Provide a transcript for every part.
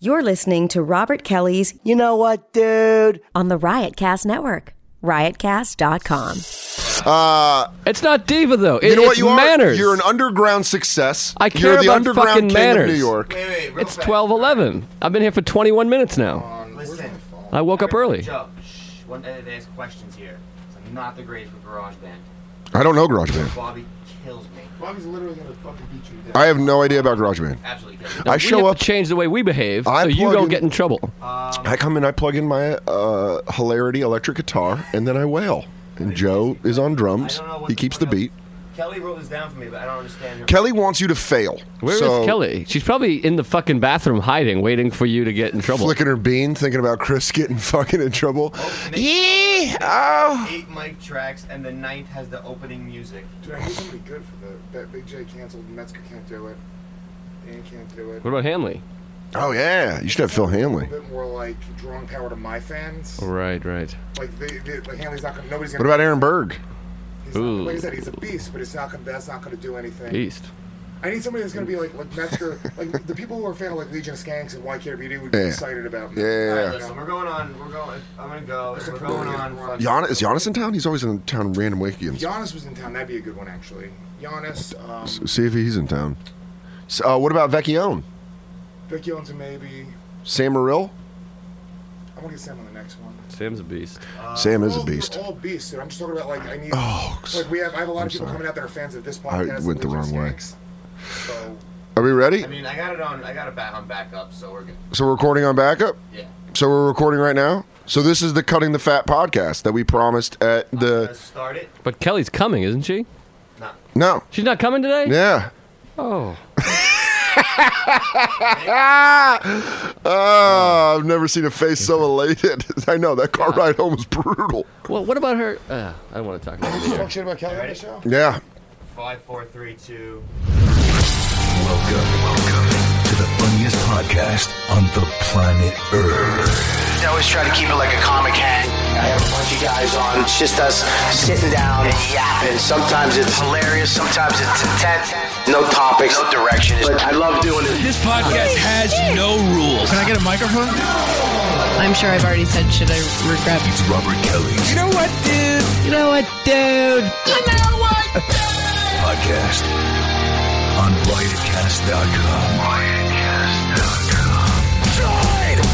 You're listening to Robert Kelly's You know what, dude? on the Riotcast Network, riotcast.com. Uh, It's not diva though. It, you know it's what you manners. are? You're an underground success. I care You're the about underground fucking king manners. of New York. It's twelve eleven. I've been here for twenty one minutes now. Listen. I woke up Everyone, early. Joe, shh, one day they ask questions here. It's like not the greatest with GarageBand. I don't know GarageBand. Bobby kills me. Bobby's literally gonna fucking beat you. I have no idea about GarageBand. Absolutely kills me. I We have show to up. change the way we behave, I so you plug don't in- get in trouble. I come in. I plug in my uh, hilarity electric guitar, and then I wail. And Joe is on drums. I don't know what He keeps the fuck beat. else- Kelly wrote this down for me, but I don't understand her. Kelly wants you to fail. Where is so, Kelly? She's probably in the fucking bathroom hiding, waiting for you to get in trouble. Flicking her bean, thinking about Chris getting fucking in trouble. Nick- yeah. Oh. Eight mic tracks, and the ninth has the opening music. Dude, I need somebody good for the that Big J canceled. Metzger can't do it. Dan can't do it. What about Hanley? Oh yeah. You should have Phil A Hanley. little bit more like drawing power to my fans. Right, right. Like, they, they, like Hanley's not gonna. Nobody's What gonna. about Aaron Berg? he's not- like Ooh. I said, he's a beast, but it's not gonna. That's not gonna do anything. Beast. I need somebody that's gonna be like like Metzger. like the people who are a fan of like Legion of Skanks and YKWd would be Yeah. excited about. Yeah. yeah, I don't yeah. Listen, know. we're going on. We're going. I'm gonna go. We're going on. fucking- Gian- is Giannis in town? He's always in town. Random Wakians. Giannis was in town. That'd be a good one actually. Giannis, um, See if he's in town. S- uh, what about Vecchione? Vic Jones, and maybe. Sam Morril? I want to get Sam on the next one. Sam's a beast. Sam is a Well, we're beast. All beasts, dude. I'm just talking about like I need. Oh, like we have. I have a lot I'm of people sorry. coming out that are fans of this I podcast. went the Legion of wrong way. Skanks. So Are we ready? I mean, I got it on. I got it back on backup, so we're good. So we're recording on backup? Yeah. So we're recording right now? So this is the Cutting the Fat podcast that we promised at the. Let's start it. But Kelly's coming, isn't she? Not. No. She's not coming today. Yeah. Oh, Ah, I've never seen a face so elated. I know that car ride home was brutal. well, what about her? Uh, I don't want to talk about it. talk shit about Kelly on the show. Yeah. Five, four, three, two. Welcome, welcome to the funniest podcast on the planet Earth. I always try to keep it like a comic hang. I have a bunch of guys on. It's just us sitting down and yapping. Sometimes it's hilarious, sometimes it's intense. No topics, no direction. But I love doing it. This podcast Oh, has no rules. Can I get a microphone? I'm sure I've already said should I regret. It's Robert Kelly's You know what, dude? You know what, dude? podcast on riotcast.com. Riotcast.com.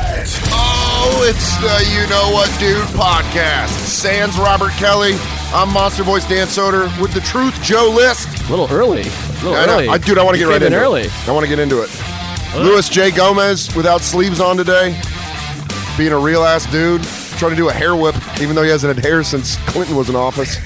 Oh, it's the You Know What Dude podcast. Sans Robert Kelly. I'm Monster Voice Dan Soder with the Truth Joe List. A little early. A little I know. early. I, dude, I want to You get right came in into early. it. I want to get into it. Louis J. Gomez without sleeves on today, being a real ass dude, trying to do a hair whip, even though he hasn't had hair since Clinton was in office.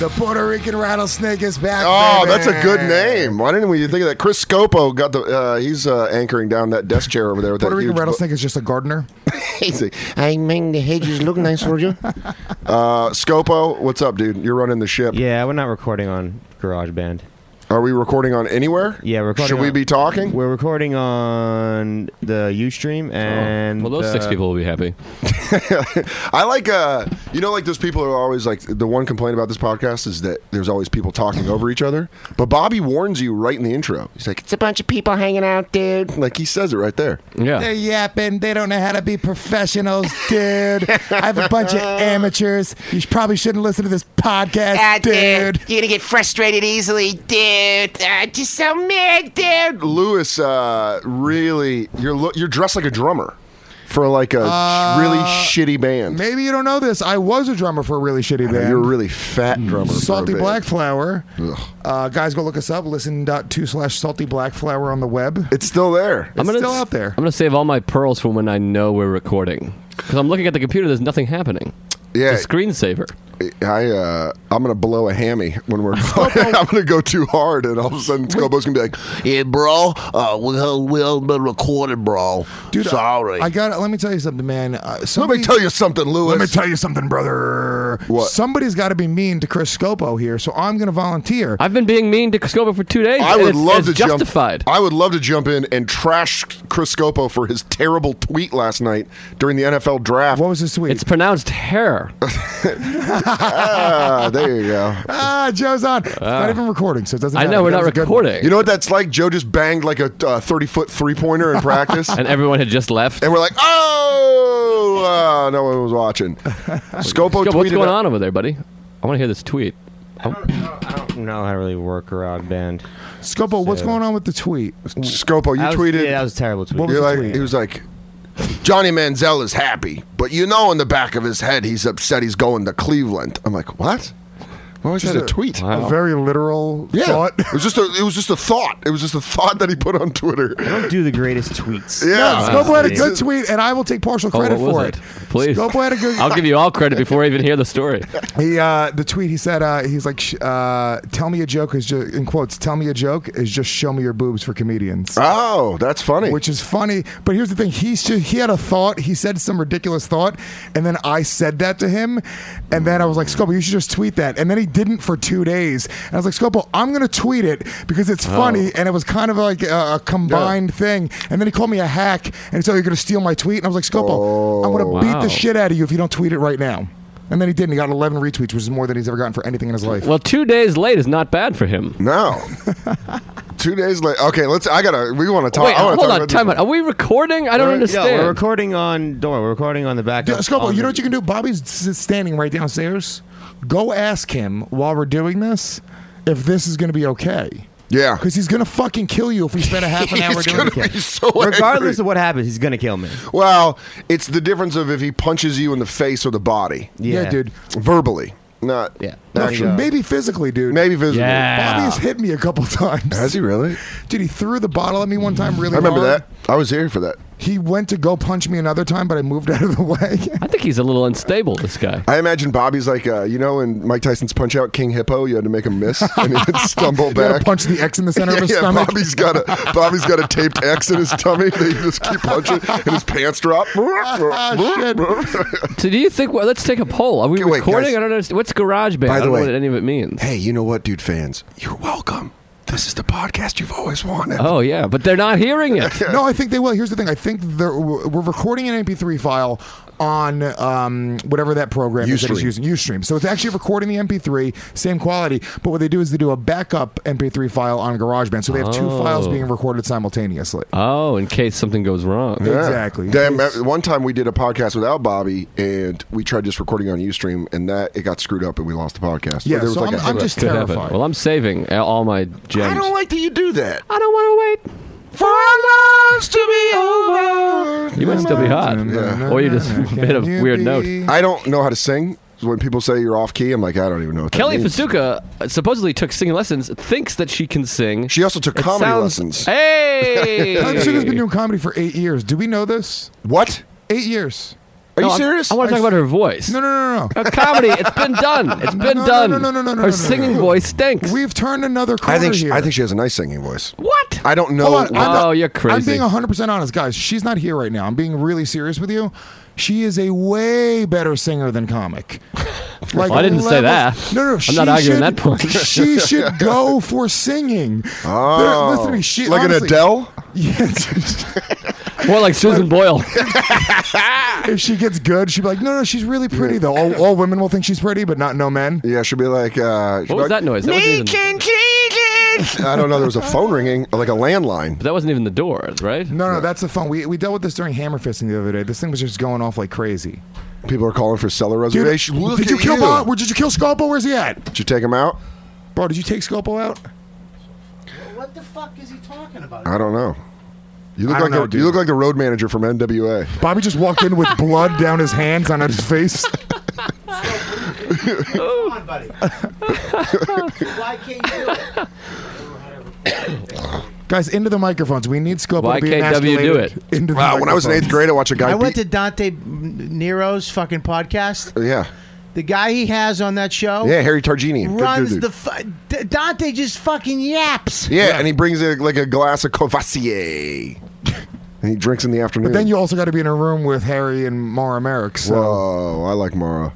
The Puerto Rican rattlesnake is back. Oh, baby. that's a good name. Why didn't we think of that? Chris Scopo got the. Uh, he's uh, anchoring down that desk chair over there with Puerto that Rican huge rattlesnake is just a gardener. book. I mean, the hedges look nice for you. Uh, Scopo, what's up, dude? You're running the ship. Yeah, we're not recording on GarageBand. Are we recording on anywhere? Yeah, we're recording Should we on- be talking? We're recording on the Ustream and uh, Well, those the- six people will be happy. I like uh you know like those people who are always like the one complaint about this podcast is that there's always people talking over each other. But Bobby warns you right in the intro. He's like, It's a bunch of people hanging out, dude. Like he says it right there. Yeah. They're yapping. They don't know how to be professionals, dude. I have a bunch of amateurs. You probably shouldn't listen to this podcast, Ah, dude. You're gonna get frustrated easily, dude. Ah, i just so mad, dude. Lewis, uh really you're lo- you're dressed like a drummer for like a sh- really shitty band. Uh, Maybe you don't know this. I was a drummer for a really shitty band. You're a really fat drummer. for Salty a band. Black Flower. Ugh. Uh, guys, go look us up. Listen.to slash Salty Black Flower on the web. It's still there. It's still out there. I'm gonna save all my pearls for when I know we're recording. Because I'm looking at the computer, there's nothing happening. Yeah. It's a screensaver. I uh, I'm gonna blow a hammy when we're. I'm gonna go too hard, and all of a sudden Scobo's gonna be like, "Yeah, bro, uh, we we'll been recorded, bro. Dude, I- Sorry. I, got. Let me tell you something, man. Uh, Let somebody, me tell you something, Lewis. Let me tell you something, brother. What? Somebody's got to be mean to Chris Scopo here, so I'm going to volunteer. I've been being mean to Scobo for two days. I and would it's, love it's to justified. jump. I would love to jump in and trash Chris Scopo for his terrible tweet last night during the NFL draft. what was his tweet? It's pronounced hair. ah, there you go. Ah, Joe's on. It's not even recording, so it doesn't. I matter. know we're That not was a good one. recording, You know what that's like? Joe just banged like a uh, thirty foot three pointer in practice, and everyone had just left. and we're like, oh, uh, no one was watching. Scopo Yo, tweeted, what's going out- on over there, buddy? I want to hear this tweet. I don't, I don't, I don't, No, I really work around band. Scopo, what's going on with the tweet? Scopo, you I was- tweeted. Yeah, that was a terrible tweet. What was You're the like, tweet? he was like, Johnny Manziel is happy, but you know, in the back of his head, he's upset he's going to Cleveland. I'm like, what? Why was that a, tweet? A very literal Yeah, thought. it was just a it was just a thought. It was just a thought that he put on Twitter. I do the greatest tweets. Yeah, Scopo had a good tweet, and I will take partial Ah, Oh, credit what was for it? it. Please. Scopo had a good. I'll give you all credit before I even hear the story. He uh, the tweet he said uh, he's like sh- uh, tell me a joke is just in quotes tell me a joke is just show me your boobs for comedians. Oh, that's funny. Which is funny, but here's the thing: he's just, he had a thought. He said some ridiculous thought, and then I said that to him, and then I was like, "Scopo, you should just tweet that." And then he didn't for two days, and I was like, "Scopo, I'm gonna tweet it because it's funny," and it was kind of like a, a combined thing. And then he called me a hack, and so "You're gonna steal my tweet," and I was like, "Scopo, I'm gonna beat Wow. the shit out of you if you don't tweet it right now." And then he didn't. He got 11 retweets, which is more than he's ever gotten for anything in his life. Well, two days late is not bad for him. no, two days later. Okay, let's. I gotta. We want to talk. Wait, I wanna hold talk on, about time this. out. Are we recording? I don't understand. we're recording on door. We're recording on the back. Dude, of- Scopo, on you the- know what you can do? Bobby's s- standing right downstairs. Go ask him while we're doing this if this is going to be okay. Oh, Yeah, Because he's going to fucking kill you if we spend a half an hour he's doing gonna it. be so Regardless angry. of what happens, he's gonna kill me. Well, it's the difference of if he punches you in the face or the body, Yeah, Yeah. dude. verbally, not Yeah. No, actually. maybe physically, dude. Maybe physically. Yeah. Bobby's hit me a couple times. Has he really? Dude, he threw the bottle at me one time really I remember hard. that. I was here for that. He went to go punch me another time, but I moved out of the way. I think he's a little unstable. This guy. I imagine Bobby's like, uh, you know, in Mike Tyson's Punch Out, King Hippo, you had to make him miss and he would stumble He had back. to punch the X in the center yeah, of his yeah, stomach. Bobby's got a Bobby's got a taped X in his tummy. They just keep punching, and his pants drop. So do you think? Well, let's take a poll. Are we Wait, recording? guys. I don't understand. What's GarageBand? By I the don't way- know what any of it means. hey, you know what, dude? Fans, you're welcome. This is the podcast you've always wanted. Oh yeah, but they're not hearing it. No, I think they will. Here's the thing. I think they're, we're recording an MP3 file on um, whatever that program is that Ustream. he's using, Ustream. So it's actually recording the MP3, same quality. But what they do is they do a backup MP3 file on GarageBand. So they have two Oh. files being recorded simultaneously. Oh, in case something goes wrong. Yeah. Exactly. Damn, uh, one time we did a podcast without Bobby, and we tried just recording on UStream, and that it got screwed up, and we lost the podcast. Yeah, There was so like I'm, a I'm hiccup. just Could happen. terrified. Well, I'm saving a- all my gems. I don't like that you do that. I don't want to wait. For our lives to be over. You might still be hot, Yeah. or you just hit a Can you weird be- note. I don't know how to sing. So When people say you're off key, I'm like, I don't even know. What that Kelly means. Fasuka supposedly took singing lessons. Thinks that she can sing. She also took It comedy sounds- lessons. Hey, Tyler Sugar's been doing comedy for eight years. Do we know this? What? Eight years. Are No, you I'm- serious? I want to talk about her voice. No, no, no, no, Her comedy, it's been done. It's been no, done. no, no, no, no, no, no, Her no, singing no. voice no. stinks. We've turned another corner I think she, here. I think she has a nice singing voice. what? I don't know. Hold on, what- I'm Oh, you're I'm crazy. being 100% honest, guys. She's not here right now. I'm being really serious with you. She is a way better singer than comic. Like Well, I didn't say that. No, no, I'm she not arguing should, that point. she should go for singing. Oh. There- listen to me. She like honestly, an Adele. Yes. More like Susan Boyle. if she gets good, she'd be like, no, no, she's really pretty though. All, all women will think she's pretty, but not no men. Yeah, she'll be like. Uh, What was that noise? That wasn't, even, I don't know. There was a phone ringing, like a landline. that wasn't even the doors, right? No, no, that's the fun. We, we dealt with this during hammer fisting the other day. This thing was just going off like crazy. People are calling for cellar Dude, reservation. Look did you at kill you. Bob? Where did you kill Scopo? Where's he at? Did you take him out? Bro, did you take Scopo out? what the fuck is he talking about? I don't know. You I look like don't know, the, you dude. look like the road manager from NWA. Bobby just walked in with blood down his hands on his face. Come on, buddy. Why can't you do it? Guys, into the microphones. We need Scopo Why to be can't W do emasculated it? Into the Wow, when I was in eighth microphones. grade, I watched a guy. I went to beat- Dante Nero's fucking podcast. yeah, The guy he has on that show yeah, Harry Targinian. Good runs dude. the fu- D- Dante just fucking yaps. yeah, and he brings in like a glass of Courvoisier, and he drinks in the afternoon. Then you also got to be in a room with Harry and Mara Merrick. So Whoa, I like Mara.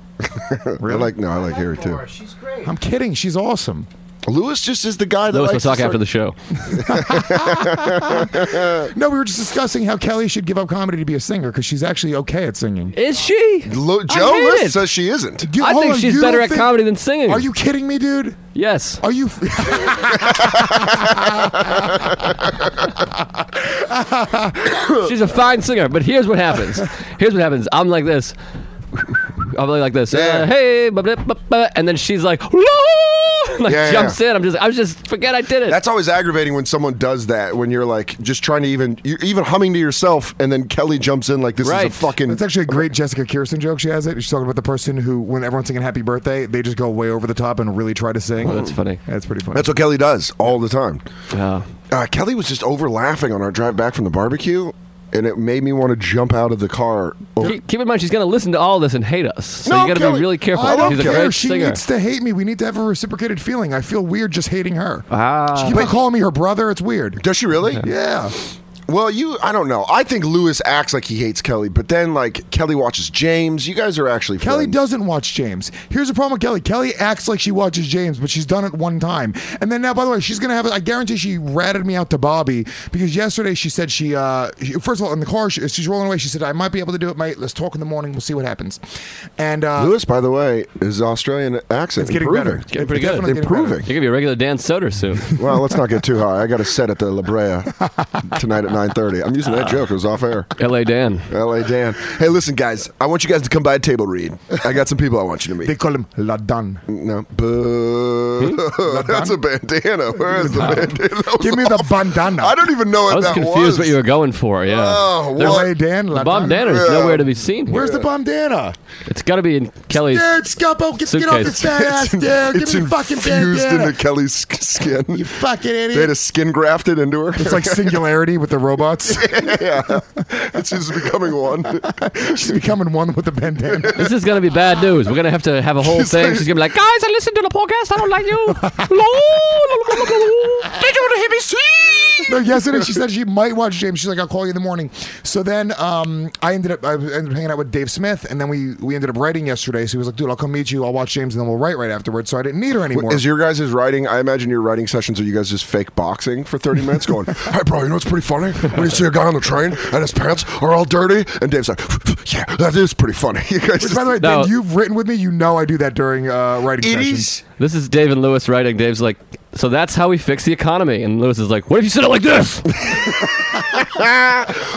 I like no, I like Harry too. She's great. I'm kidding. She's awesome. Lewis just is the guy that Lewis will likes to talk start- after the show. no, we were just discussing how Kelly should give up comedy to be a singer because she's actually okay at singing. Is she? Lo- Joe hate List it. says she isn't. You- I hold think on, she's you better don't at think- comedy than singing. Are you kidding me, dude? Yes. Are you? Uh. She's a fine singer, but here's what happens. Here's what happens. I'm like this. I'm like, like this. Yeah. Uh, hey, blah, blah, blah, blah. and then she's like, "Whoa!" like Yeah, yeah, jumps yeah. in. I'm just, I was just forget I did it. That's always aggravating when someone does that. When you're like just trying to even you're even humming to yourself, and then Kelly jumps in like this is a Right. fucking. That's actually a great Jessica Kirsten joke. She has it. She's talking about the person who, when everyone's singing "Happy Birthday," they just go way over the top and really try to sing. Oh, that's funny. That's pretty funny. That's what Kelly does all the time. Yeah. Uh, Kelly was just over laughing on our drive back from the barbecue, and it made me want to jump out of the car. Oh, keep, keep in mind, she's gonna listen to all this and hate us. So No, you gotta Kelly, be really careful. I don't She's a care. great She singer. needs to hate me. We need to have a reciprocated feeling. I feel weird just hating her. Ah. she keeps on calling me her brother. It's weird. does she really? Yeah. Well, you, I don't know. I think Lewis acts like he hates Kelly, but then like Kelly watches James. You guys are actually Kelly friends. doesn't watch James. Here's the problem with Kelly. Kelly acts like she watches James, but she's done it one time. And then now, by the way, she's gonna have. I guarantee she ratted me out to Bobby because yesterday she said she. Uh, she- first of all, in the car, she, she's rolling away. She said, "I might be able to do it, mate. Let's talk in the morning. We'll see what happens." And uh, Lewis, by the way, his Australian accent it's getting improving. better. getting pretty good. Definitely getting better. Improving. You're gonna be a regular Dan Soder soon. Well, let's not get too high. I got a set at the La Brea tonight at nine thirty. I'm using Ah. that joke. It was off air. L.A. Dan. L.A. Dan. Hey, listen, guys. I want you guys to come by a table read. I got some people I want you to meet. They call him La Don. No, Hmm? boo. That's a bandana. Where is the bandana? That was Give me the awful. bandana. I don't even know what I was that confused was. what you were going for. Yeah. Oh, They're what? like, Dan, La the Bob Don. Danner's Yeah. nowhere to be seen. Here. Where's the bandana? It's gotta be in Kelly's. Dude, Scopo, get, get off Suitcase. this fat ass, dude. It's Give me the fucking infused bandana. into Kelly's sk- skin. you fucking they had idiot. a skin grafted into her. It's like singularity with the robots. yeah, it's just becoming one. She's becoming one with the bandana. This is gonna be bad news. We're gonna have to have a whole She's thing. like- She's gonna be like, guys, I listened to the podcast. I don't like you. Lol. Did you want to hear me sing? No, yesterday she said she might watch James. She's like, I'll call you in the morning. So then um, I ended up I ended up hanging out with Dave Smith, and then we we ended up writing yesterday. So he was like, dude, I'll come meet you. I'll watch James, and then we'll write right afterwards. So I didn't need her anymore. Is your guys' writing? I imagine your writing sessions are you guys just fake boxing for 30 minutes going, hey, bro, you know what's pretty funny? When you see a guy on the train and his pants are all dirty, and Dave's like, yeah, that is pretty funny. You guys Which, just, by the way, No. Dan, you've written with me. You know I do that during uh, writing it sessions. is. This is Dave and Lewis writing. Dave's like, so that's how we fix the economy. And Lewis is like, what if you said it like this?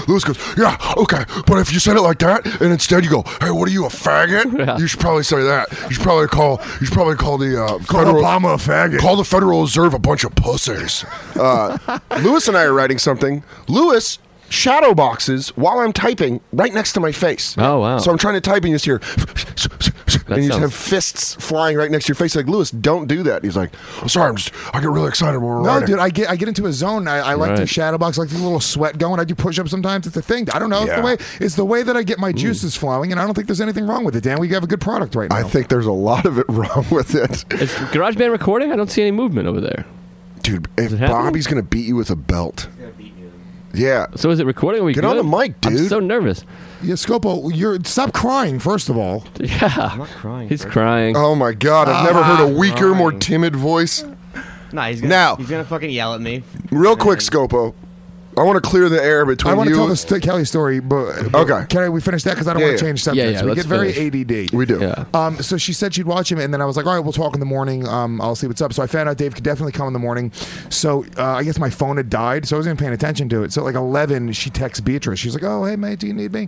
Lewis goes, yeah, okay, but if you said it like that, and instead you go, hey, what are you, a faggot? Yeah. You should probably say that. You should probably call. You should probably call the uh, Call federal, Obama a faggot. Call the Federal Reserve a bunch of pussies. Uh, Lewis and I are writing something. Lewis shadow boxes while I'm typing right next to my face. Oh, wow. So I'm trying to type and you just hear. and you just sounds- have fists flying right next to your face. Like Lewis, don't do that. He's like, I'm sorry, I'm just, I get really excited when we're No, writing. dude, I get I get into a zone. I, I like to Right. shadow box, I like to get a little sweat going. I do push ups sometimes. It's a thing. I don't know. It's Yeah. Mm. the way it's the way that I get my juices flowing, and I don't think there's anything wrong with it. Dan, we have a good product right now. I think there's a lot of it wrong with it. Is GarageBand recording? I don't see any movement over there. Dude, if happening? Bobby's gonna beat you with a belt, He's gonna beat you. yeah. So is it recording? Are we Get on good? the mic, I'm dude. so nervous. yeah, Scopo, you're stop crying first of all. Yeah. Not crying. He's bro. crying. Oh my God, I've never heard a Uh-huh. weaker, more timid voice. Nah, he's gonna, Now- he's gonna fucking yell at me. Real quick, Scopo, I want to clear the air between I want you. to tell the st- Kelly story, but, but Okay. can I, we finish that because I don't Yeah, want yeah. to change yeah, subjects. we let's get very finish. ADD. we do. Yeah. Um, so she said she'd watch him, and then I was like, "All right, we'll talk in the morning. Um, I'll see what's up." So I found out Dave could definitely come in the morning. So uh, I guess my phone had died, so I wasn't even paying attention to it. So at like eleven, she texts Beatrice. She's like, "Oh, hey mate, do you need me?"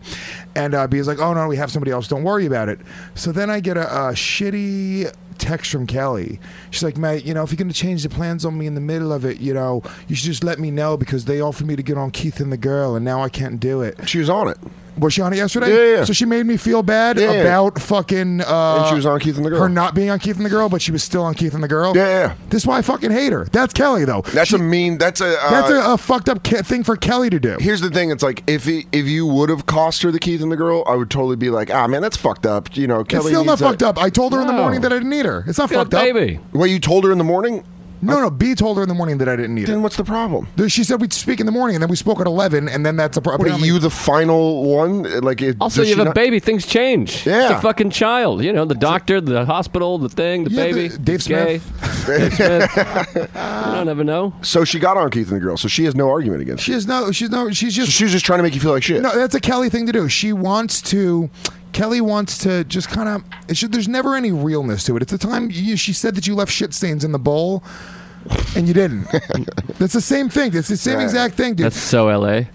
And uh, Bea's like, "Oh no, we have somebody else. Don't worry about it." So then I get a, a shitty text from Kelly. She's like, "Mate, you know, if you're gonna change the plans on me in the middle of it, you know, you should just let me know because they offered me to get on Keith and the Girl, and now I can't do it." She was on it. Was she on it yesterday? Yeah, yeah, yeah. So she made me feel bad Yeah, yeah. about fucking. Uh, And she was on Keith and the Girl. Her not being on Keith and the Girl, but she was still on Keith and the Girl. Yeah, yeah, yeah. This is why I fucking hate her. That's Kelly though. That's a mean. That's a. Uh, That's a, a fucked up ca- thing for Kelly to do. Here's the thing. It's like if he, if you would have cost her the Keith and the Girl, I would totally be like, ah, man, that's fucked up. You know, It's Kelly. still not needs a- fucked up. I told her in the No. morning that I didn't need her. It's not Good fucked up. baby. Wait, you told her in the morning? No, no. B told her in the morning that I didn't need it. Then what's the problem? She said we'd speak in the morning, and then we spoke at eleven, and then that's a What problem. are you the final one? Like it, Also, does you she have a not- baby. Things change. Yeah. It's a fucking child. You know, the doctor, the hospital, the thing, the Yeah, baby. the- Dave it's gay. Dave Smith. you don't ever know. So she got on Keith and the girl. So she has no argument against. She has no. She's no. She's just. she was just trying to make you feel like shit. No, that's a Kelly thing to do. She wants to. Kelly wants to just kind of. There's never any realness to it. It's the time you, she said that you left shit stains in the bowl, and you didn't. that's the same thing. That's the same Yeah. exact thing, dude. so LA.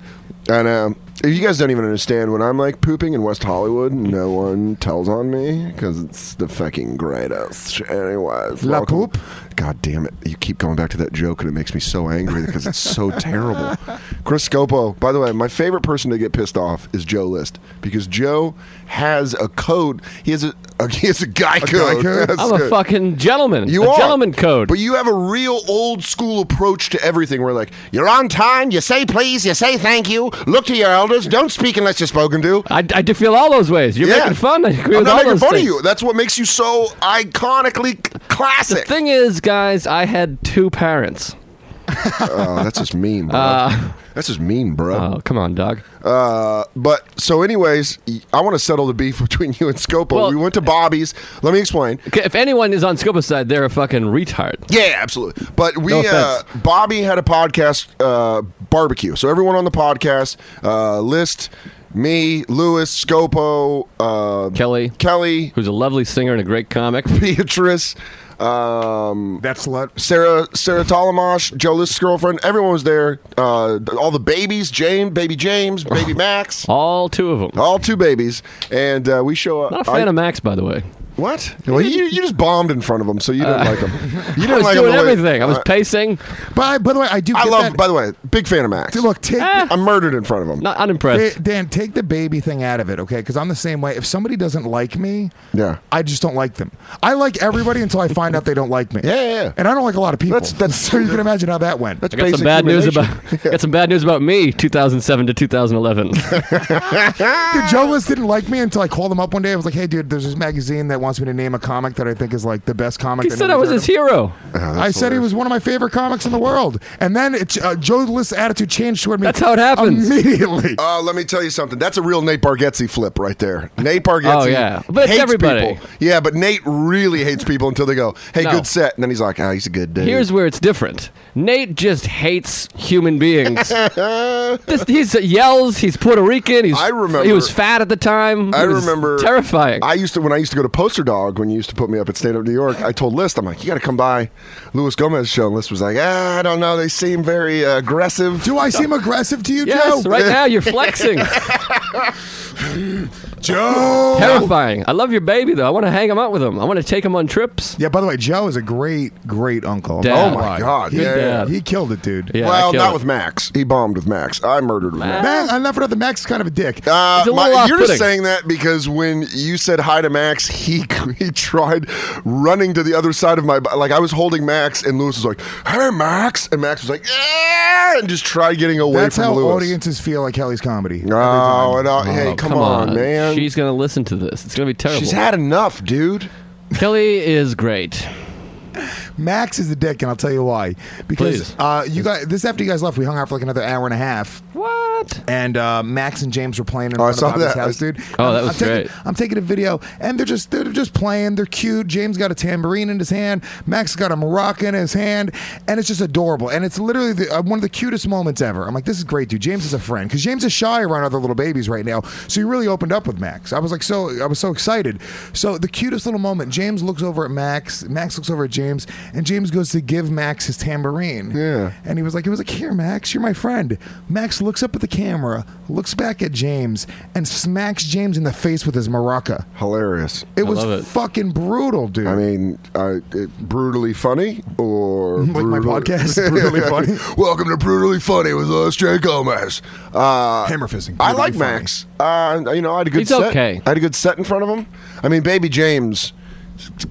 And um, you guys don't even understand when I'm like pooping in West Hollywood, no one tells on me because it's the fucking greatest. Anyways, La welcome- poop? God damn it! You keep going back to that joke, and it makes me so angry because it's so terrible. Chris Scopo. By the way, my favorite person to get pissed off is Joe List because Joe has a code. He has a, a he has a guy code. That's I'm a good. fucking gentleman. You a are gentleman code. but you have a real old school approach to everything. We're like, you're on time. You say please. You say thank you. Look to your elders. Don't speak unless you're spoken to. I, I do feel all those ways. You're making fun. I agree am with not all making those fun things. of you. That's what makes you so iconically c- classic. Thing is, guys, I had two parents. oh, that's just mean, bro. Uh, that's just mean, bro. Oh, come on, dog. Uh, but so, anyways, y- I want to settle the beef between you and Scopo. we went to Bobby's. Let me explain. Okay, If anyone is on Scopa's side, they're a fucking retard. Yeah, absolutely. But we, No uh, offense. Bobby had a podcast uh, barbecue. So everyone on the podcast uh, list me, Lewis, Scopo, uh, Kelly, Kelly, who's a lovely singer and a great comic. Beatrice. Um, That's slut. Sarah Sarah Talamash, Joe List's girlfriend, everyone was there. Uh, all the babies, James, baby James, baby Max, All two of them. all two babies, and uh, we show up. Not a I- fan of Max, by the way. what? Well, you, you just bombed in front of him, so you didn't like him. You didn't Uh, I was like him doing the way- everything. I was Uh, pacing. By, by the way, I do. I get love. that. By the way, big fan of Max. Look, take I murdered in front of him. Not unimpressed. Da- Dan, take the baby thing out of it, okay? Because I'm the same way. If somebody doesn't like me, Yeah. I just don't like them. I like everybody until I find out they don't like me. Yeah, yeah, yeah. And I don't like a lot of people. That's- that's- so you can imagine how that went. That's I got some basic bad news about humiliation. got some bad news about me. 2007 to 2011. Dude, Joe List didn't like me until I called him up one day. I was like, "Hey, dude, there's this magazine that wants me to name a comic that I think is like the best comic." he that said I was nobody's heard his of." hero. I said he was one of my favorite comics in the world, and then it, uh, Joe List's attitude changed toward me. That's how it happens. immediately. Oh, let me tell you something. That's a real Nate Bargatze flip right there. Nate Bargatze. Oh, yeah. But it's hates everybody. People. Yeah, but Nate really hates people until they go, "Hey, No. good set," and then he's like, "Ah, he's a good dude." Here's where it's different. Nate just hates human beings. this, he yells. He's Puerto Rican. He's, I remember- He was fat at the time. I He was remember Terrifying. I used to when I used to go to Poster Dog when you used to put me up at State of New York. I told List, I'm like, you got to come by Luis Gomez show. And List was like, ah, I don't know, they seem very uh, aggressive. Do I seem aggressive to you, yes. Joe? Right now you're flexing. Oh. Joe. terrifying. I love your baby though. I want to hang him out with him. I want to take him on trips. Yeah. By the way, Joe is a great, great uncle. Dad. Oh my God, He, yeah. dad. he killed it, dude. Yeah, I well, killed not it. with Max. He bombed with Max. I murdered with Max. Man, I never know the Max is kind of a dick. Uh, It's a my- little you're just off-putting. saying that because when you said hi to Max, he he tried running to the other side of my bo- like I was holding Max and Lewis was like, "Hey Max," and Max was like, "Yeah," and just tried getting away That's from how Lewis. audiences feel like Kelly's comedy. No, and I- hey, Oh, come, on, man. She's gonna listen to this. It's gonna be terrible. She's had enough, dude. Kelly is great. Max is a dick, and I'll tell you why. Because Please. uh, you guys, this after you guys left, we hung out for like another hour and a half, What? and uh, Max and James were playing in Oh, I front saw of Bobby's that. house, dude. Oh, that I'm- was I'm taking- great. I'm taking a video, and they're just they're just playing. They're cute. James got a tambourine in his hand. Max got a maraca in his hand, and it's just adorable. And it's literally the, uh, one of the cutest moments ever. I'm like, this is great, dude. James is a friend because James is shy around other little babies right now. So he really opened up with Max. I was like, so I was so excited. So the cutest little moment. James looks over at Max. Max looks over at James, and James goes to give Max his tambourine. Yeah. And he was like, he was like, here, Max, you're my friend. Max looks up at the camera, looks back at James, and smacks James in the face with his maraca. Hilarious. It was love it. fucking brutal, dude. I mean, uh, it, brutally funny or Like my brutally- podcast, Brutally Funny? Welcome to brutally funny with us, Jay Gomez. Uh, Hammer fisting. I Brutally like funny. Max. Uh, you know, I had a good He's set. okay. I had a good set in front of him. I mean, Baby James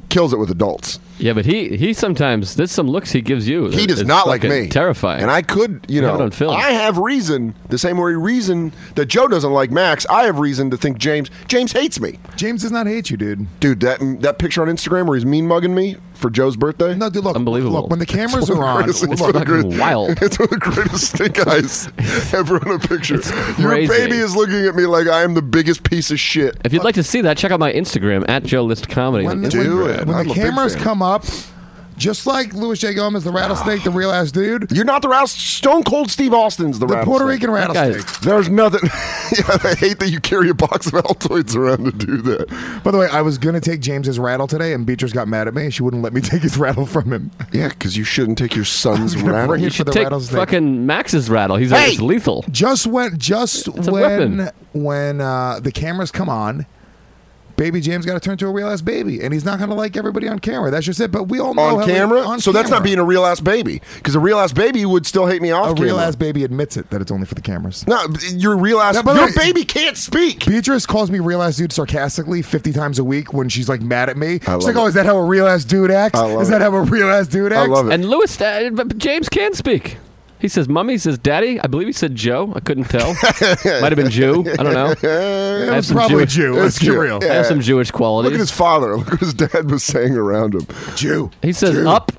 kills it with adults. Yeah, but he he sometimes there's some looks he gives you. He that does is not like fucking me. Terrifying. And I could, you You have know, it on film. I have reason the same way reason that Joe doesn't like Max. I have reason to think James James hates me. James does not hate you, dude. Dude, that that picture on Instagram where he's mean mugging me, for Joe's birthday? No, dude, look, unbelievable. look, when the cameras are on, it's one of look- the greatest, Wild. It's one of the greatest stink eyes ever on a picture. Your crazy. baby is looking at me like I am the biggest piece of shit. If you'd like to see that, check out my Instagram at Joe List Comedy. When, on when- Instagram. when the cameras come up, just like Louis J. Gomez, the rattlesnake, the real ass dude. You're not the rouse. Stone Cold Steve Austin's the, the Puerto Rican That guy- rattlesnake. There's nothing. yeah, I hate that you carry a box of Altoids around to do that. By the way, I was gonna take James's rattle today, and Beatrice got mad at me. She wouldn't let me take his rattle from him. Yeah, because you shouldn't take your son's I'm gonna rattle. bring it You for should the take rattlesnake. Fucking Max's rattle. He's Hey! it's lethal. Just when, just a when, weapon. when uh, the cameras come on, baby James got to turn to a real ass baby, and he's not gonna like everybody on camera. That's just it. But we all know on how he- camera. on so that's not camera. being a real ass baby because a real ass baby would still hate me off. A camera. real ass baby admits it that it's only for the cameras. No, your real ass. your baby can't speak. Beatrice calls me real ass dude sarcastically fifty times a week when she's like mad at me. love She's like, it. "Oh, is that how a real ass dude acts? I love Is that it. how a real ass dude acts?" And Lewis, uh, but- but James can speak. He says, "Mummy." He says, "Daddy." I believe he said Joe. I couldn't tell. Might have been Jew. I don't know. It I have was some probably Jew. Let's I have be real. I have some Jewish qualities. Look at his father. Look what his dad was saying around him. Jew. He says up.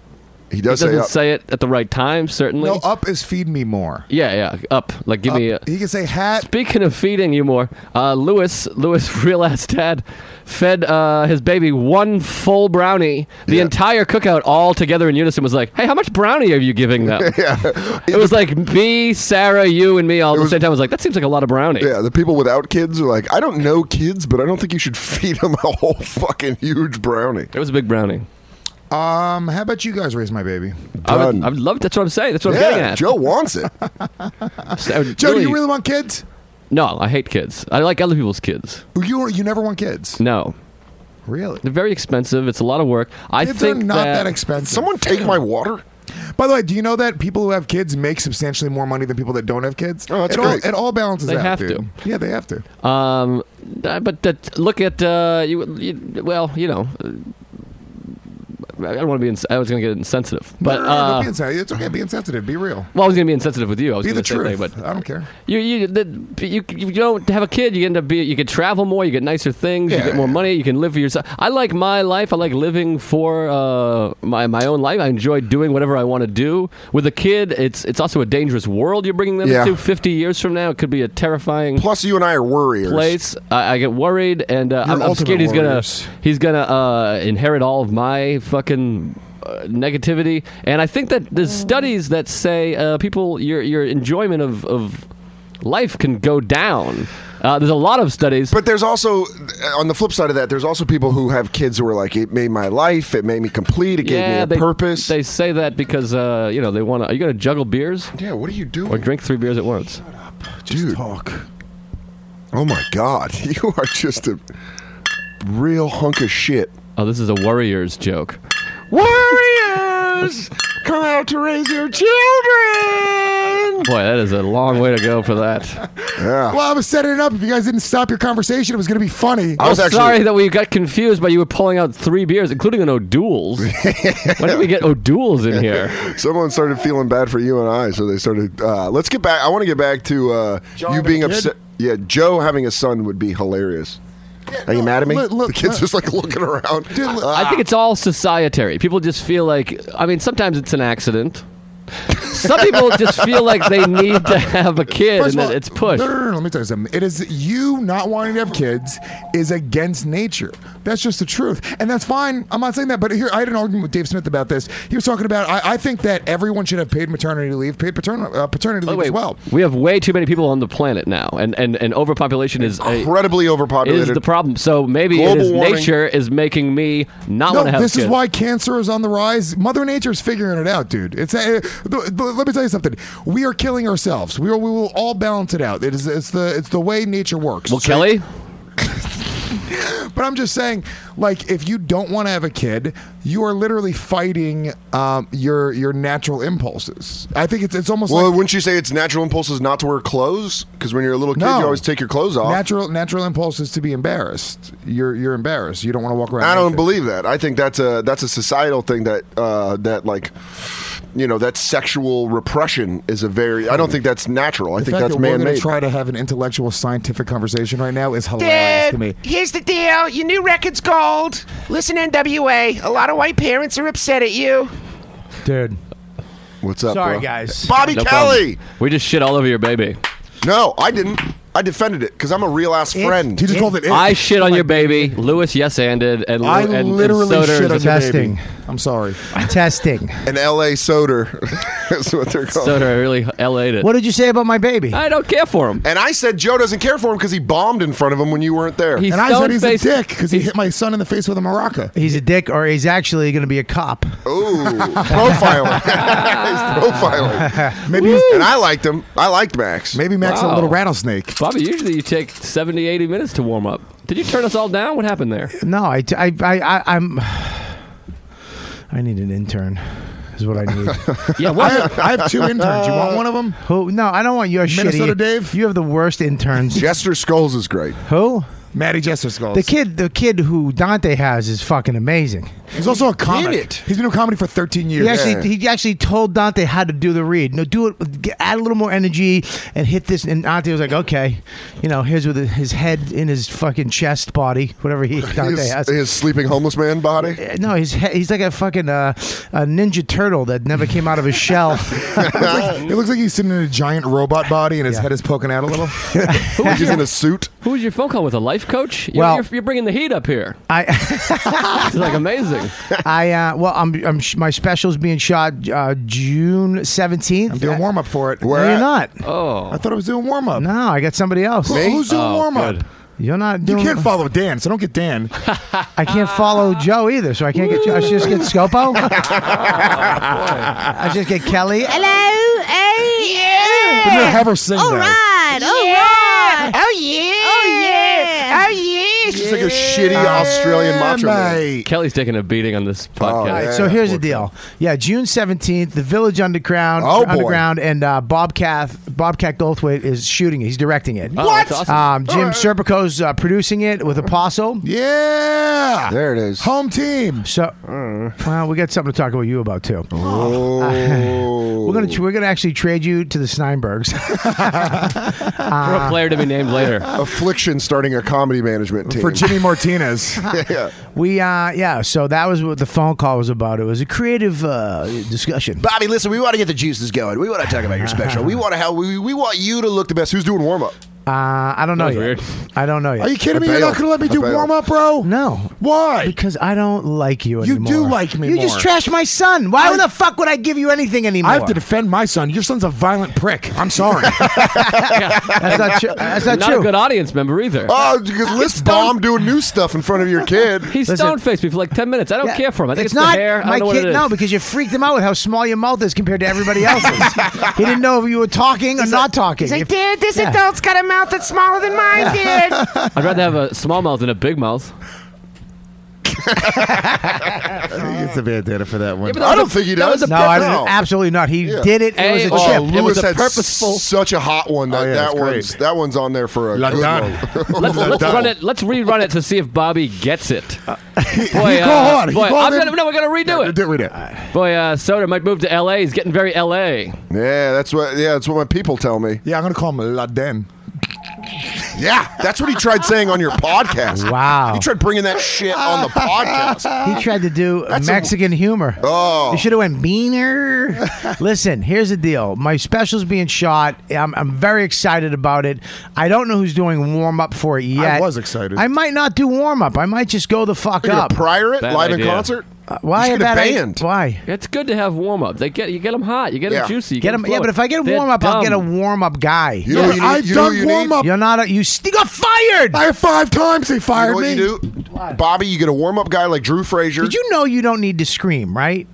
He He does doesn't say say, up. it at the right time, certainly. No, up is feed me more. Yeah, yeah, up. Like, give me. A, He can say hat. Speaking of feeding you more, uh, Lewis, Lewis, real ass dad, fed uh, his baby one full brownie. The entire cookout, all together in unison, was like, "Hey, how much brownie are you giving them?" yeah, It was like me, Sarah, you, and me all at the same time. I was like, "That seems like a lot of brownie." yeah. The people without kids are like, I don't know kids, but I don't think you should feed them a whole fucking huge brownie. It was a big brownie. Um, how about you guys raise my baby? I would, Done. I would love. That's what I'm saying. That's what yeah, I'm getting at. Joe wants it. I would Joe, do you really want kids? No, I hate kids. I like other people's kids. You you never want kids. No, Really? they're very expensive. It's a lot of work. I kids think are not that, that expensive. Someone take my water. By the way, do you know that people who have kids make substantially more money than people that don't have kids? Oh, that's it great. All, it all balances They out. have dude. Yeah, they have to. Um, uh, but that, look at uh, you, you. Well, you know, uh, I don't want to be. Ins- I was going to get insensitive, No, but no, no, don't uh, be insensitive. It's okay. Be insensitive. Be real. well, I was going to be insensitive with you. I was Be going the to say truth. that, but I don't care. you, you, the, you, you don't have a kid. You end up be. You can travel more. You get nicer things. you Yeah. get more money. You can live for yourself. I like my life. I like living for uh, my my own life. I enjoy doing whatever I want to do. With a kid, it's it's also a dangerous world you're bringing them Yeah. to. Fifty years from now, it could be a terrifying. Plus, you and I are worriers. place. I, I get worried, and uh, I'm, I'm ultimate scared he's gonna warriors. he's gonna uh, inherit all of my fucking uh, negativity. And I think that there's studies that say uh, people your your enjoyment of of life can go down. Uh, there's a lot of studies. But there's also, on the flip side of that, there's also people who have kids who are like, it made my life, it made me complete, it gave me a they, purpose. They say that because uh, you know they want to. Are you gonna juggle beers yeah, what are you doing? or drink three beers at once? Dude. talk. Oh my God, you are just a real hunk of shit. Oh, this is a warriors joke. Warriors, come out to raise your children. Boy, that is a long way to go for that. Yeah. Well, I was setting it up. If you guys didn't stop your conversation, it was going to be funny. I was I'm actually- sorry that we got confused by you were pulling out three beers, including an O'Doul's. Why did we get O'Doul's in here? Someone started feeling bad for you and I, so they started. Uh, let's get back. I want to get back to uh, you being upset. Yeah, Joe having a son would be hilarious. are you mad at me? look- look- the kid's look. just like looking around. Uh, Uh, I think it's all societary. People just feel like, I mean, sometimes it's an accident. Some people just feel like they need to have a kid First and of all, then it's pushed. No, no, no, no, Let me tell you something. It is you not wanting to have kids is against nature. That's just the truth, and that's fine. I'm not saying that, but here I had an argument with Dave Smith about this. He was talking about I, I think that everyone should have paid maternity leave, paid paternal, uh, paternity leave Wait, as well. we have way too many people on the planet now, and, and, and overpopulation is a, incredibly is overpopulated. the problem. So maybe it Global is warming. nature is making me not No, want to have this kids. is why cancer is on the rise. Mother Nature's figuring it out, dude. It's uh, th- th- let me tell you something. We are killing ourselves. We, are, we will all balance it out. It is it's the it's the way nature works. well, So- Kelly, But I'm just saying, like, if you don't want to have a kid, you are literally fighting um, your your natural impulses. I think it's it's almost well, like wouldn't you say it's natural impulses not to wear clothes? Because when you're a little kid, No. you always take your clothes off. natural natural impulses to be embarrassed. You're you're embarrassed. You don't want to walk around. I don't naked. believe that. I think that's a that's a societal thing that uh, that like you know that sexual repression is a very. I don't think that's natural. I The think fact that's that we're man going to made. try to have an intellectual, scientific conversation right now is hilarious to me. Here's the big deal. Your new record's gold. Listen, NWA, a lot of white parents are upset at you. Dude. What's up, Sorry, bro? guys. Bobby No problem. Kelly. We just shit all over your baby. No, I didn't. I defended it because I'm a real ass friend. He just called it. I shit on your baby. Lewis yes anded and Lew- I and, and literally Soder shit on is your a- baby. I'm sorry. Testing. An LA soder. That's what they're called. Soder I really elated. What did you say about my baby? I don't care for him. And I said Joe doesn't care for him because he bombed in front of him when you weren't there. He's and I said he's stone-faced- a dick because he hit my son in the face with a maraca. He's a dick, or he's actually going to be a cop. Ooh, profiling. he's profiling. Maybe he's, And I liked him. I liked Max. maybe Max is a Wow. little rattlesnake. Bobby, usually you take 70, 80 minutes to warm up. Did you turn us all down? What happened there? No, I, I, I, I am I need an intern. Is what I need. Yeah, I what? have, I have two interns. You want one of them? Who? No, I don't want your Minnesota shitty. Dave? You have the worst interns. Jester Skulls is great. Who? Maddie Jester Skulls. The kid, the kid who Dante has is fucking amazing. He's also a comic. it. He's been doing comedy for 13 years. He actually, he actually told Dante how to do the read. No, do it. Get, add a little more energy and hit this. And Dante was like, "Okay, you know, here's with his head in his fucking chest, body, whatever he Dante His, has." his sleeping homeless man body. Uh, no, he's he- he's like a fucking uh, a ninja turtle that never came out of his shell. it, looks like, it looks like he's sitting in a giant robot body and his Yeah. head is poking out a little. He's in a suit. Who was your phone call with? A life coach? You're, Well- you're, you're bringing the heat up here. I, It's like amazing. I uh, well, I'm, I'm sh- my special's being shot uh, June seventeenth. I'm doing warm up for it. No, Where you're at? not. I thought I was doing warm up. No, I got somebody else. Who's doing Oh, warm up? good. You're not You doing. can't Ah. follow Dan, so don't get Dan. I can't follow Joe either, so I can't get. Joe. I should just get Scopo. I should just get Kelly. Hello? Oh, Hey? But Yeah. you have her sing All though. right. All right. Oh yeah. Oh, yeah. Oh yeah. It's just like a shitty Australian macho man. Oh, mate. Kelly's taking a beating on this podcast. All right, Yeah, so here's the poor deal. Yeah, June seventeenth, the Village Underground, Oh, boy. Underground, and uh, Bobcat Bobcat Goldthwait is shooting it. He's directing it. Oh, that's Uh, awesome. Um, Jim Serpico's uh, producing it with Apostle. Yeah. There it is. Home team. So, well, we got something to talk about you about too. Oh. We're gonna we're gonna actually trade you to the Steinbergs. For a player to be named later. Affliction starting a comedy management team. For Jimmy Martinez. yeah. we uh yeah. So that was what the phone call was about. It was a creative uh, discussion. Bobby, listen, we want to get the juices going. We want to talk about your special. We want to how we, we want you to look the best. Who's doing warm up? Uh, I don't know That was yet. weird. I don't know yet. Are you kidding me? I You're not bailed. going to let I me do bailed. warm up, bro? no. Why? Because I don't like you You anymore. do like me You more. just trashed my son. Why the fuck would I give you anything anymore? I have to defend my son. Your son's a violent prick. I'm sorry. That's not, tru- that's not, Not true. a good audience member either. Oh, because list bomb doing new stuff in front of your kid. He's Listen. stone faced me for like 10 minutes. I don't Yeah. care for him. I think it's, the not hair. I my don't know what kid. it is. No, because you freaked him out with how small your mouth is compared to everybody else's. he didn't know if you were talking or not talking. He's like, If- dude, this Yeah. adult's got a mouth that's smaller than mine, dude. I'd rather have a small mouth than a big mouth. It's a bandana for that one. but I don't think he that does. was a no, I No. didn't, absolutely not. He Yeah. did it. It was a A- chip. oh, it was Lewis a had purposeful. such a hot one that Oh, yeah, that it's great. one's that one's on there for a La good Donna. one. Let's, La let's Donna. run it. Let's rerun it to see if Bobby gets it. you Boy, go uh, on. You boy, go on I'm in- gonna, no, we're gonna redo it. Did read it. Boy, uh, Soder might move to L.A. He's getting very L.A. Yeah, that's what yeah, that's what my people tell me. Yeah, I'm going to call him Laden. Yeah, that's what he tried saying on your podcast. Wow. He tried bringing that shit on the podcast. He tried to do That's a- Mexican humor. Oh. You should have went beaner. Listen, here's the deal. My special's being shot. I'm, I'm very excited about it. I don't know who's doing warm up for it yet. was excited. I might not do warm up. I might just go the fuck You're up. gonna prior it Bad live in idea. concert? Why you a should get bad a idea? band. Why? It's good to have warm ups. They get you get them hot. You get them Yeah. juicy. You Get him. Yeah, but if I get a They're warm up, I'll get a dumb. warm up guy. You know what you I've need? You know done what you warm need? up. You're not. A, you st- you got fired. I have five times they You know fired what me. you do? Bobby, you get a warm up guy like Drew Frazier. Did you know you don't need to scream, right?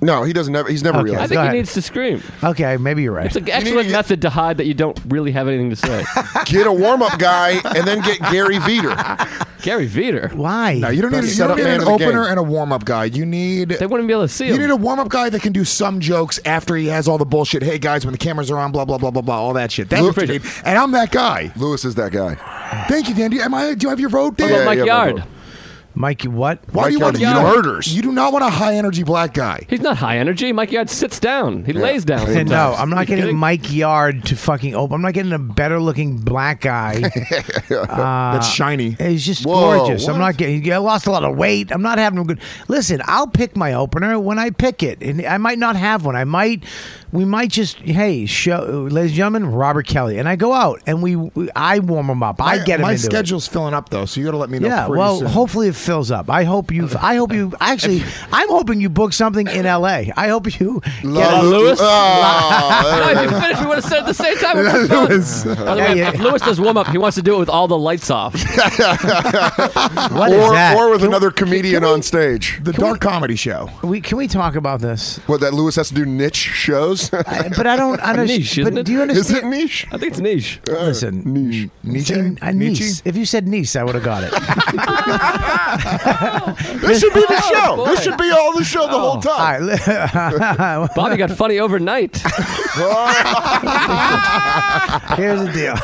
No, he doesn't. Ever, he's never Okay. I realized. think Go he ahead. needs to scream. Okay, maybe you're It's right. an excellent get- method to hide that you don't really have anything to say. Get a warm up guy and then get Gary Veter. Gary Veter. Why? No, you don't need, Best you setup don't need man an of the game. opener and a warm up guy. You need They wouldn't be able to see you need him. a warm up guy that can do some jokes after he has all the bullshit. Hey guys, when the cameras are on, blah blah blah blah blah, all that shit. That's Luke what you Fridge. need. And I'm that guy. Lewis is that guy. Thank you, Dan. Do you, am I? Do you have your vote, Dan? Oh, What about yeah, Mike yeah, Yard? Bobo. Mikey, what? Why do you want you don't- You do not want a high energy black guy. He's not high energy. Mike Yard sits down. He lays down. And no, sometimes. I'm not You getting kidding? Mike Yard to fucking open. I'm not getting a better looking black guy. Uh, That's shiny. He's just Whoa, gorgeous. I'm not getting. I lost a lot of weight. I'm not having a good. Listen, I'll pick my opener when I pick it, and I might not have one. I might. We might just. Hey, show, ladies and gentlemen, Robert Kelly, and I go out and we. we I warm him up. I My- get him. My into it. schedule's filling up though, so you got to let me know. Yeah, pretty well, soon. hopefully it fills up. I hope you. I hope you. Actually, I'm hoping you book something in L.A. I hope you. La Lewis? oh, La- no, if you finish, we would have said it at the same time. It would've been fun. Lewis. By the way, Yeah, yeah. Lewis does warm up. He wants to do it with all the lights off. What or, is that? or with Can- another comedian on stage. The dark comedy show. We can we talk about this? What that Lewis has to do niche shows? but I don't. I don't Niche, isn't but it? Do you Is it understand? niche? I think it's niche. Listen, niche. Niche? A niece. If you said niece, I would have got it. This should be the Oh, show. boy. Oh. This should be all the show the whole All time. right. li- Bobby got funny overnight. Here's the deal.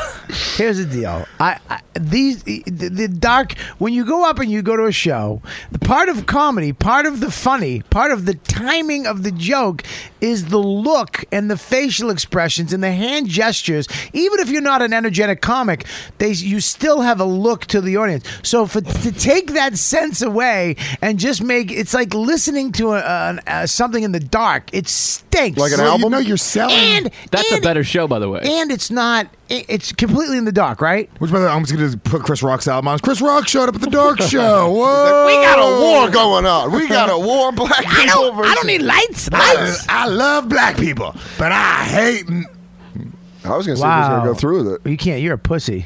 Here's the deal. I, I these the, the dark when you go up and you go to a show, the part of comedy, part of the funny, part of the timing of the joke is the look and the facial expressions and the hand gestures. Even if you're not an energetic comic, they you still have a look to the audience. So for to take that sense away and just make it's like listening to a, a, a something in the dark. It stinks. Like an Well, You album? know you're selling. and That's a and- better show, by the way. and it's not. it- It's completely in the dark, right? Which, by the way, I'm just going to put Chris Rock's album on. Chris Rock showed up at the Dark Show. Whoa. We got a war going on. We got a war. Black people. versus- lights. Lights. I, I love black people, but I hate. I was gonna say he was gonna Wow. go through with it. You can't. You're a pussy.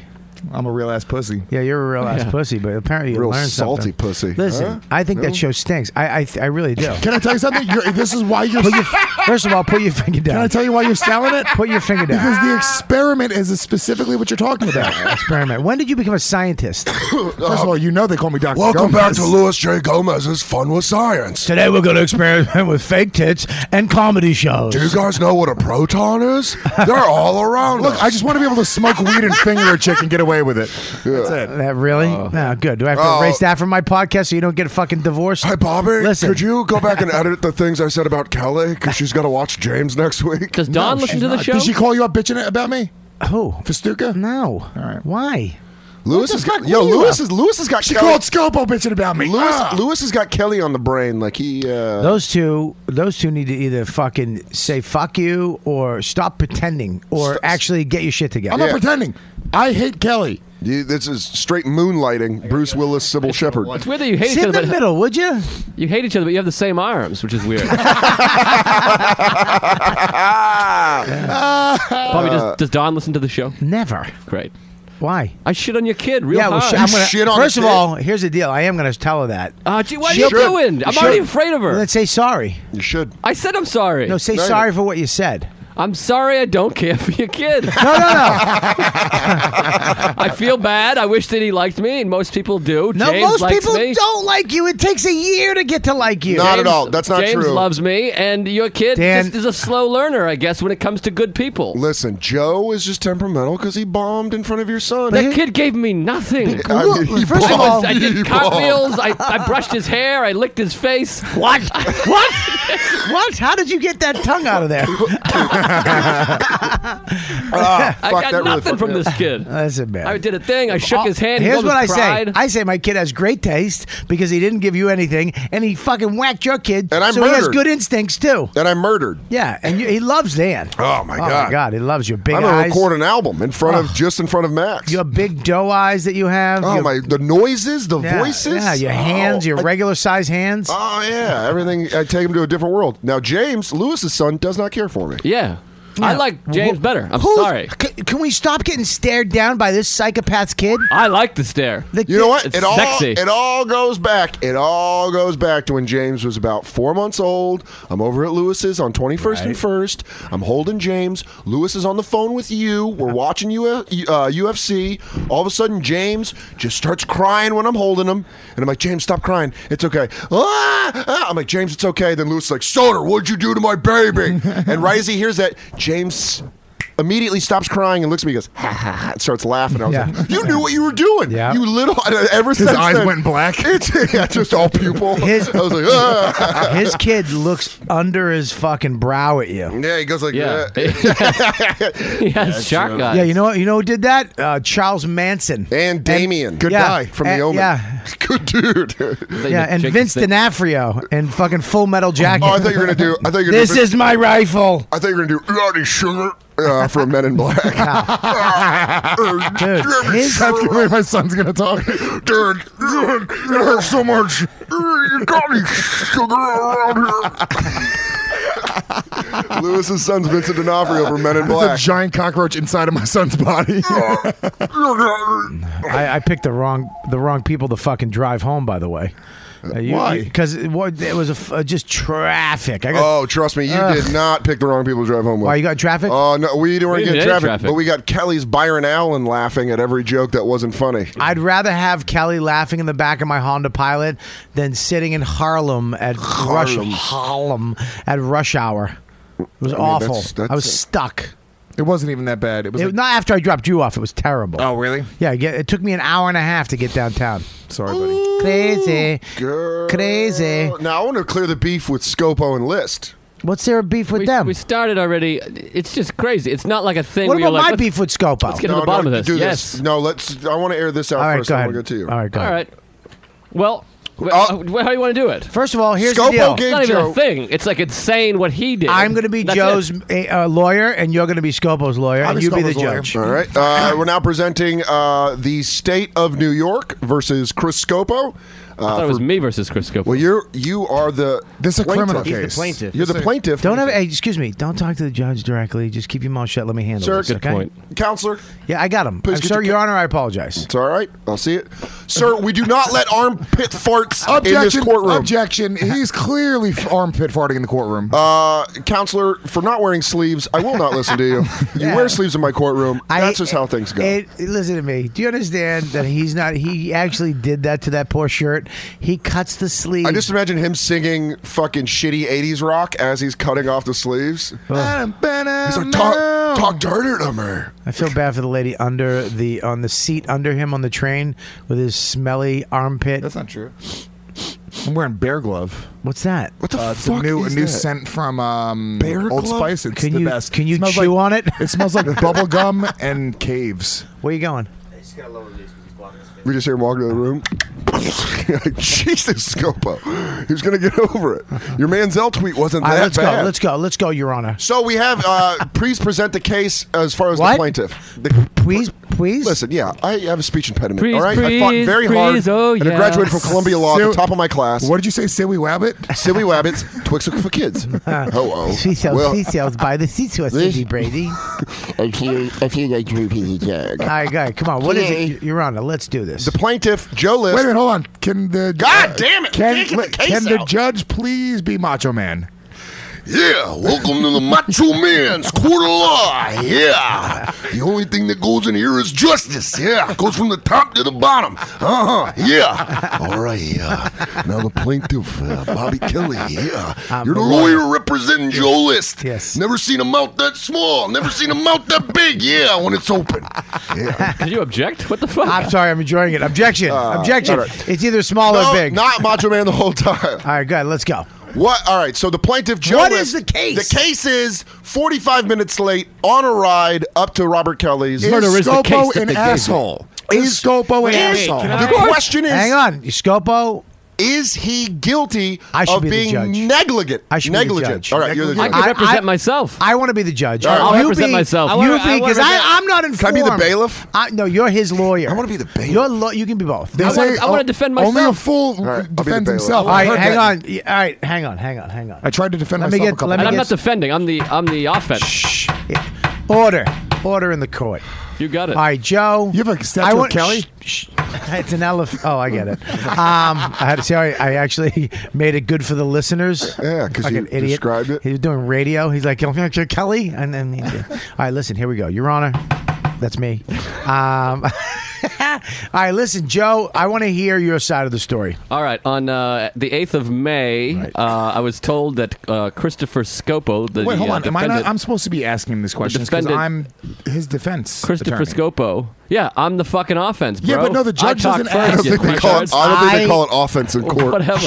I'm a real ass pussy. Yeah, you're a real ass Yeah. pussy, but apparently you Real learned salty something. pussy. Listen, Huh? I think No? that show stinks. I I, I really do. Can I tell you something? You're, this is why you're. First of all, put your finger Can I down. tell you why you're selling it? put your finger down. Because the experiment is specifically what you're talking about. Experiment. When did you become a scientist? First of all, you know they call me Dr. Welcome back Gomez. to Louis J. Gomez's Fun with Science. Today we're going to experiment with fake tits and comedy shows. Do you guys know what a proton is? They're all around Look, us. I just want to be able to smoke weed and finger a chick and get away with it. That's it. That really? no, good. Do I have to Oh. erase that from my podcast so you don't get fucking divorced? Hey, Bobby, Listen. could you go back and edit the things I said about Kelly? Because she's got to watch James next week. Does Don listen she's to the not. show? Did she call you up bitching about me? Who? Fistuka? No. right. Why? Lewis has fuck? got, What yo, are you Lewis, up? is, Lewis has got She Kelly. called Scopo bitching about me. Lewis, Ah. Lewis has got Kelly on the brain. Like he, uh, Those two, those two need to either fucking say fuck you or stop pretending or actually get your shit together. I'm not pretending. I hate Kelly. you- this is straight moonlighting. Bruce Willis, Sybil Shepherd. it's weird that you hate each Sit in other, the but middle, would you? you hate each other, but you have the same arms, which is weird. Bobby, does, does Don listen to the show? Never. Great. Why? I shit on your kid real yeah, well, hard. sh- I'm You gonna, shit on first the of kid? all, here's the deal. I am going to tell her that. Ah, gee, what are She'll- you doing? I'm she'll- already afraid of her. Then say sorry. You should. I said I'm sorry. No, say No, sorry for what you said. I'm sorry I don't care for your kid. No, no, no. I feel bad. I wish that he liked me, and most people do. no James most likes people me. don't like you. It takes a year to get to like you. Not at James- all. That's not James true. loves me, and your kid Dan- just is a slow learner, I guess, when it comes to good people. Listen, Joe is just temperamental because he bombed in front of your son. That kid gave me nothing. I Look, mean, he first I, of all- was, I He did bombed. cartwheels. I, I brushed his hair. I licked his face. What? what? what? How did you get that tongue out of there? Ah, fuck, I got that really nothing fucked from me up. this kid. That's a bad. I did a thing. I shook Uh, Oh, his hand. He Here's gold what I was say. pride. I say my kid has great taste because he didn't give you anything, and he fucking whacked your kid. And I'm so he has murdered. good instincts too. And I murdered. Yeah, and you, he loves Dan. Oh, my Oh God. my God, he loves your big I'm gonna eyes. record an album in front of just in front of Max. your big doe eyes that you have. oh your, my! The noises, the yeah, voices. Yeah, your Oh, hands, your I- regular size hands. Oh yeah, everything. I take him to a different world. Now James Lewis's son does not care for me. yeah. I like James better. I'm Who's- sorry. c- can we stop getting stared down by this psychopath's kid? I like the stare. The You know what? It's it all sexy. it all goes back. It all goes back to when James was about four months old. I'm over at Lewis's on 21st and First. I'm holding James. Lewis is on the phone with you. We're watching U- uh, UFC. All of a sudden, James just starts crying when I'm holding him, and I'm like, James, stop crying. It's okay. Ah! Ah! I'm like, James, it's okay. Then Lewis is like, Soder, what'd you do to my baby? and right as he hears that, James immediately stops crying and looks at me. and Goes ha ha, ha and starts laughing. I was like, you knew what you were doing. Yeah. You little. and Ever His since eyes then- went black. It's yeah, just all pupil. His, I was like, ah. his kid looks under his fucking brow at you. Yeah, he goes like Yeah. that. he has shark eyes. Yeah, you know what? You know who did that? Uh, Charles Manson and Damien. Good guy from The Omen. Yeah, good dude. yeah, and Vince D'Onofrio and fucking Full Metal Jacket. Oh, I thought you were gonna do. I thought you were this gonna, is my rifle. I thought you were gonna do Roddy Sugar uh, from Men in Black. Dude, his- That's the way my son's gonna talk. Dude, it hurts so much. You got any sugar around here? Lewis's son's Vincent D'Onofrio from Men in There's Black. a giant cockroach inside of my son's body. I, I picked the wrong the wrong people to fucking drive home. By the way, Uh, Why? Because it, wa- it was a f- uh, just traffic. I got, Oh, trust me, you Ugh. did not pick the wrong people to drive home with. Why, you got traffic? Oh no, we didn't We get didn't get traffic, traffic. but we got Kelly's Byron Allen laughing at every joke that wasn't funny. I'd rather have Kelly laughing in the back of my Honda Pilot than sitting in Harlem at Harlem. rush Harlem at rush hour. It was I mean, awful. that's- that's I was a- stuck. It wasn't even that bad. It was It- like, not after I dropped you off. It was terrible. Oh, really? Yeah, I get- it took me an hour and a half to get downtown. Sorry, buddy. Crazy, crazy. Now I want to clear the beef with Scopo and List. What's their beef with we, them? We started already. It's just crazy. It's not like a thing. What where you're about like, my let's- beef with Scopo? Let's get to the bottom of this. Do yes. this. No, let's. I want to air this out All right, first. go I ahead. want to go to you. All right, go All ahead. right. Well, wh- Oh. uh, wh- how do you want to do it? First of all, here's Scopo the deal. It's not even a thing. It's like insane what he did. I'm going to be That's Joe's it. uh, lawyer, and you're going to be Scopo's lawyer, and you be the judge. All right. Uh, we're now presenting uh, the state of New York versus Chris Scopo. Uh, I thought it was me versus Chris Scopo. well, you're you are the This is a plaintiff. criminal He's the case. plaintiff. You're the This is a- plaintiff. Don't have. Hey, excuse me. Don't talk to the judge directly. Just keep your mouth shut. Let me handle Sir, this. good okay? point. counselor. Yeah, I got him. Please I'm get sir, your- your, Honor, I apologize. It's all right. I'll see it, sir. We do not let armpit farts in this Objection! courtroom. Objection! He's clearly f- armpit farting in the courtroom. Uh, counselor, for not wearing sleeves, I will not listen to you. You Yeah. wear sleeves in my courtroom. I- That's just how things go. Hey, listen to me. Do you understand that he's not? He actually did that to that poor shirt. He cuts the sleeve. I just imagine him singing fucking shitty 80s rock as he's cutting off the sleeves. He's like, talk, talk dirty to me. I feel bad for the lady under the on the seat under him on the train with his smelly armpit. That's not true. I'm wearing bear glove. What's that? What the Uh, it's a new, a new scent from um, Bear Old glove? Spice. It's Can the you- best. can you Smells chew like- on it? It smells like bubble gum and caves. Where you going? He's got a lower lease because he's blocking his face. We just hear him walking to the room. Jesus, Scopo. He's going to get over it. Your Manziel tweet wasn't All right, that let's bad. go. Let's go. Let's go, Your Honor. so we have, uh, please present the case as far as the What? plaintiff. The, Please, please. listen, yeah, I have a speech impediment. Please, all right, I fought please, very hard, please, oh, and I yeah. graduated from Columbia Law, at the So- top of my class. What did you say, Silly Wabbit? Silly Wabbits, Twixel for kids. Hello. She sells, Well- she sells by the sea to us, This- Cindy Brady. I feel, I feel like Droopy the All dog. right, guy, come on. What is Okay. it, Your Honor? Let's do this. The plaintiff, Joe Wait a List. minute, hold on. Can the uh, God damn it, Can, we can't get the li- case can the out. judge please be Macho Man? Yeah, welcome to the Macho Man's Court of Law. Yeah. The only thing that goes in here is justice. Yeah, it goes from the top to the bottom. Uh huh. Yeah. All right. Yeah. Now the plaintiff, uh, Bobby Kelly. Yeah. I'm You're the the lawyer. lawyer representing Joe List. Yes. Never seen a mouth that small. Never seen a mouth that big. Yeah, when it's open. Yeah. Did you object? What the fuck? I'm sorry, I'm enjoying it. Objection. Objection. Uh, all right. It's either small No, or big. not Macho Man the whole time. All right, good. Let's go. What? All right. So the plaintiff Joe. What List- is the case? The case is 45 minutes late on a ride up to Robert Kelly's. Murder is the Scopo case that an they gave me. asshole? Is Scopo an Is- asshole? the question is: Hang on. Scopo, Is he guilty I should of be the being judge. negligent? I should be the negligent. judge. All right, you're the I judge. can I- represent I- myself. I want to be the judge. right, I'll you represent be, myself. I You wanna- I be, because wanna I, be- I'm not informed. Can I be the bailiff? I, no, you're his lawyer. I wanna be the bailiff. You're law- you can be both. They I wanna- say I wanna o- defend Only a myself. fool right, I'll be the defends bailiff. himself. all I right, heard hang that. on. Yeah, All right, hang on, hang on, hang on. I tried to defend Let me myself. get- a couple let and me I'm times. not defending. I'm the I'm the offense. Shh. Yeah. Order. Order in the court. You got it. All right, Joe. You have a statue of want- Kelly? Shh, shh. It's an elephant. Oh, I get it. Um, I had to say, I, I actually made it good for the listeners. Yeah, 'cause Fucking you described it. He was doing radio. He's like, "Can I get Kelly?" And then, he did. all right, listen. Here we go, Your Honor. That's me. Um, All right, listen, Joe, I want to hear your side of the story. All right. On uh, the eighth of May, uh, I was told that uh, Christopher Scopo, the Wait, hold uh, on. Am I not, defendant- I'm supposed to be asking him this question because defendant- I'm his defense. Christopher attorney. Scopo. Yeah, I'm the fucking offense, bro. Yeah, but no, the judge I talk doesn't first, ask. I don't you think they call it- fucktards. I don't think they call it offense in court. Whatever.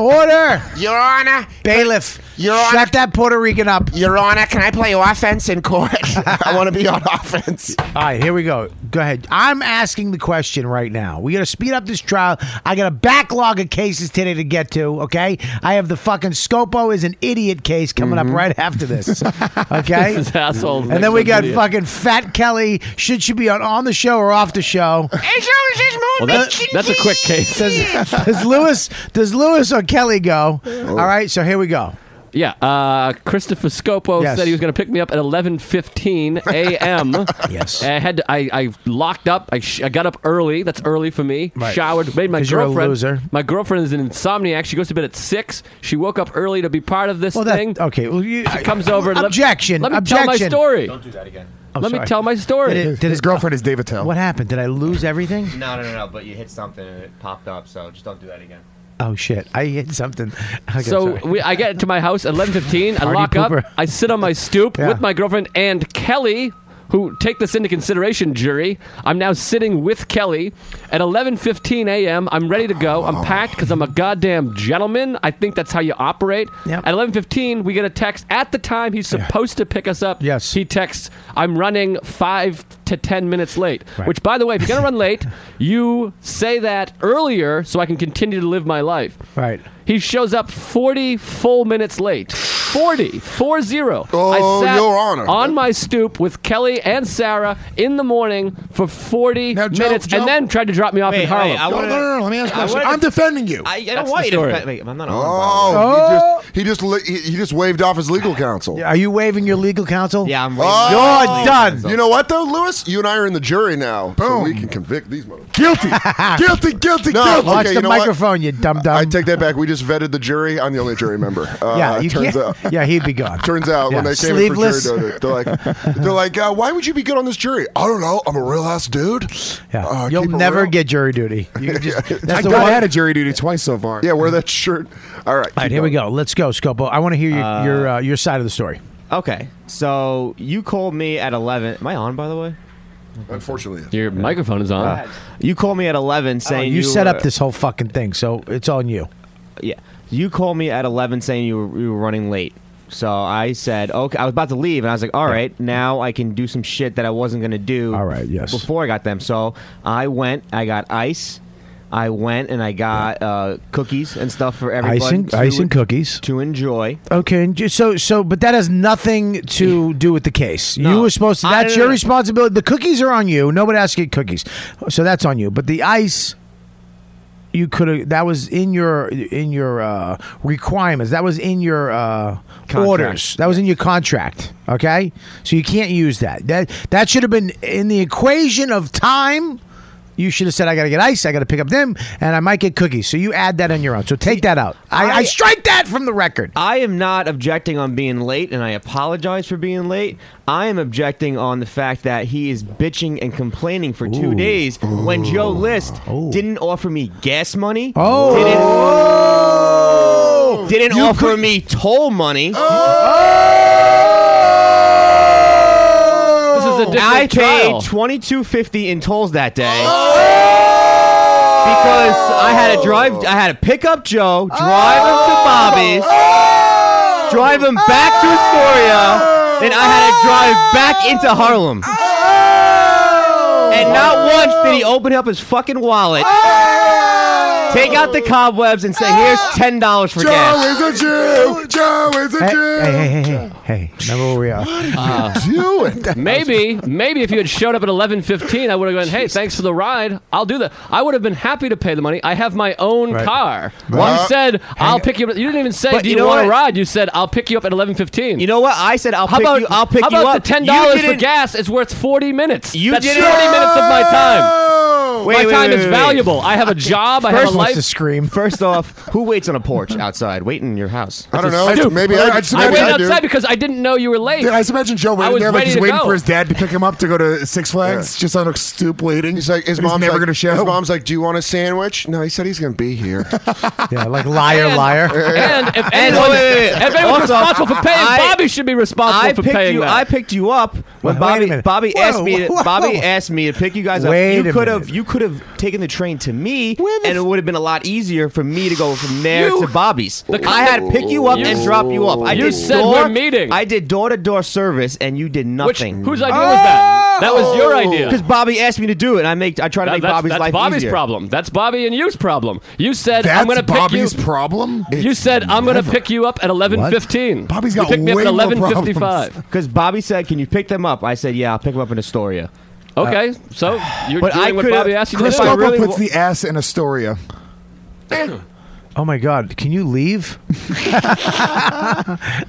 Order, Your Honor. bailiff. Your Honor. Shut that Puerto Rican up. Your Honor, can I play offense in court? I want to be on offense. All right, here we go. Go ahead. I'm asking the question right now. We got to speed up this trial. I got a backlog of cases today to get to, okay? I have the fucking Scopo is an idiot case coming up right after this, okay? Mm-hmm. This is asshole. and then we got Idiot. fucking Fat Kelly. Should she be on, on the show or off the show? Well, that's, that's a quick case. Does, does Lewis does Lewis or Kelly go? Oh. All right, so here we go. Yeah, uh, Christopher Scopo Yes. said he was going to pick me up at eleven fifteen a.m. Yes. And I had to, I, I locked up. I, sh- I got up early. That's early for me. Right. Showered. Made my 'Cause you're a girlfriend. loser. My girlfriend is an insomniac. She goes to bed at six. She woke up early to be part of this Well, thing. that okay. Well, you, She comes over. and let- Objection. Let, me Objection. tell my story. Don't do that again. I'm let sorry. me tell my story. Did it- did His it- girlfriend is David Tell. What happened? Did I lose everything? No, no, no, no. But you hit something and it popped up, so just don't do that again. Oh shit! I hit something. Okay, so sorry. we, I get to my house at 11:15. I Party lock pooper. up. I sit on my stoop Yeah. with my girlfriend and Kelly, who take this into consideration, jury. I'm now sitting with Kelly at 11:15 a.m. I'm ready to go. Oh. I'm packed because I'm a goddamn gentleman. I think that's how you operate. Yep. At 11:15, we get a text. At the time he's supposed to pick us up, Yes. he texts, "I'm running five to ten minutes late." Right. Which, by the way, if you're gonna run late, you say that earlier so I can continue to live my life. right. He shows up 40 full minutes late. 40, 4 0. Oh, I sat Your Honor. on my stoop with Kelly and Sarah in the morning for 40 Now, Joe- minutes Joe- and then tried to drop me off in Harlem. No, no, no, no, Let me ask you a question. I'm defending you. I, I That's don't the want you story. to. Wait, wait, I'm not on. Oh, he just he just, li- he, he just waved off his legal counsel. Are you waiving your legal counsel? Yeah, I'm Oh, waiting. You're done. You know what though, Lewis? You and I are in the jury now, so Boom. we can convict these motherfuckers. Guilty. guilty, guilty, No, guilty. okay, Watch you the know what? microphone, you dumb dumb. I take that back. We just vetted the jury. I'm the only jury member. Uh, yeah, you turns can't. out. Yeah, he'd be gone. Turns out when Yeah. they came Sleeveless. in for jury, they're like, they're like, uh, why would you be good on this jury? I don't know. I'm a real ass dude. Yeah, Uh, you'll keep it never real. get jury duty. You just, I that's the got one- out of jury duty twice so far. Yeah, wear that shirt. All right. All right, keep here we going. go. Let's go, Scopo. I want to hear your your, uh, your side of the story. Okay, so you called me at 11. Am I on, by the way? Uh, Unfortunately, Your microphone is on. You called me at 11 Oh, saying you set up were- this whole fucking thing, so it's on you. Yeah. You called me at 11 saying you were, you were running late. So I said, okay, I was about to leave, and I was like, all right, now I can do some shit that I wasn't going to do All right, yes. before I got them. So I went, I got ice. I went and I got uh, cookies and stuff for everybody. Ice and, to- ice and cookies. To enjoy. Okay, and ju- so so, but that has nothing to do with the case. You No. were supposed to. I- That's no, no, your no. responsibility. The cookies are on you. Nobody asked you cookies, so that's on you. But the ice, you could have. That was in your in your uh, requirements. That was in your uh, Contract. orders. That was in your contract. Okay, so you can't use that. That that should have been in the equation of time. You should have said, "I got to get ice. I got to pick up them, and I might get cookies." So you add that on your own. So take that out. I, I I- strike that from the record. I am not objecting on being late, and I apologize for being late. I am objecting on the fact that he is bitching and complaining for two days when Joe List didn't offer me gas money. Oh. Didn't, didn't offer me toll money. This is a different I trial. Oh! paid twenty two fifty in tolls that day. Because I had to drive, I had to pick up Joe, drive Oh! him to Bobby's, drive him back to Astoria, then I had to drive back into Harlem. And not once did he open up his fucking wallet, take out the cobwebs, and say, "Here's ten dollars for Joe gas." is a Jew. Joe is a Hey, Jew. hey, hey, hey, hey, hey, remember where we are. Doing. Maybe, maybe if you had showed up at eleven fifteen, I would have gone. Hey, thanks for the ride. I'll do that. I would have been happy to pay the money. I have my own Right. car. Right. you said I'll pick you up. You didn't even say But do you you, know want what? a ride. You said I'll pick you up at eleven fifteen. You know what? I said, "I'll How pick about you. I'll pick how you about up." the ten You dollars for didn't- gas is worth forty minutes? You That's didn't- forty minutes of my time. My time is valuable. I have a job. I have a life. scream. First off, who waits on a porch outside? Wait in your house. I don't That's a know. I do. stupid- Maybe I- I just I imagine waited I do. outside because I didn't know you were late. Dude, I just imagine Joe I waiting was there, like ready he's to waiting go. for his dad to pick him up to go to Six Flags, just on a stoop waiting. He's like, his mom's mom's never like, gonna show. His mom's like, "Do you want a sandwich?" No, he said he's gonna be here. yeah, like liar, And- liar. And if anyone, wait, wait, wait. if anyone's Also, responsible for paying, I- Bobby should be responsible I for picked paying you. that. I picked you up when Wait a Bobby. minute. Bobby Whoa, asked me. To, whoa, Bobby whoa. asked me to pick you guys Wait up. You a could have. You could have taken the train to me, and it would have been a lot easier for me to go from there You- to Bobby's. The I had to pick you up You- and drop you off. I You did said door, we're meeting. I did door to door service, and you Which, did nothing. whose idea was that? That was your idea. Because Bobby asked me to do it. and I make. I try to That- make that's Bobby's that's life Bobby's easier. problem. That's Bobby and you's problem. You said I'm That's going to pick you. Bobby's problem. You said I'm going to never. pick you up at 11:15. Bobby's You got picked me up way at more 11:55. Because Bobby said, "Can you pick them up?" I said, "Yeah, I'll pick them up in Astoria." Okay, so you're But doing I what could've- Bobby asked you to Chris do. Scopo puts the ass in Astoria. Oh my God! Can you leave?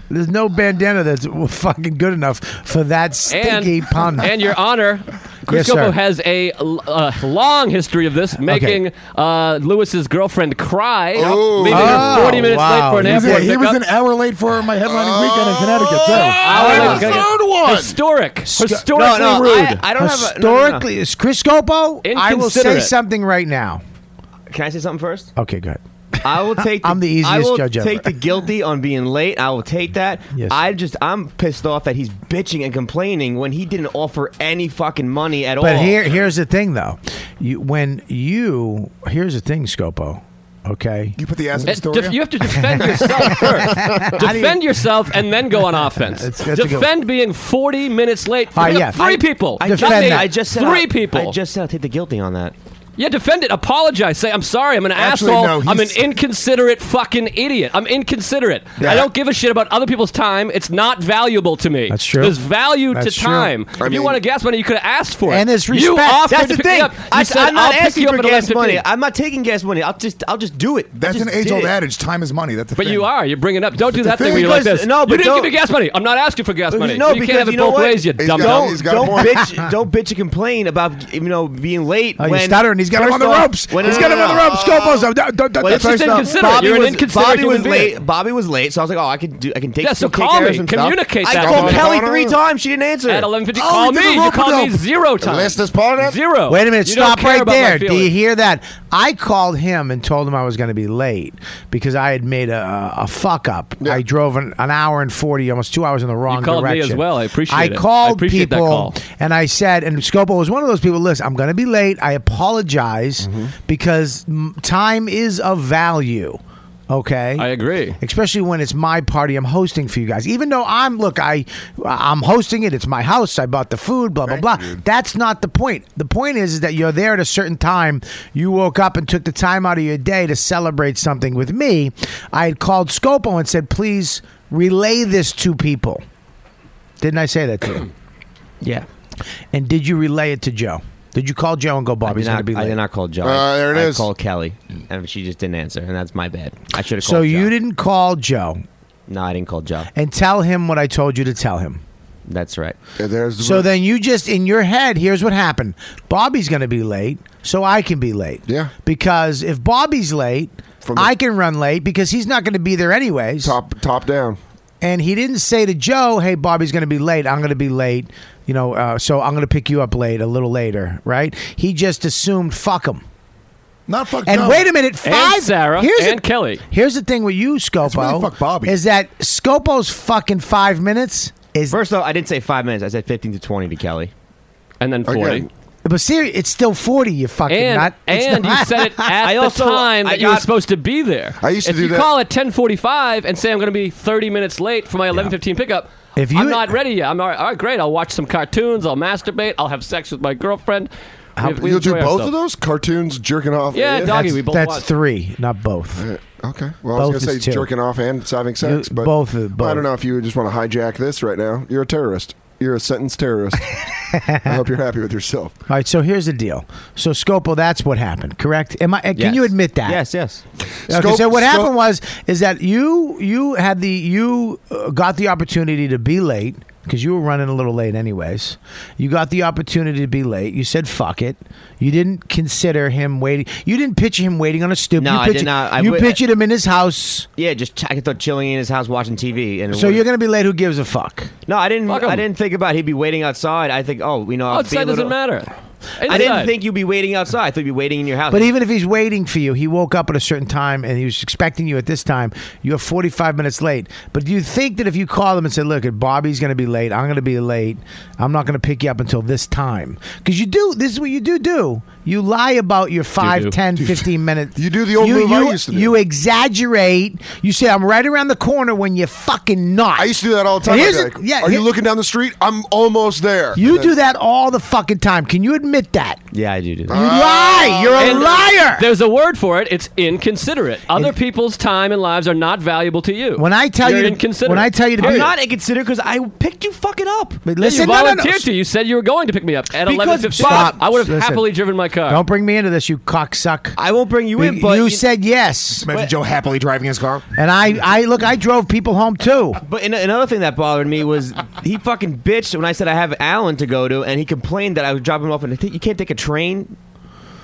There's no bandana that's fucking good enough for that stinky and, pun. and your honor, Chris Yes, sir. Scopo has a, l- a long history of this, making uh, Lewis's girlfriend cry, Oh. leaving her 40 Oh, minutes late wow. for an He was- airport He was pickup. an hour late for my headlining weekend in Connecticut too. Hour late. Historic, historically Oh, No, no, rude. I- I don't have a- no, no, no. historically. Is Chris Scopo? I will say Inconsiderate. something right now. Can I say something first? Okay, go ahead. I will take. The, I'm the I easiest will judge ever. Take the guilty on being late. I will take that. Yes. I just I'm pissed off that he's bitching and complaining when he didn't offer any fucking money at all. But here, here's the thing, though. You, when you here's the thing, Scopo. Okay, You put the ass in It- Astoria. def- you have to defend yourself first. defend yourself and then go on offense. That's- that's a good defend being 40 minutes late for Ah, yeah. three I- people. I Not just, eight, said, I just said three I'll- people. I just said I'll take the guilty on that. yeah, defend it. Apologize. Say I'm sorry. I'm an Actually, asshole. no, I'm an he's- inconsiderate fucking idiot. I'm inconsiderate. Yeah. I don't give a shit about other people's time. It's not valuable to me. That's true. There's value to That's true. time. I if you mean- want to gas money, you could have asked for it. And there's You respect. offered That's to the pick thing. me up. You I, said, am not will pick asking you up for at gas 11:15. money. I'm not taking gas money. I'll just I'll just do it. I That's just an age-old did it. adage. Time is money. That's the But thing. you are. You're bringing up. Don't do the that thing thing where you're like is- this. no, you but didn't give don't- me gas money. I'm not asking for gas money. No, you because can't have you it know both what? ways. You He's dumb got- dumb. he's got a Don't point. bitch. Don't bitch and complain about you know being late. Oh, you when stuttering. He's got him first on the off- ropes. when- Oh. no, He's no, no, got him on the no. ropes. Scopo's up. Don't- don't- don't- Well, first just off- inconsiderate. You're an was, inconsiderate Bobby human was being. late. Bobby was late, so I was like, "Oh, I can do. I can take. Yeah, so some take call care of me. some stuff." Communicate I that called to me. Kelly No, no, three no. times. She didn't answer. At 11:50, Oh, call he did me. a You rope called me dope. zero times. List this part up. Zero. Wait a minute, You don't stop care right about my there. Do you feelings. hear that? I called him and told him I was going to be late because I had made a, a fuck up. I drove an, an hour and 40, almost two hours in the wrong called me as direction. well. I appreciate I it. I called appreciate that people call. and I said, and Scopo was one of those people, listen, I'm going to be late. I apologize Mm-hmm. because mm, time is of value. Okay. I agree. Especially when it's my party, I'm hosting for you guys. Even though I'm look, I I'm hosting it. It's my house. I bought the food. Blah blah blah. That's not the point. The point is, is that you're there at a certain time. You woke up and took the time out of your day to celebrate something with me. I had called Scopo and said, please relay this to people. Didn't I say that to you? yeah, And did you relay it to Joe? Did you call Joe and go, I did, Bobby's going to not, be late? I did not call Joe. Uh, there it I is. called Kelly, and she just didn't answer, and that's my bad. I should have called. so you Joe. didn't call Joe No, I didn't call Joe. and tell him what I told you to tell him. That's right. Yeah, there's the So then you just in your head, here's what happened. Bobby's going to be late, so I can be late. Yeah. Because if Bobby's late, From the- I can run late because he's not going to be there anyways. top top down. And he didn't say to Joe, "Hey, Bobby's going to be late. I'm going to be late. You know, uh, so I'm going to pick you up late, a little later, right?" He just assumed, "Fuck him." not fucked And up. wait a minute, And five Sarah here's and the- Kelly. Here's the thing with you, Scopo. really fuck Bobby. Is that Scopo's fucking five minutes is First off, I didn't say five minutes. I said fifteen to twenty to Kelly. And then forty. Again. But seriously, it's still 40, you fucking And, nut. It's and you not- said it at I the also- time I that you were got- supposed to be there. I used to if do you that. call at 10:45 and say I'm going to be 30 minutes late for my 11:15 pickup, If you- I'm not ready yet. I'm all right, all right, great. I'll watch some cartoons. I'll masturbate. I'll have sex with my girlfriend. We- we You'll do both enjoy of ourselves. those cartoons, jerking off. Yeah, and- doggy. that's, we both that's watched. three, not both. Okay. Well, I Both was is going to two. say jerking off and having sex, You- but both is- I both. don't know if you just want to hijack this right now. You're a terrorist. You're a sentenced terrorist. I hope you're happy with yourself. All right, so here's the deal. So Scopo, that's what happened, correct? Am I? Can Yes. you admit that? Yes, yes. Okay, Scope- so what scope- happened was is that you you had the you uh, got the opportunity to be late. because you were running a little late anyways. You got the opportunity to be late. You said fuck it. You didn't consider him waiting. You didn't picture him waiting on a stoop. No, you I picture, did not. I you would- pictured him in his house. Yeah, just I thought chilling in his house watching TV. And So you're gonna be late. Who gives a fuck? no, I didn't. Fuck 'em. I didn't think about he'd be waiting outside. I think, oh, you know, I'll be Outside a little- doesn't matter. I Inside. didn't think you'd be waiting outside. I thought you'd be waiting in your house. But even if he's waiting for you, he woke up at a certain time and he was expecting you at this time. You're 45 minutes late. But do you think that if you call him and say, "Look, Bobby's going to be late. I'm going to be late. I'm not going to pick you up until this time," because you do. This is what you do. Do you lie about your 5, 10, 15 minutes? You do the old move I used to do. You exaggerate. You say, "I'm right around the corner," when you're fucking not. I used to do that all the time. Here's I'd the- be like, yeah, Are here- you looking down the street? I'm almost there. You do that all the fucking time. Can you admit that? Yeah, I do. do You Oh, lie. You're a And liar. There's a word for it. It's inconsiderate. Other people's time and lives are not valuable to you. When I tell You're you to- inconsiderate. when I tell you to I'm do- not inconsiderate because I picked you fucking up. But listen, you listen, no, no, no. volunteered to. You said you were going to pick me up at Because- 11:15. Bob- I would have Listen. happily driven my car. Don't bring me into this, you cocksuck. I won't bring you in, but you, you- said yes. Imagine But- Joe happily driving his car. And I, I look, I drove people home too. But an- another thing that bothered me was he fucking bitched when I said I have Alan to go to, and he complained that I would drop him off. And I think you can't take a train.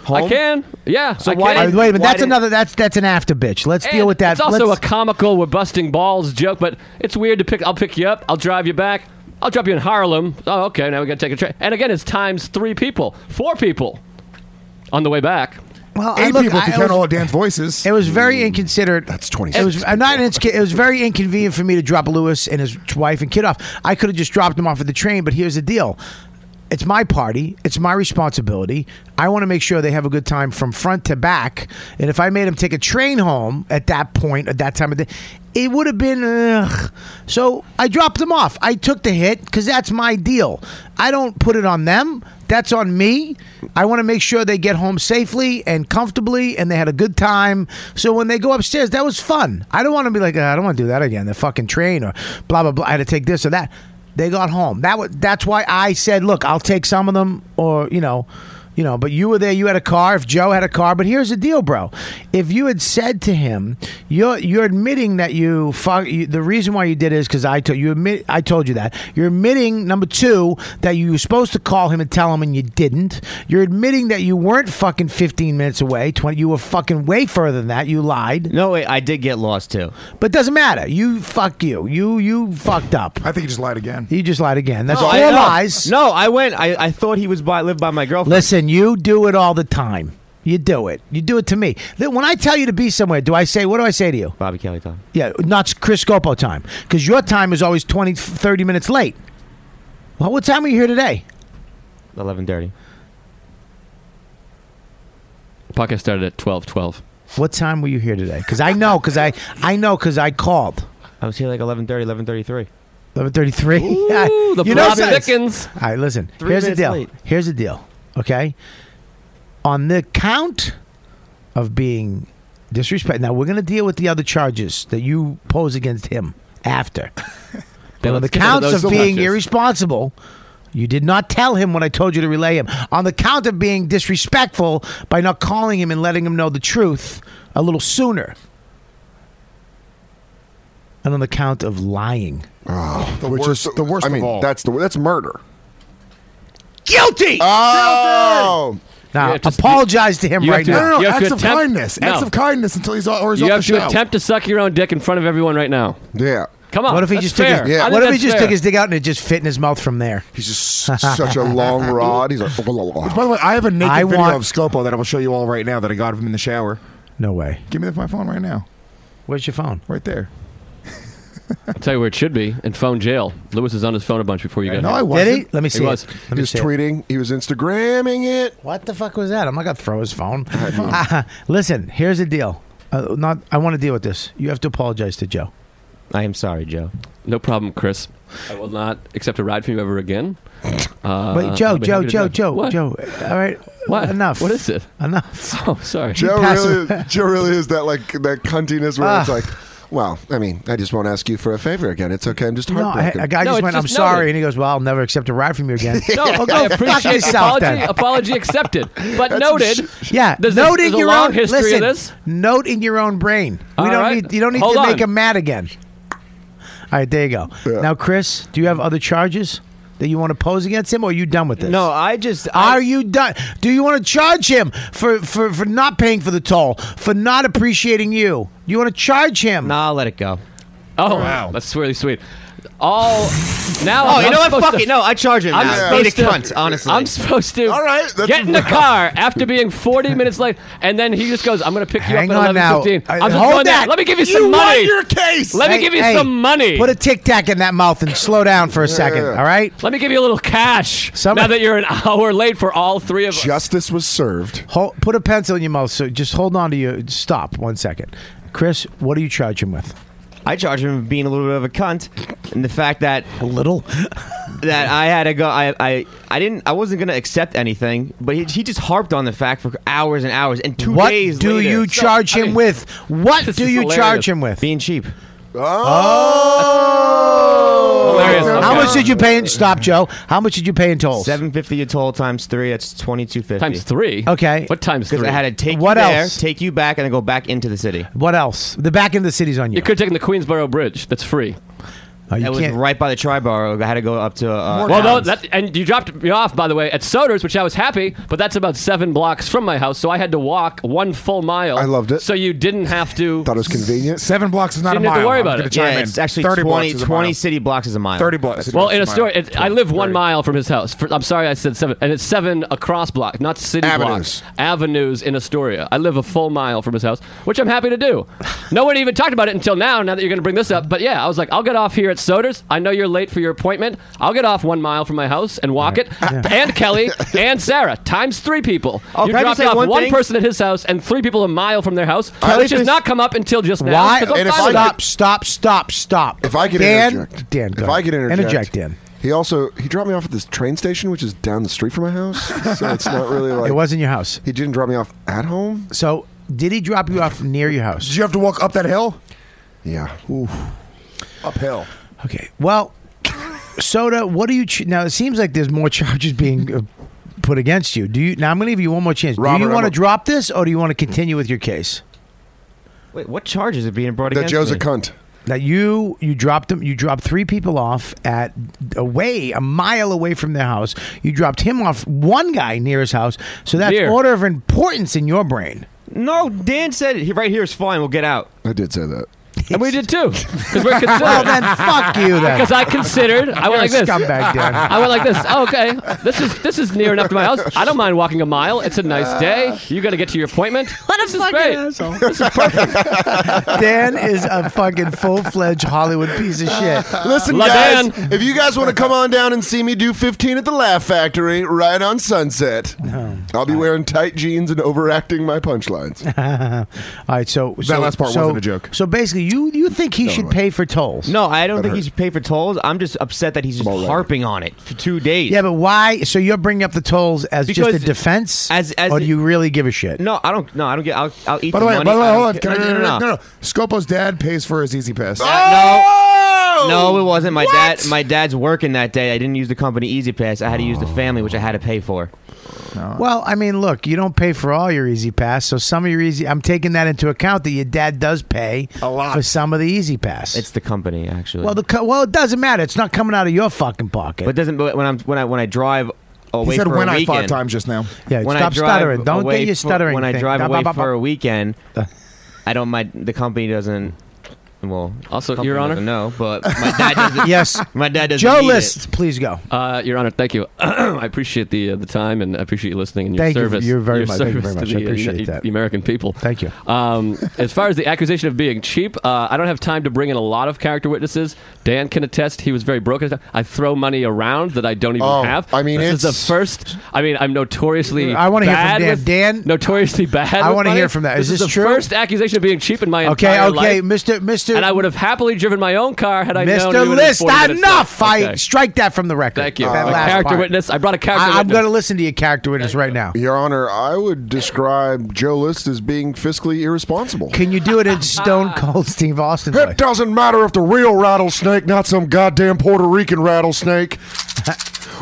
Home? I can. Yeah. So I why can. did- Wait, but Why that's did- another. That's that's an after bitch. Let's deal And with that. It's also Let's- a comical "we're busting balls" joke, but it's weird to pick. I'll pick you up. I'll drive you back. I'll drop you in Harlem. Oh, okay. Now we got to take a train. And again, it's times three people, four people on the way back. well, I Eight look, people if I- you it count was- all of Dan's voices. It was very inconsiderate. That's twenty. It was. I'm not. Inc- it was very inconvenient for me to drop Lewis and his wife and kid off. I could have just dropped them off at the train, but here's the deal. It's my party. It's my responsibility. I want to make sure they have a good time from front to back. And if I made them take a train home at that point, at that time of day, it would have been. Ugh. So I dropped them off. I took the hit because that's my deal. I don't put it on them. That's on me. I want to make sure they get home safely and comfortably and they had a good time. So when they go upstairs, that was fun. I don't want to be like, "Uh, I don't want to do that again. The fucking train or blah, blah, blah. I had to take this or that. They got home. That was, That's why I said, look, I'll take some of them or, you know, you know, but you were there. You had a car. If Joe had a car, but here's the deal, bro. If you had said to him, "You're you're admitting that you fuck," you, the reason why you did is because I told you admit I told you that you're admitting number two that you were supposed to call him and tell him and you didn't. You're admitting that you weren't fucking 15 minutes away. 20, you were fucking way further than that. You lied, No, wait, I did get lost too. but it doesn't matter. You fuck you. You you fucked up. I think you just lied again. You just lied again. That's no, all I, no. lies. No, I went. I, I thought he was by lived by my girlfriend. Listen, you do it all the time. You do it. You do it to me. Then When I tell you to be somewhere, do I say, what do I say to you? Bobby Kelly time. Yeah, not Chris Scopo time. Because your time is always 20, 30 minutes late. Well, what time are you here today? Eleven thirty. Podcast started at twelve twelve. What time were you here today? Because I know, because I, I know, because I called. I was here like 11.30, 11.33. 1133. Ooh, the you know, plot son- thickens. All right, listen. Three here's the minutes deal. late. Here's the deal. Okay, on the count of being disrespect. Now we're going to deal with the other charges that you pose against him after. But on the let's get into counts those of being charges. irresponsible. You did not tell him what I told you to relay him. On the count of being disrespectful by not calling him and letting him know the truth a little sooner. And on the count of lying. Oh, the worst- the worst I of mean, all. That's the that's murder. Guilty. Oh, Now, You have to- apologize to him you have right to- now. No, no, You no. have to Acts of attempt- kindness. Acts No. of kindness until he's or he's You off have the to show. attempt to suck your own dick in front of everyone right now. yeah. Come on. What if he that's just fair. took his, I think what if he that's just fair. took his dick out and it just fit in his mouth from there? He's just s- such a long rod. He's like, By the way, I have a naked I video want- of Scopo that I will show you all right now that I got of him in the shower. No way. Give me my phone right now, Where's your phone? right there. I'll tell you where it should be in phone jail. Lewis is on his phone a bunch before you got No, here. I wasn't. Did he? Let me He see. it. was. Let he me was see it. tweeting. He was Instagramming it. What the fuck was that? I'm not gonna throw his phone. Ah, listen, here's the deal. Uh, not, I want to deal with this. You have to apologize to Joe. I am sorry, Joe. No problem, Chris. I will not accept a ride from you ever again. Uh, Wait, I'll Joe, be Joe, happy to Joe, drive. Joe, What? Joe. All right, What? enough. What is it? Enough. Oh, sorry. Joe pass really, is, Joe really is that like that cuntiness where it's Ah. like, well, I mean, I just won't ask you for a favor again. It's okay. I'm just No, I, heartbroken. a guy No, just it's went. just I'm sorry, noted. and he goes, "Well, I'll never accept a ride from you again." No, Well, go I fuck appreciate the yourself apology. then. Apology accepted, but That's some noted. Yeah, There's a- note in there's a your long own history of listen, this. Note in your own brain. We All don't right. need. You don't need Hold to on. make him mad again. right, there you go. Now, Chris, do you have other charges that you want to pose against him, or are you done with this? No, I just. are you done? Do you want to charge him for, for, for not paying for the toll, for not appreciating you? Do you want to charge him? Nah, I'll let it go. Oh, wow. That's really sweet. All now. Oh, I'm you know what? supposed Fuck to- it. No, I charge him I'm now. supposed Beat a cunt, honestly. I'm supposed to. All right, that's- get in the car after being 40 minutes late, and then he just goes, "I'm going to pick you Hang up on at now. 11:15." Uh, I'm just hold going there. that. Let me give you You some won money. your case. Let me Hey, give you hey, some money. Put a tic tac in that mouth and slow down for a second. All right. Let me give you a little cash. Some- now that you're an hour late for all three of us. Justice was served. Hold, put a pencil in your mouth. So just hold on to your. Stop one second, Chris. What do you charge him with? I charge him with being a little bit of a cunt, and the fact that a little that I had to go. I, I I didn't. I wasn't gonna accept anything, but he, he just harped on the fact for hours and hours. And two What days. do later- you So, charge I him mean, with? What this do is you hilarious. charge him with? Being cheap. Oh. Hilarious. How Okay. much did you pay in stop, Joe? How much did you pay in tolls? Seven fifty a toll times three. That's twenty two fifty. Times three. Okay. What times Because I had to take What you else? there, take you back, and then go back into the city. What else? The back end of the city's on you. Oh, You could have taken the Queensboro Bridge. That's free. That was can't- right by the tri bar. I had to go up to. Uh, well, no, that, and you dropped me off, by the way, at Soder's, which I was happy, but that's about seven blocks from my house, so I had to walk one full mile. I loved it. So you didn't have to. Thought it was convenient. Seven blocks is not you a didn't mile. have to worry I'm about gonna it. chime in. 30 blocks is a mile. city blocks is a mile. 30 blocks. Well, in a It's a story, mile. it, I live one mile from his house. For, I'm sorry, I said seven, and it's seven across block, not city Avenues. blocks. Avenues in Astoria. I live a full mile from his house, which I'm happy to do. No one even talked about it until now. Now that you're going to bring this up, but yeah, I was like, I'll get off here at Soder's. I know you're late for your appointment. I'll get off one mile from my house and walk it. And Kelly and Sarah times three people. Oh, you can I just dropped say off one one, thing? person at his house and three people a mile from their house, Kelly, which has please- not come up until just now. Why? 'cause I'm And if fine with I it. could- Stop! Stop! Stop! If I could Dan, interject, Dan, go if I ahead. could interject, Interject, Dan. He also he dropped me off at this train station, which is down the street from my house, so it's not really like it wasn't your house. He didn't drop me off at home. So did he drop you off near your house? Did you have to walk up that hill? Yeah. Uphill. Okay. Well, soda. What do you ch- now? It seems like there's more charges being uh, put against you. Do you now? I'm going to give you one more chance. do Robert, you want I'm to a- drop this, or do you want to continue with your case? Wait, what charges are being brought That against Joe's me? a cunt. Now you you dropped them. You dropped three people off at away a mile away from their house. You dropped him off one guy near his house. So that's Near. order of importance in your brain. No, Dan said it. He- right here is fine. We'll get out. I did say that. And we did too. Because we're considered. Well, then, fuck you then. Because I considered. I You're went a like this. scumbag, Dan. I went like this. Oh, okay. This is this is near enough to my house. I don't mind walking a mile. It's a nice day. You got to get to your appointment. What this is great. This is perfect. Dan is a fucking full fledged Hollywood piece of shit. Uh, Listen, guys, if you guys want to come on down and see me do 15 at the Laugh Factory right on Sunset, I'll be wearing tight jeans and overacting my punchlines. All right, so that so, last part so- wasn't a joke. So basically, you you think he No, should it wasn't. pay for tolls? No, I don't think he hurt. should pay for tolls. I'm just upset that he's just harping on it for two days. Yeah, but why? So you're bringing up the tolls as Because just a defense, as- as or do it- you really give a shit? No, I don't. No, I don't get. I'll, I'll eat By the way, money. by the way, I don't hold on. get- Can I no, no, no, no. no, no. Scopo's dad pays for his Easy Pass. Ah! Uh, no, no, it wasn't. My dad, my dad's working that day. I didn't use the company Easy Pass. I had to use the family, which I had to pay for. Well, I mean, look, you don't pay for all your Easy Pass, so some of your Easy. I'm taking that into account that your dad does pay a lot for some of the Easy Pass. It's the company actually. well, the co- well, it doesn't matter. It's not coming out of your fucking pocket. but it doesn't but when I'm when I when I drive away said for when a I weekend, five times just now. Yeah, when stop I drive stuttering. Don't away get your for- stuttering When I thing. drive Ba, ba, away ba, ba. for a weekend, I don't. My the company doesn't. Well, also, Your Honor, no, but my dad doesn't. yes, my dad doesn't. Joe need List, It. please go. Uh, Your Honor, thank you. I appreciate the uh, the time and I appreciate you listening and your Thank you. service. You're very your much- thank you very service to much. I the, uh, appreciate Uni- that. the American people. Thank you. Um, as far as the accusation of being cheap, uh, I don't have time to bring in a lot of character witnesses. Dan can attest he was very broke. I throw money around that I don't even Oh, have. I mean, this is it's- the first. I mean, I'm notoriously. I want wanna to hear from Dan. Dan. Notoriously bad. I with wanna money. hear from that. Is this this the true? First accusation of being cheap in my Okay, entire okay, life. Mister Mister. And I would have happily driven my own car had I known. Mr. we would've been List, 40 minutes late. enough! I Okay. strike that from the record. Thank you. Uh, That A last character part. witness. I brought a character I, am witness. going to listen to your character witness right now. Your Honor, I would describe Joe List as being fiscally irresponsible. Can you do it in Stone Cold Steve Austin? It doesn't matter if the real rattlesnake, not some goddamn Puerto Rican rattlesnake.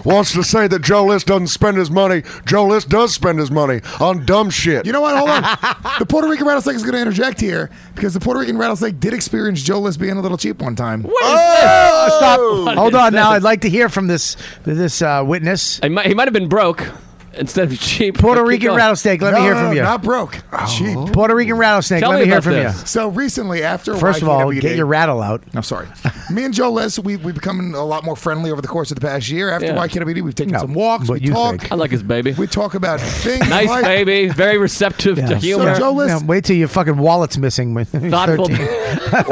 wants to say that Joe List doesn't spend his money. Joe List does spend his money on dumb shit. You know what? Hold on. the Puerto Rican rattlesnake is going to interject here because the Puerto Rican rattlesnake did experience Joe List being a little cheap one time. Oh, stop! What Hold is on. Now, this? I'd like to hear from this this uh, witness. He might, he might have been broke instead of cheap. Puerto Keep Rican going. rattlesnake. Let me No, hear no, from no, you. Not broke. Cheap. Puerto Rican rattlesnake. let me, hear from So recently, after you. First of all, YKWD get your rattle out. I'm sorry. me and Joe Les, we we've become a lot more friendly over the course of the past year. After Yeah. YKWD, we've taken some walks. what We you talk. think. I like his baby. We talk about things. nice like- baby, very receptive to humor. Yeah, wait till your fucking wallet's missing. With Thoughtful.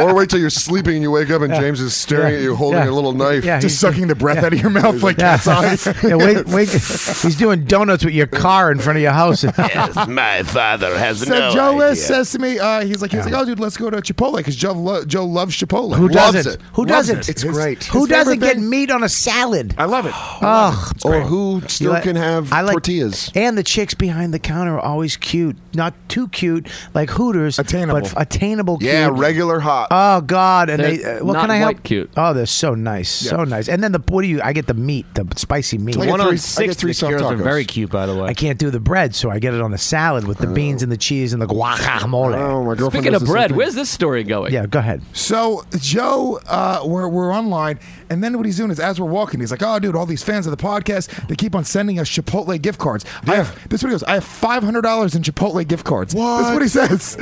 or wait till you're sleeping and you wake up and James is staring Yeah. at you holding a Yeah. little knife. Yeah, he's- yeah. Yeah. Yeah. yeah, wait, wait. He's doing donuts with your car in front of your house. yes, my father has So no Joe idea. List says to me, uh, he's like, he's like, oh, dude, let's go to Chipotle because Joe, lo- Joe loves Chipotle. Who Loves doesn't? it. Who Loves doesn't? it. It's His- great. his Who doesn't favorite get Oh, thing- meat on a salad? I love it. Ugh. Or who still can have tortillas? And the chicks behind the counter are always cute, not too cute, like Hooters, attainable, but f- attainable. Yeah, cute. regular hot. Oh God! And they, They're uh, what not can I help? white cute. Oh, they're so nice, Yeah. so nice. And then the what do you? I get the meat, the spicy meat. The one on sixth, the girls are very cute, by the way. I can't do the bread, so I get it on the salad with the beans and the cheese and the guacamole. Oh, my girlfriend Speaking does of the same bread, thing. where's this story going? Yeah, go ahead. So Joe, uh, we're we're online, and then what he's doing is as we're walking, he's like, "Oh, dude, all these fans of the podcast, they keep on sending us Chipotle gift cards. I have this is what he goes. I have five hundred dollars in Chipotle gift cards. That's what he says.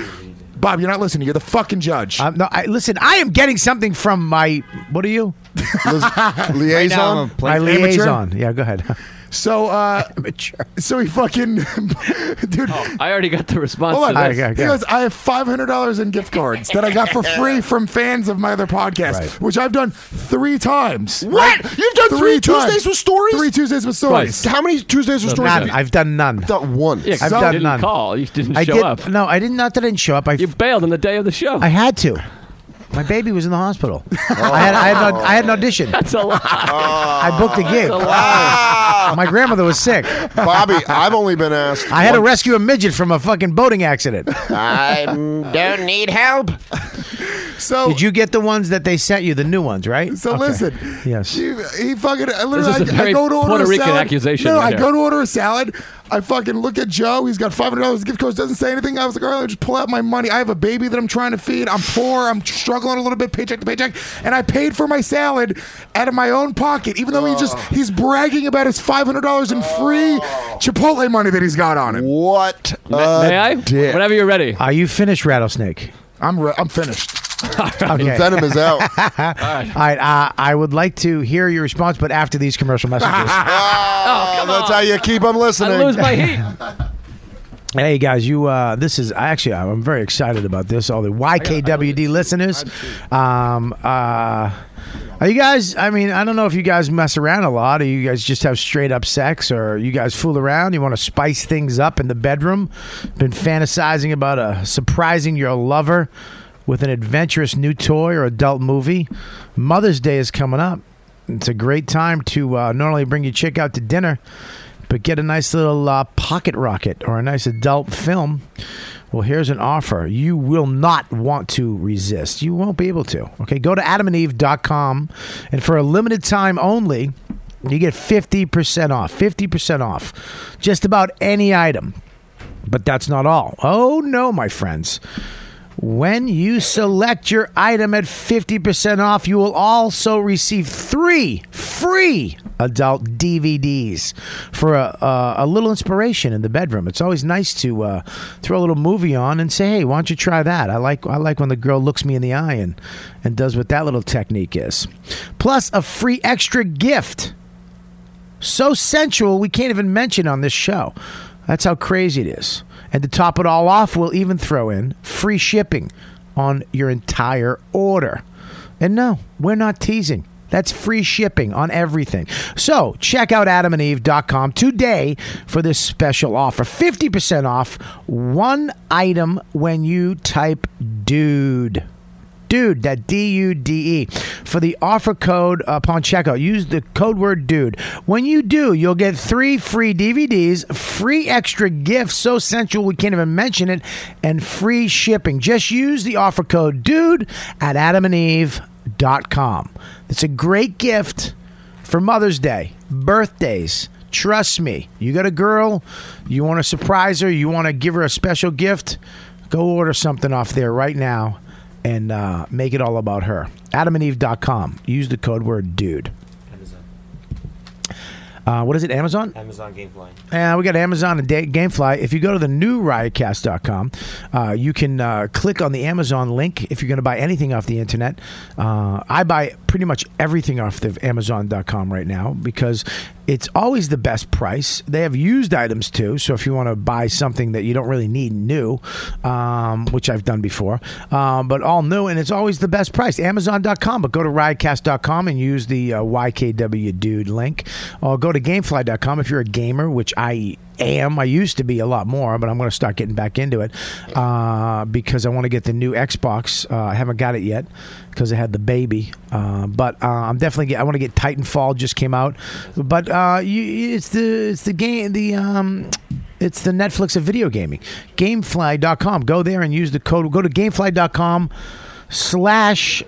Bob, you're not listening. You're the fucking judge. Um, no, I, listen. I am getting something from my. What are you? liaison? I'm a my plain amateur. liaison. Yeah, go ahead. So, uh, so he fucking, dude. I already got the Oh, response. Hold to on. this. He goes, I have five hundred dollars in gift cards that I got for free from fans of my other podcast, which I've done three times. What? You've done three Tuesdays with stories? Three Tuesdays with stories. Twice. How many Tuesdays with stories? None. have you- I've done none. I've done one. Yeah, 'cause I've you done didn't none. call. You didn't I show did, up. No, I didn't. Not that I didn't show up. I you bailed on the day of the show. I had to. My baby was in the hospital. I had I had, an, I had an audition. That's a lie. I booked a gig. My grandmother was sick. Bobby, I've only been asked. I had to one- rescue a midget from a fucking boating accident. I don't need help. So Did you get the ones that they sent you, the new ones, right? So Okay. listen, Yes. you, he fucking. I literally, This is a I- I very go to order Puerto a Rican salad. accusation No, right I here. go to order a salad. I fucking look at Joe. He's got five hundred dollars gift cards. Doesn't say anything. I was like, all right, I'll just pull out my money. I have a baby that I'm trying to feed. I'm poor. I'm struggling a little bit, paycheck to paycheck. And I paid for my salad out of my own pocket, even though he just he's bragging about his five hundred dollars in free Chipotle money that he's got on him. What? Ah, uh, May- may I? Whenever you're ready. Are you finished, rattlesnake? I'm re- I'm finished. Okay. Oh, All right. uh, I would like to hear your response, but after these commercial messages. that's how you keep them listening. I lose my heat. Hey guys, you. Uh, this is I actually. I'm very excited about this. All the YKWd listeners. Um, uh, are you guys? I mean, I don't know if you guys mess around a lot, or you guys just have straight up sex, or you guys fool around. You want to spice things up in the bedroom. Been fantasizing about uh, surprising your lover with an adventurous new toy or adult movie. Mother's Day is coming up. It's a great time to uh, not only bring your chick out to dinner but get a nice little uh, pocket rocket or a nice adult film. Well, here's an offer you will not want to resist. You won't be able to. Okay, go to adamandeve.com and for a limited time only, you get 50% off. 50% off. Just about any item. But that's not all. Oh no, my friends. When you select your item at 50% off, you will also receive three free adult DVDs for a, uh, a little inspiration in the bedroom. It's always nice to uh, throw a little movie on and say, hey, why don't you try that? I like, I like when the girl looks me in the eye and, and does what that little technique is. Plus, a free extra gift so sensual we can't even mention on this show. That's how crazy it is. And to top it all off, we'll even throw in free shipping on your entire order. And no, we're not teasing. That's free shipping on everything. So check out adamandeve.com today for this special offer 50% off one item when you type dude dude that d-u-d-e E, for the offer code upon checkout use the code word dude when you do you'll get three free dvds free extra gifts so sensual we can't even mention it and free shipping just use the offer code dude at adamandeve.com it's a great gift for Mother's Day, birthdays. Trust me, you got a girl, you want to surprise her, you want to give her a special gift, go order something off there right now and uh, make it all about her. AdamandEve.com. Use the code word dude. Uh, what is it, Amazon? Amazon Gamefly. Yeah, we got Amazon and Da- Gamefly. If you go to the new riotcast.com, uh, you can uh, click on the Amazon link if you're going to buy anything off the internet. Uh, I buy pretty much everything off the Amazon.com right now because it's always the best price. They have used items too, so if you want to buy something that you don't really need new, um, which I've done before, um, but all new, and it's always the best price. Amazon.com, but go to riotcast.com and use the uh, YKW dude link, or go to gamefly.com if you're a gamer, which I am. I used to be a lot more, but I'm going to start getting back into it uh, because I want to get the new Xbox. Uh, I haven't got it yet because I had the baby, uh, but uh, I'm definitely. Get, I want to get Titanfall just came out, but uh, you, it's the it's the game the. Um, it's the Netflix of video gaming. Gamefly.com. Go there and use the code. Go to gamefly.com slash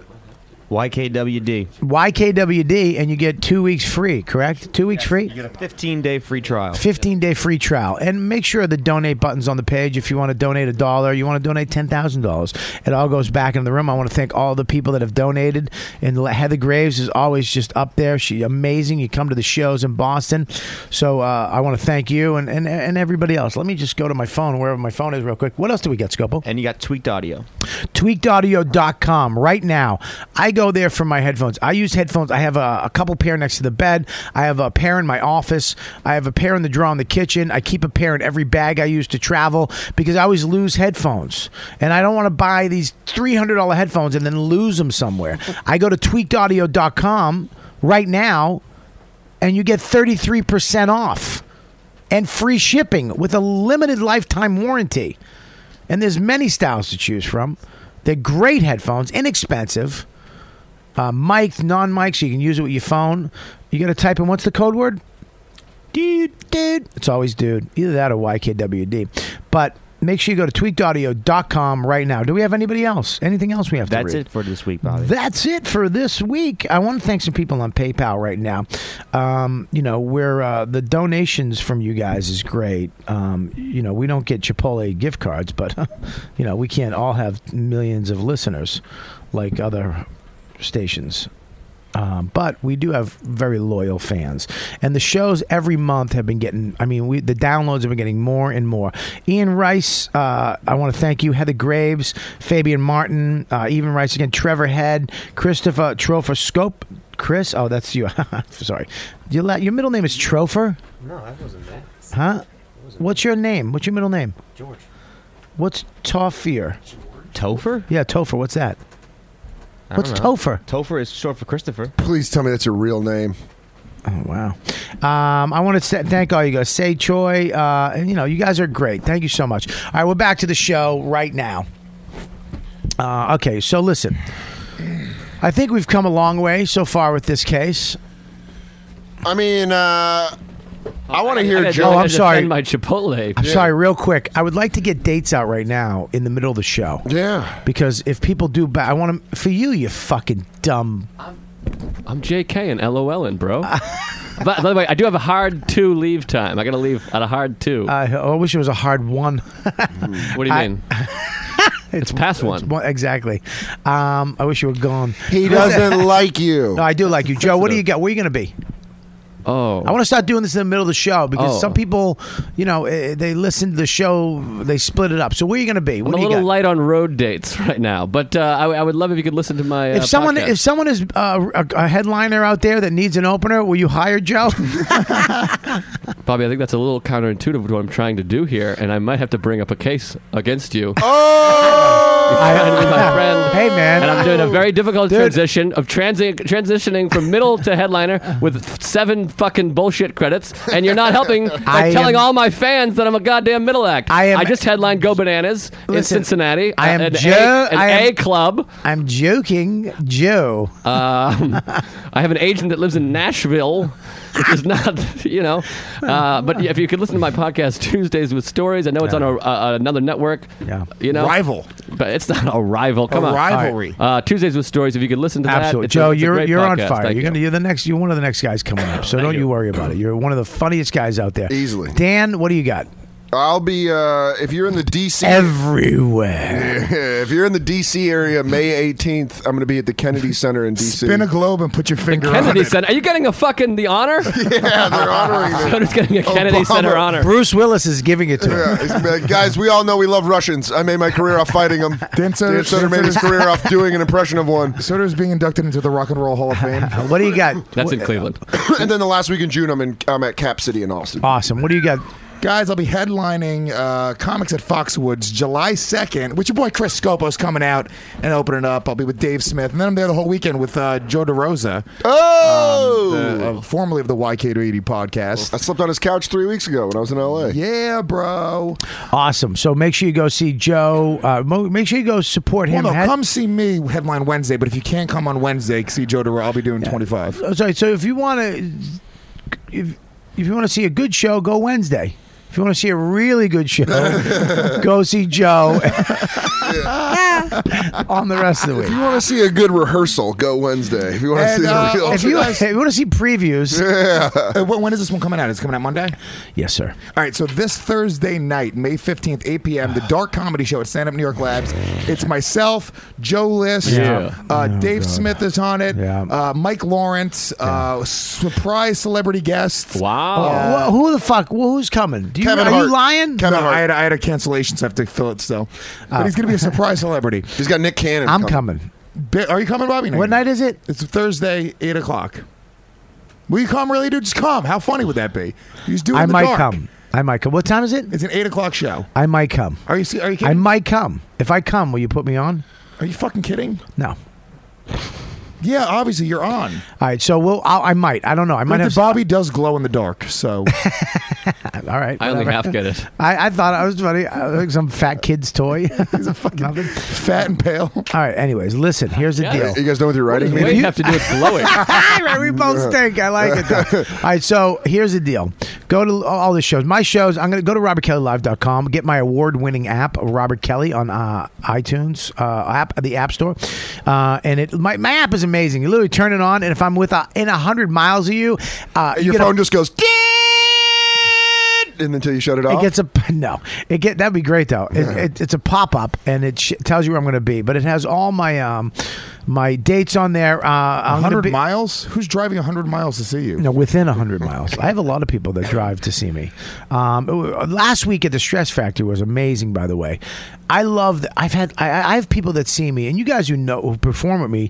YKWd. YKWD and you get two weeks free, correct? Two weeks free? You get a 15 day free trial. 15 day free trial. And make sure the donate button's on the page if you want to donate a dollar, you want to donate $10,000. It all goes back in the room. I want to thank all the people that have donated. And Heather Graves is always just up there. She amazing. You come to the shows in Boston. So uh, I want to thank you and, and, and everybody else. Let me just go to my phone, wherever my phone is, real quick. What else do we get, Scopo? And you got tweaked audio. tweakedaudio.com right now. I go there for my headphones. I use headphones. I have a, a couple pair next to the bed. I have a pair in my office. I have a pair in the drawer in the kitchen. I keep a pair in every bag I use to travel because I always lose headphones. And I don't want to buy these $300 headphones and then lose them somewhere. I go to tweakedaudio.com right now and you get 33% off and free shipping with a limited lifetime warranty. And there's many styles to choose from. They're great headphones, inexpensive, uh, mic, non mic, so you can use it with your phone. You got to type in what's the code word? Dude, dude. It's always dude. Either that or YKWD. But make sure you go to tweakedaudio.com right now. Do we have anybody else? Anything else we have to That's read? it for this week, Bobby. That's it for this week. I want to thank some people on PayPal right now. Um, you know, where uh, the donations from you guys is great. Um, you know, we don't get Chipotle gift cards, but you know, we can't all have millions of listeners like other stations. Um, but we do have very loyal fans, and the shows every month have been getting. I mean, we the downloads have been getting more and more. Ian Rice, uh, I want to thank you. Heather Graves, Fabian Martin, uh, even Rice again. Trevor Head, Christopher Trofer Scope, Chris. Oh, that's you. Sorry, your la- your middle name is Trofer, No, that wasn't that. huh? What's your name? What's your middle name? George. What's Tofir? Topher? Yeah, Topher. What's that? I What's don't know. Topher? Topher is short for Christopher. Please tell me that's your real name. Oh wow! Um, I want to sa- thank all you guys. Say Choi, uh, and you know you guys are great. Thank you so much. All right, we're back to the show right now. Uh, okay, so listen, I think we've come a long way so far with this case. I mean, uh, I want to I hear had to- Joe. Oh, I had to defend My Chipotle. I'm sorry, real quick. I would like to get dates out right now in the middle of the show. Yeah, because if people do, ba- I want to for you, you fucking dumb. I'm JK and LOLing, bro. but, by the way, I do have a hard two leave time. I got to leave at a hard two. I, I wish it was a hard one. what do you Uh, I- mean? it's, past one. Well, exactly. Um, I wish you were gone. He doesn't like you. No, I do like you, Joe. What do you got? Where are you going to be? Oh, I want to start doing this in the middle of the show because Oh. some people, you know, eh, they listen to the show, they split it up. So where are you going to be? I'm What a do you little got? light on road dates right now, but uh, I, I would love if you could listen to my. Uh, if someone podcast. if someone is uh, a, a headliner out there that needs an opener, will you hire Joe? Bobby, I think that's a little counterintuitive to what I'm trying to do here, and I might have to bring up a case against you. Oh, Trying to be my friend. Hey, man. And I'm doing a very difficult transition of transi- transitioning from middle to headliner with f- seven fucking bullshit credits, and you're not helping by I telling am- all my fans that I'm a goddamn middle act. I am- I just headlined Go Bananas in Listen, Cincinnati. I am an Joe- A, an I am- A club. I'm joking, Joe. Um, I have an agent that lives in Nashville, which is not, you know. Uh, but if you could listen to my podcast Tuesdays with Stories, I know it's on a, a, another network. Yeah. You know, Rival. but it's not a rival. Come A on, rivalry. All right. Uh, Tuesdays with stories. If you could listen to Absolutely, that, it's a- Joe. it's a you're great you're on podcast. fire. Thank you're gonna you're the next. You're one of the next guys coming up. So don't you. worry about it. You're one of the funniest guys out there. Easily. Dan, what do you got? I'll be uh, if you're in the DC Everywhere. if you're in the DC area, May 18th, I'm going to be at the Kennedy Center in DC. Spin a globe and put your finger on Kennedy it. Center. Are you getting a fucking the honor? yeah, they're honoring me. Someone's getting a Kennedy Obama. Center honor. Bruce Willis is giving it to him. Yeah, he's gonna be like, guys, we all know we love Russians. I made my career off fighting them. Dan Soder- Soder made his Dan Soder's- career off doing an impression of one. Soder's being inducted into the Rock and Roll Hall of Fame. what do you got? That's in Cleveland. and then the last week in June, I'm in. I'm at Cap City in Austin. Awesome. What do you got? Guys, I'll be headlining uh, Comics at Foxwoods July 2nd with your boy Chris Scopo's coming out and opening up. I'll be with Dave Smith. And then I'm there the whole weekend with uh, Joe DeRosa. Oh! uh, formerly of Um, the YK280 podcast. I slept on his couch three weeks ago when I was in LA. Yeah, bro. Awesome. So make sure you go see Joe. Uh, mo- make sure you go support Well, him. no, Had- come see me headline Wednesday, but if you can't come on Wednesday, see Joe DeRosa. I'll be doing 25. Oh, sorry. So if you want to, if, if you want to see a good show, go Wednesday. If you want to see a really good show, go see Joe on the rest of the If week. you want to see a good rehearsal, go Wednesday. If you want to And, see uh, a real, If you, if you want to see previews, Uh, when when is this one coming out? Is it coming out Monday? yes, sir. All right, so this Thursday night, May 15th, 8 p.m., the Dark Comedy Show at Stand Up New York Labs. It's myself, Joe List, Yeah. uh, Oh, Dave God. Smith is on it, Yeah. uh, Mike Lawrence, uh, surprise celebrity guests. Wow. Wh- who the fuck? wh- who's coming? Do you, Uh, Kevin are Hart. you lying? Kevin, I, had, I had a cancellation, so I have to fill it still. But he's going Uh. to be a surprise celebrity. he's got Nick Cannon. I'm coming. Bi- Are you coming, Bobby? What night is it? It's Thursday, 8 o'clock. Will you come, really, dude? Just come. How funny would that be? You just do it I in the might dark. come. I might come. What time is it? It's an 8 o'clock show. I might come. Are you, se- are you kidding? I might come. If I come, will you put me on? Are you fucking kidding? No. Yeah, obviously you're on. All right. So we'll. I'll, I might. I don't know. I might Granted, have. Bobby does glow in the dark, so All right. I only whatever. half get it. I, I thought I was funny. I was like some fat kid's toy. He's a fucking fat and pale. All right. Anyways, listen. Here's the Yeah. deal. You guys done with your writing? What does Wade have to do with glowing? Right, we both stink. I like it. Though. All right, so here's the deal. Go to all the shows. My shows. I'm gonna go to robertkellylive.com. Get my award-winning app, Robert Kelly, on uh, iTunes uh, app, the App Store. Uh, and it my, my app is amazing. You literally turn it on, and if I'm with uh, in hundred miles of you, uh, you Your get a- phone just goes. "Ding!" And until you shut it off, It gets a no. It get that'd be great though. It, it, it's a pop up and it sh- tells you where I'm going to be, but it has all my um my dates on there. Uh, I'm gonna 100 be, miles? Who's driving 100 miles to see you? no, within 100 miles. I have a lot of people that drive to see me. Um, last week at the Stress Factory was amazing, by the way. I love that. I've had, I, I have people that see me, and you guys who know, who perform with me,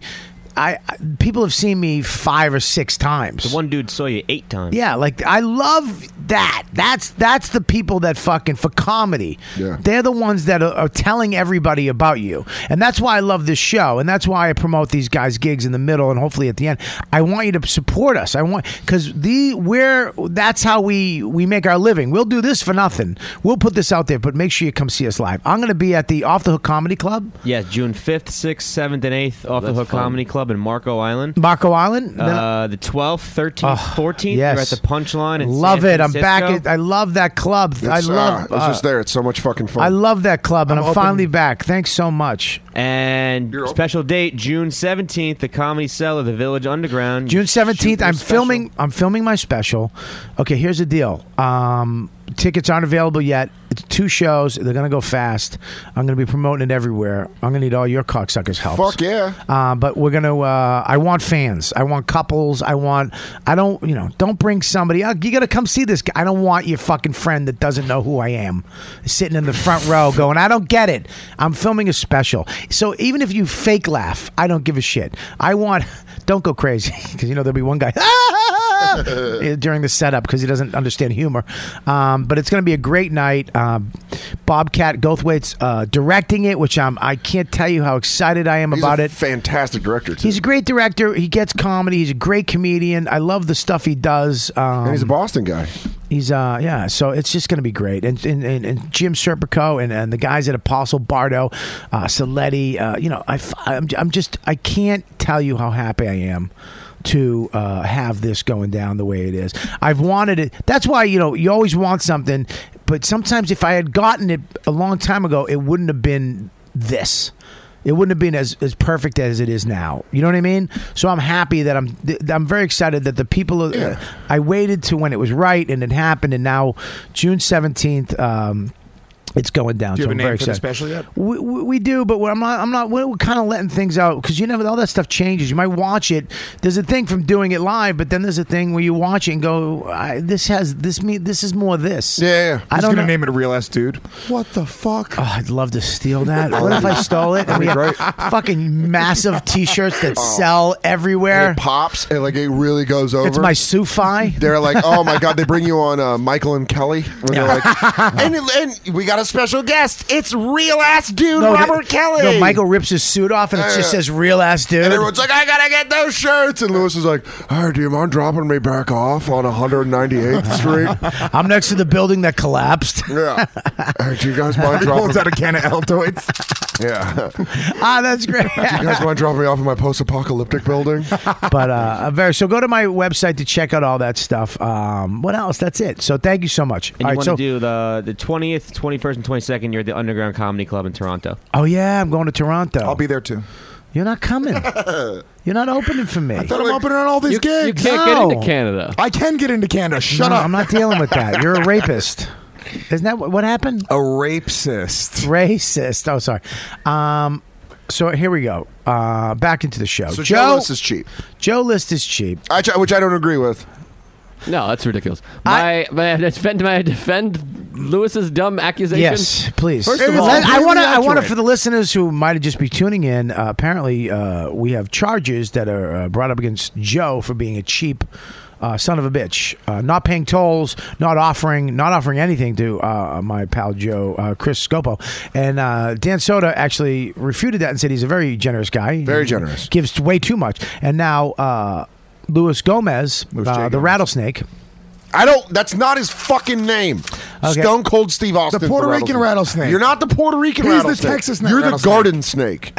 I, I- people have seen me five or six times. The one dude saw you eight times. Yeah, like I love that. That's that's the people that fucking for comedy. Yeah. They're the ones that are, are telling everybody about you. And that's why I love this show and that's why I promote these guys gigs in the middle and hopefully at the end. I want you to support us. I want cuz the we're that's how we we make our living. We'll do this for nothing. We'll put this out there, but make sure you come see us live. I'm going to be at the Off the Hook Comedy Club, Yeah, June 5th, 6th, 7th, and 8th off the Hook Comedy Club in Marco Island. Marco Island. Then- Uh, the 12th, 13th, 14th. You're at Ah, yes. the Punchline. In love San it. I'm back Francisco. at, I love that club. I It's, uh, love I was just there. It's so much fucking fun. I love that club, and I'm I'm, open- finally back. Thanks so much. and special date, June 17th, the Comedy Cellar, the Village Underground. June Shoot seventeenth, your I'm special. filming. I'm filming my special. Okay, here's the deal. Um, tickets aren't available yet. It's two shows. They're gonna go fast. I'm gonna be promoting it everywhere. I'm gonna need all your cocksuckers' help. Fuck yeah. Uh, but we're gonna. Uh, I want fans. I want couples. I want. I don't. You know. Don't bring somebody. "Oh, you gotta come see this guy. I don't want your fucking friend that doesn't know who I am sitting in the front row going, I don't get it. I'm filming a special. So even if you fake laugh, I don't give a shit. I want. Don't go crazy because you know there'll be one guy. uh, during the setup because he doesn't understand humor. Um, but it's going to be a great night. Um, Bobcat Goldthwait's uh, directing it, which I'm, I can't tell you how excited I am He's about a it. Fantastic director. Too. He's a great director. He gets comedy. He's a great comedian. I love the stuff he does. Um, and he's a Boston guy. He's uh yeah, so it's just gonna be great. And and, and, and Jim Serpico and, and the guys at Apostle Bardo, uh, Saletti, uh, you know, I am I'm just I can't tell you how happy I am to uh, have this going down the way it is. I've wanted it. That's why you know you always want something, but sometimes if I had gotten it a long time ago, it wouldn't have been this. It wouldn't have been as, as perfect as it is now. You know what I mean? So I'm happy that I'm th- I'm very excited that the people uh, I waited to when it was right and it happened and now June 17th um, it's going down. Do you have so a I'm name very for the excited. special yet? We, we, we do, but we're, I'm not. I'm not. We're kind of letting things out because you never. All that stuff changes. You might watch it. There's a thing from doing it live, but then there's a thing where you watch it and go, I, "This has this me. This is more this." Yeah, yeah. I He's don't gonna know. name it real ass dude. What the fuck? Oh, I'd love to steal that. what if I stole it? That'd And we be have great. fucking massive T-shirts that sell everywhere. And it pops and like it really goes over. It's my Sufi. They're like, oh my god, they bring you on uh, Michael and Kelly. When they're like, and, and we got a special guest. It's real ass dude No, Robert that- Kelly. No, Michael rips his suit off and it just says "real ass dude." and everyone's like, I gotta get those shirts. And Lewis is like, Hey, do you mind dropping me back off on 198th Street? I'm next to the building that collapsed. Yeah. Hey, do you guys mind He dropping? pulls out a can of Altoids. Yeah. ah, that's great. do you guys mind dropping me off in my post-apocalyptic building? but uh, I'm very so go to my website to check out all that stuff. Um, what else? That's it. So thank you so much. And you all right, want so to do the the twentieth, twenty first, and twenty second. You're at the Underground Comedy Club in Toronto. oh yeah, I'm going to Toronto. I'll be there too. You're not coming. You're not opening for me. Thought I'm opening on all these gigs. No. Canada. I can get into Canada. Shut No, up. I'm not dealing with that. You're a rapist. Isn't that what, what happened? A rapist. Racist. Oh, sorry. Um, so here we go. Uh, back into the show. So Joe List is cheap. Joe List is cheap. I, which I don't agree with. No, that's ridiculous. My, my defend my defend Lewis's dumb accusation. Yes, please. First of all, Let- I want to. I want to inaccurate. for the listeners who might just be tuning in. Uh, apparently, uh, we have charges that are uh, brought up against Joe for being a cheap. Uh, son of a bitch! Uh, not paying tolls, not offering, not offering anything to uh, my pal Joe uh, Chris Scopo, and uh, Dan Soda actually refuted that and said he's a very generous guy. Very generous. gives way too much. And now uh, Luis Gomez, uh, J. the rattlesnake, I don't. That's not his fucking name. Okay. Stone Cold Steve Austin. The Puerto for Rican rattlesnake. You're not the Puerto Rican He's the rattlesnake. Texas na- You're the rattlesnake. garden snake.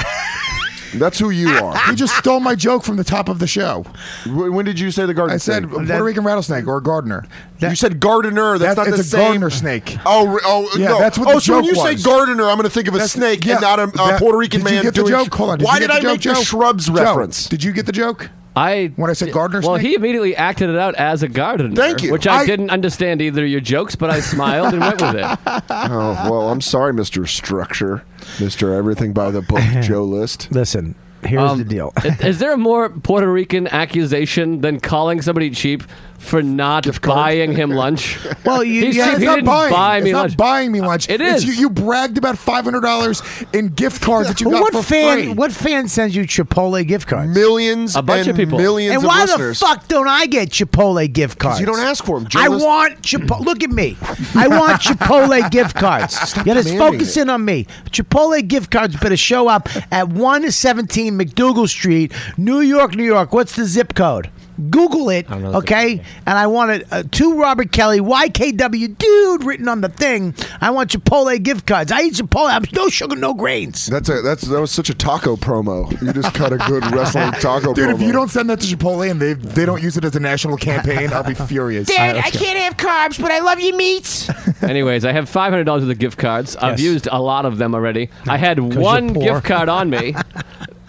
that's who you are. He just stole my joke from the top of the show. When did you say the garden? I said snake? Puerto Rican rattlesnake or gardener. you said gardener. That's That- not the it's a same. gardener snake. Oh, re- oh, Yeah, no. that's what oh, the so when joke you was. say gardener, I'm going to think of a That's- snake yeah, and not a, a that- Puerto Rican did man you get doing. the joke? Hold on. Why you did get I the make joke, the Joe? shrubs Joe, reference? Did you get the joke? I when I said gardener Well, snake? he immediately acted it out as a gardener. Thank you. Which I, I- didn't understand either your jokes, but I smiled and went with it. oh well, I'm sorry, Mister Structure, Mister Everything by the Book, Joe List. Listen, here's Um, the deal. Is, is there a more Puerto Rican accusation than calling somebody cheap for not buying him lunch? Well, you, He's yeah, cheap. it's He not didn't buying. buy it's me not lunch. buying me lunch. It is. It's you, you bragged about five hundred dollars in gift cards that you But got what for fan? free. What fan sends you Chipotle gift cards? Millions, A bunch and of people. millions And of why listeners. the fuck don't I get Chipotle gift cards? you don't ask for 'em, Joe. I List- want Chipotle. Look at me. I want Chipotle gift cards. yeah, just demanding focus in on me. Chipotle gift cards better show up at one seventeen McDougal Street, New York, New York. What's the zip code? Google it, know the zip okay? And I want it uh, to Robert Kelly, YKW dude, written on the thing. I want Chipotle gift cards. I eat Chipotle. I'm no sugar, no grains. That's a that's that was such a taco promo. You just cut a good wrestling taco Dude, promo. if you don't send that to Chipotle and they they don't use it as a national campaign, I'll be furious. Dad, I can't have carbs, but I love your meats. Anyways, I have five hundred dollars of the gift cards. I've Yes. used a lot of them already. I had you're one poor. gift card on me.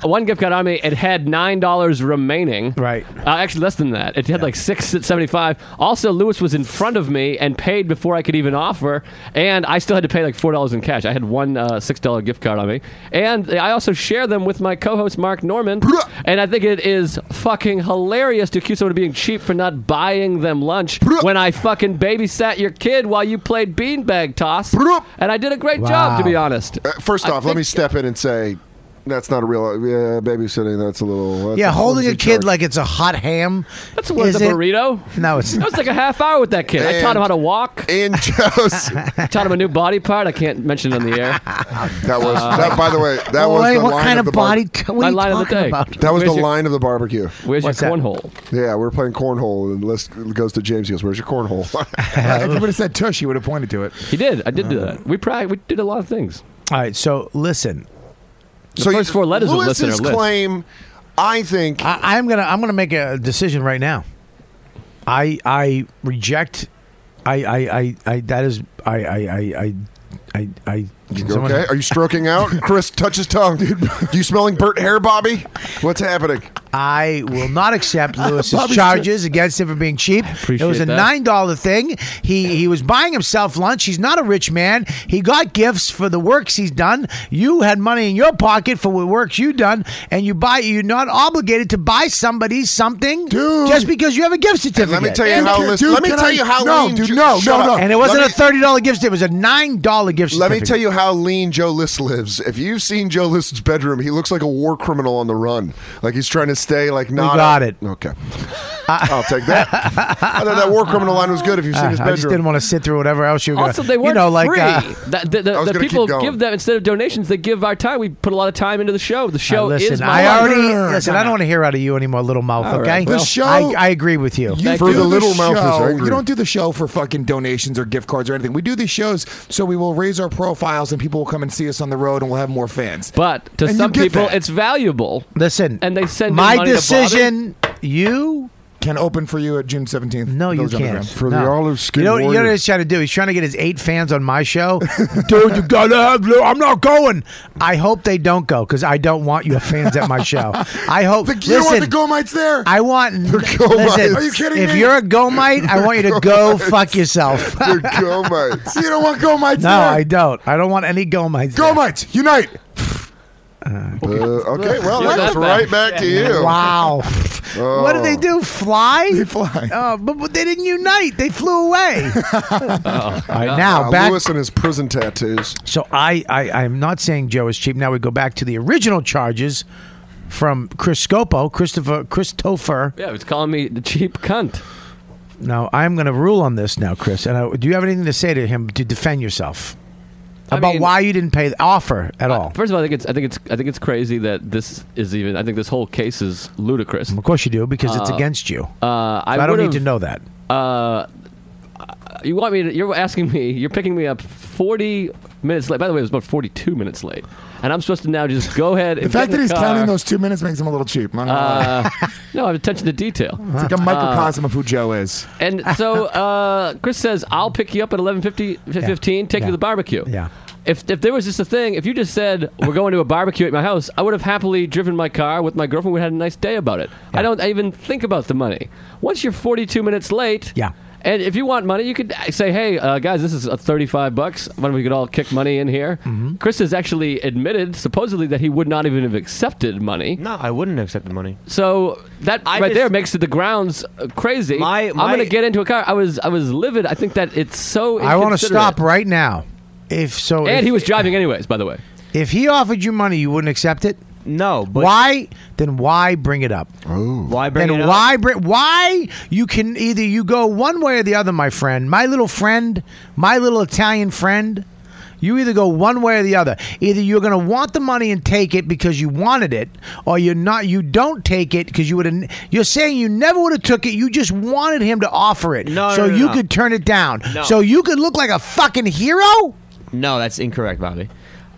One gift card on me. It had nine dollars remaining. Right. Uh, actually, less than that. It had like six at seventy-five. Also, Lewis was in front of me and paid before I could even offer, and I still had to pay like four dollars in cash. I had one uh, six-dollar gift card on me, and I also share them with my co-host Mark Norman. and I think it is fucking hilarious to accuse someone of being cheap for not buying them lunch when I fucking babysat your kid while you played beanbag toss, and I did a great job, to be honest. Uh, first I off, let think- me step in and say that's not a real yeah, babysitting. That's a little that's Yeah, a holding a flimsy kid charge. like it's a hot ham. That's worth is a it? burrito. No, it's That was like a half hour with that kid. I taught him how to walk. And Joe's. I taught him a new body part. I can't mention it on the air. that was that. By the way, that was Wait, the what line kind of the of bar- body? What are My you line of the talking day. about? That was Where's the your- line of the barbecue. Where's your cornhole? Yeah, we were playing cornhole, and List goes to James. He goes, "Where's your cornhole?" if you would have said tush, you would have pointed to it. He did. I did Uh. do that. We pra- we did a lot of things. All right, so listen. The first you- four letters of Lewis's listen are list. claim, I think. I, I'm gonna I'm gonna make a decision right now. I I reject. I I I, I that is I I I. I I, I You someone- okay? Are you stroking out? Chris, touch his tongue. you smelling burnt hair, Bobby? What's happening? I will not accept Lewis's Bobby's- charges against him for being cheap. It was a appreciate that. nine dollar thing. He he was buying himself lunch. He's not a rich man. He got gifts for the works he's done. You had money in your pocket for what works you done, and you buy. You're not obligated to buy somebody something just because you have a gift certificate. let me tell you how lis- let me tell you how lean Ju- shut up. And it wasn't Let a me- thirty dollar gift. It was a nine dollar gift. Let me certificate. tell you how lean Joe List lives. If you've seen Joe List's bedroom, he looks like a war criminal on the run. Like he's trying to stay like not. got it. Okay, I'll take that. I thought that war criminal line was good. If you've seen Uh, his I bedroom, just didn't want to sit through whatever else you were. Also, gonna, they weren't you know, like, free. uh, the the, the- I was the gonna keep people going. give them instead of donations. They give our time. We put a lot of time into the show. The show Uh, listen, is. my I life. already listen. I don't want to hear out of you anymore, little mouth. All okay, right, The well. show- I, I agree with you. You do show- You don't do the show for fucking donations or gift cards or anything. We do these shows so we will raise our profiles and people will come and see us on the road and we'll have more fans. But to And you some get people, that. it's valuable. Listen, and they send my you money to Bobby. decision. You can open for you at June seventeenth. No, you can't. No. skin You know, you know what he's trying to do? He's trying to get his eight fans on my show. Dude, you gotta have. Lou. I'm not going. I hope they don't go because I don't want your fans at my show. I hope. The- you don't want listen, the Gomites there. I want. Listen, Are you kidding if me? you're a Gomite, I want you to go Gomites. fuck yourself. They're Gomites. you don't want Gomites No, there. I don't. I don't want any Gomites. Gomites, unite. Uh, okay, well, You're that goes that right bad. back to you. Wow. What do they do? Fly? They fly. Oh, but, but they didn't unite. They flew away. All right, now Uh, back. Lewis and his prison tattoos. So I, I, I'm not saying Joe is cheap. Now we go back to the original charges from Chris Scopo, Christopher, Christopher. Yeah, it's calling me the cheap cunt. Now I'm going to rule on this now, Chris. And I, do you have anything to say to him to defend yourself about mean- why you didn't pay the offer at all? First of all, I think it's I think it's I think it's crazy that this is even. I think this whole case is ludicrous. Of course you do, because it's Uh, against you. Uh, So I don't need would've- to know that. Uh, you want me? To, you're asking me. You're picking me up 40 minutes late. By the way, it was about 42 minutes late, and I'm supposed to now just go ahead. The And get fact that in he's the car. counting those two minutes makes him a little cheap. I'm not gonna lie. Uh, no, I'm attention to detail. it's like a uh, microcosm of who Joe is. And so uh, Chris says, "I'll pick you up at 11:50, 15. Take you to the barbecue." Yeah. If, if there was just a thing, if you just said we're going to a barbecue at my house, I would have happily driven my car with my girlfriend. We had a nice day about it. I don't even think about the money. Once you're 42 minutes late, yeah. And if you want money, you could say, "Hey uh, guys, this is a 35 bucks. Why don't we could all kick money in here?" Mm-hmm. Chris has actually admitted, supposedly, that he would not even have accepted money. No, I wouldn't have accepted money. So that I right just- there makes it the grounds uh, crazy. My- I'm my- going to get into a car. I was I was livid. I think that it's so. I want to inconsiderate. stop right now. If so, And if, he was driving anyways. By the way, if he offered you money, you wouldn't accept it. No, but why? Then why bring it up? Oh, why bring then it up? why bring? Why you can either you go one way or the other, my friend, my little friend, my little Italian friend. You either go one way or the other. Either you're going to want the money and take it because you wanted it, or you're not. You don't take it because you would. have You're saying you never would have took it. You just wanted him to offer it, No, so no, no, you no. could turn it down, No. so you could look like a fucking hero. No, that's incorrect, Bobby.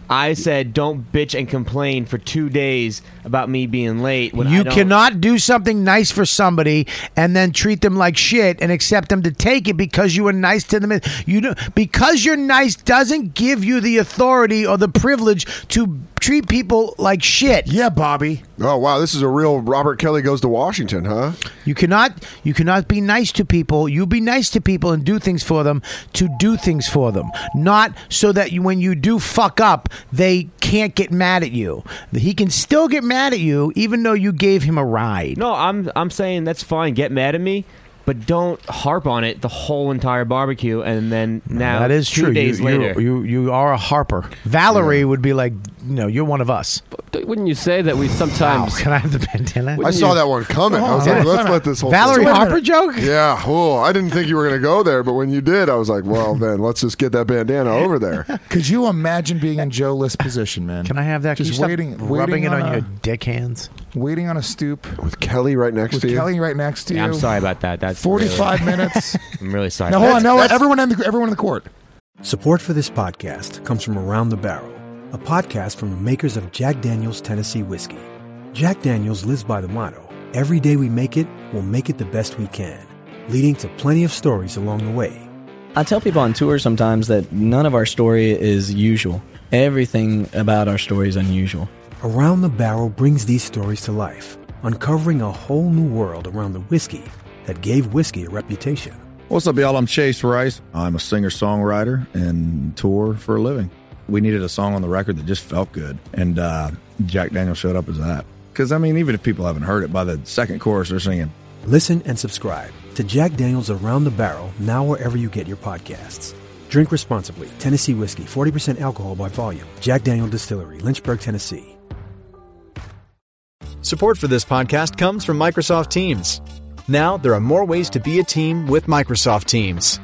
I said don't bitch and complain for two days about me being late. When I you don't- cannot do something nice for somebody and then treat them like shit and accept them to take it because you were nice to them. You know, because you're nice doesn't give you the authority or the privilege to treat people like shit. Yeah, Bobby. Oh wow, this is a real Robert Kelly goes to Washington, huh? You cannot you cannot be nice to people. You be nice to people and do things for them to do things for them, not so that you, when you do fuck up, they can't get mad at you. He can still get mad at you even though you gave him a ride. No, I'm I'm saying that's fine. Get mad at me, but don't harp on it the whole entire barbecue. And then now that is two true. You- Days you, later, you you are a harper. Valerie would be like, no, you're one of us. Oh, wouldn't you say that we sometimes? Can I have the bandana? Oh, I saw that one coming. I was like, let's let this whole Valerie thing- Harper joke. Yeah. Oh, I didn't think you were going to go there, but when you did, I was like, well, then let's just get that bandana over there. Could you imagine being in Joe List's position, man? Can I have that? Can you Just stop waiting, rubbing waiting it on, a- your dick hands. waiting on a stoop with Kelly right next with to you. Kelly right next to Yeah, you. I'm sorry about that. That's 45 really- minutes. I'm really sorry. Now hold on, no, everyone in the everyone in the court. Support for this podcast comes from Around the Barrel, a podcast from the makers of Jack Daniel's Tennessee Whiskey. Jack Daniel's lives by the motto Every day we make it, we'll make it the best we can, leading to plenty of stories along the way. I tell people on tour sometimes that none of our story is usual. Everything about our story is unusual. Around the Barrel brings these stories to life, uncovering a whole new world around the whiskey that gave whiskey a reputation. What's up, y'all? I'm Chase Rice. I'm a singer songwriter and tour for a living. We needed a song on the record that just felt good, and uh, Jack Daniel showed up as that. Because, I mean, even if people haven't heard it, by the second chorus, they're singing. Listen and subscribe to Jack Daniels Around the Barrel now wherever you get your podcasts. Drink responsibly. Tennessee whiskey, 40% alcohol by volume. Jack Daniel Distillery, Lynchburg, Tennessee. Support for this podcast comes from Microsoft Teams. Now, there are more ways to be a team with Microsoft Teams.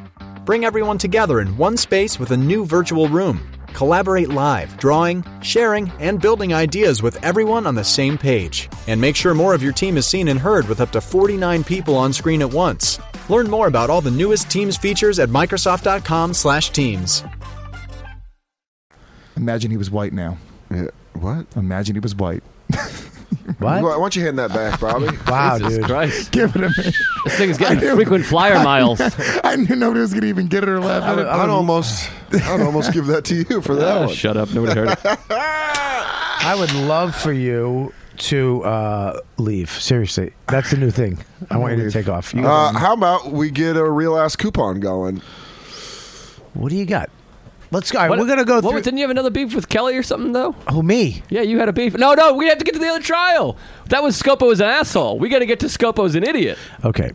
Bring everyone together in one space with a new virtual room. Collaborate live, drawing, sharing, and building ideas with everyone on the same page. And make sure more of your team is seen and heard with up to 49 people on screen at once. Learn more about all the newest Teams features at Microsoft.com/Teams. Imagine he was white now. What? Imagine he was white. Why, why don't you hand that back, Bobby? Jesus Christ. Give it a minute. This thing's I getting knew- frequent flyer miles. I knew nobody was going to even get it or laugh I at would, it. I would almost, I would almost give that to you for that Ah, one. shut up. Nobody heard it. I would love for you to uh, leave. Seriously, that's the new thing. I want you to take off. You- Uh, how about we get a real ass coupon going? What do you got? Let's go. All right, What- we're gonna go what- through. Didn't you have another beef with Kelly or something though? Who me? Yeah, you had a beef. No, no, we have to get to the other trial. That was Scopo is an asshole. We got to get to Scopo's an idiot. Okay,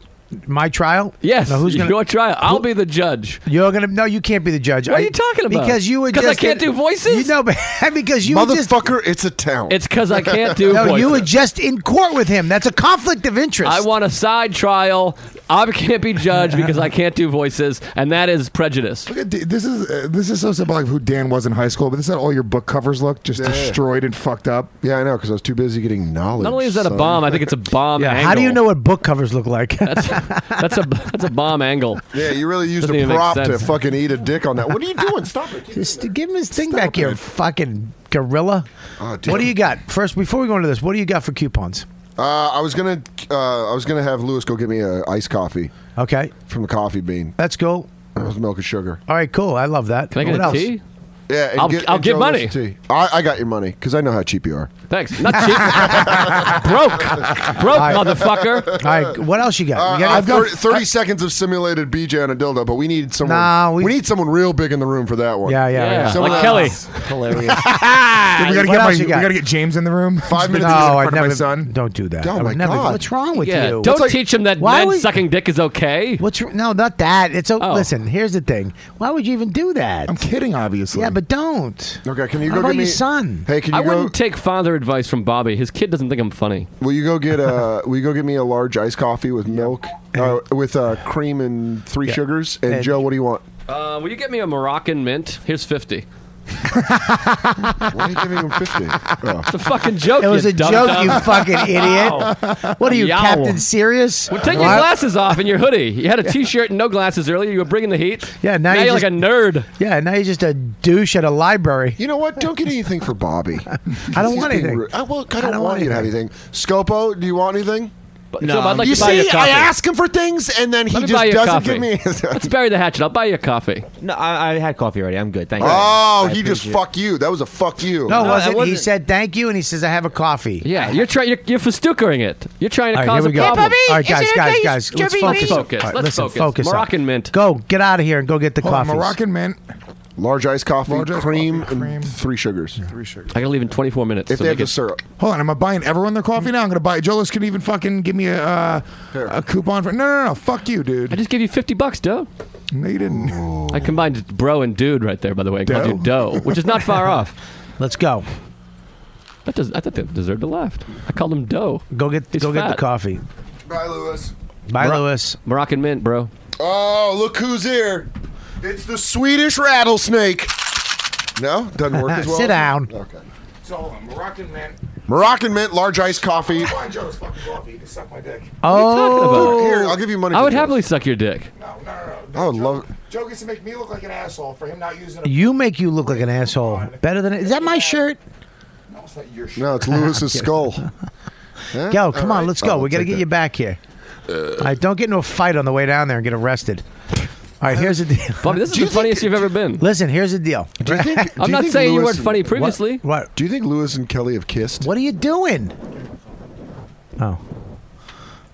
my trial. Yes, Now, who's gonna? your trial. I'll be the judge. You're gonna no. You can't be the judge. What are I- you talking about? Because you were Because just I can't do voices? You know, but because you were just Motherfucker, it's a town. It's because I can't do. no, you voices. were just in court with him. That's a conflict of interest. I want a side trial. I can't be judged because I can't do voices, and that is prejudice. Look at D- This is uh, this is so symbolic of who Dan was in high school, but this is how all your book covers look just Yeah. destroyed and fucked up. Yeah, I know because I was too busy getting knowledge. Not only is that a son. bomb, I think it's a bomb. yeah. angle. Uh, How do you know what book covers look like? That's a that's a bomb angle. Yeah, you really used Doesn't a even make prop to sense. fucking eat a dick on that. What are you doing? Stop it. Just give him his thing back here, fucking gorilla. Oh, damn. what do you got first? Before we go into this, what do you got for coupons? Uh, I was gonna, uh, I was gonna have Lewis go get me a iced coffee. Okay. From the coffee bean. That's cool. With milk and sugar. All right, cool. I love that. Can I get what a else? tea? Yeah, and I'll- get, I'll and give Joe money. Louis tea. I, I got your money because I know how cheap you are. Thanks. Not cheap. broke. Broke, All right. motherfucker. All right, what else you got? Uh, You got I've anything? got 30 seconds of simulated BJ on a dildo, but we need someone. Nah, we- we, need someone real big in the room for that one. Yeah, yeah, uh, yeah. Someone like that- Kelly. Hilarious. Ah, we gotta what get my, else we you got? gotta get James in the room. Five minutes No, in front I of never. my son. Don't do that. Oh I my would never, God. What's wrong with Yeah. you? Don't It's like- teach him that Why men would- sucking dick is okay. What's wr- no, not that. It's a, Oh. listen. Here's the thing. Why would you even do that? I'm kidding, obviously. yeah, but don't. Okay, can you How go about get me your son? Hey, can you I go? wouldn't take father advice from Bobby. His kid doesn't think I'm funny. Will you go get a? will you go get me a large iced coffee with milk, uh, with uh, cream and three sugars? And, And- Joe, what do you want? Uh, will you get me a Moroccan mint? Here's fifty. Why are you giving him fifty? Oh. It's a fucking joke. It was you a dumb joke, dumb. Oh. you fucking idiot. What are you, Yow. Captain Serious? Well, take your What? glasses off and your hoodie. You had a T-shirt and no glasses earlier. You were bringing the heat. Yeah, now now you you're just- like a nerd. Yeah, now you're just a douche at a library. You know what? Don't get anything for Bobby. I don't He's want being anything. rude. I, well, I don't, want, you to have anything. Scopo, do you want anything? But, No, Joe, I'd like you to buy you a see, I coffee. ask him for things, and then he Let me buy just you a doesn't coffee. give me. Let's bury the hatchet. I'll buy you a coffee. No, I, I had coffee already. I'm good. Thank you. oh, I he just appreciate it. fuck you. That was a fuck you. No, it No, wasn't. I He wasn't. said thank you, and he says I have a coffee. Yeah, you're trying. You're, you're festuckering it. You're trying to Ah. All right, cause here we a go. problem. All right, is guys, it guys, okay? guys, Give let's me focus. me? Focus. All right, Let's listen, focus. focus. up. Moroccan mint. Go, get out of here and go get the Hold on, coffees. Moroccan mint. Large iced coffee, Large iced cream, coffee, cream. and three sugars. Three sugars. I gotta leave in 24 minutes. If so they have make the it- syrup. Hold on, am I buying everyone their coffee now? I'm gonna buy. Jolis can even fucking give me a uh, Here. a coupon for. No, no, no, fuck I you, dude. just gave you 50 bucks, dough. No, you didn't. Oh. I combined bro and dude right there, by the way. I called you dough, which is not far off. Let's go. That does, I thought they deserved a left. I called him dough. Go get He's go get the fat. coffee. Bye, Lewis. Bye, Mor- Lewis. Moroccan mint, bro. Oh, look who's here. It's the Swedish rattlesnake. No? Doesn't work as well? Sit down. Okay. So, Moroccan man. Moroccan mint, large iced coffee. Come on, Joe's fucking coffee. You can suck my dick. talking Oh, Here, I'll give you money. I for would this. happily suck your dick. No, no, no, no. I would love Joe gets to make me look like an asshole for him not using a. you make you look like an asshole. Better than is that my shirt? No, it's not your shit. No, it's Lewis's skull. Yeah? Yo, come All on, right. let's go. I'll we got to take get you that. Uh. back here. I don't get into a fight on the way down there and get arrested. All right, here's the deal. Bobby, this is Do you the funniest you've ever been. Listen, here's the deal. Do you think, do I'm not think saying you Lewis weren't and- funny what- previously. What, Do you think Lewis and Kelly have kissed? What are you doing? Oh.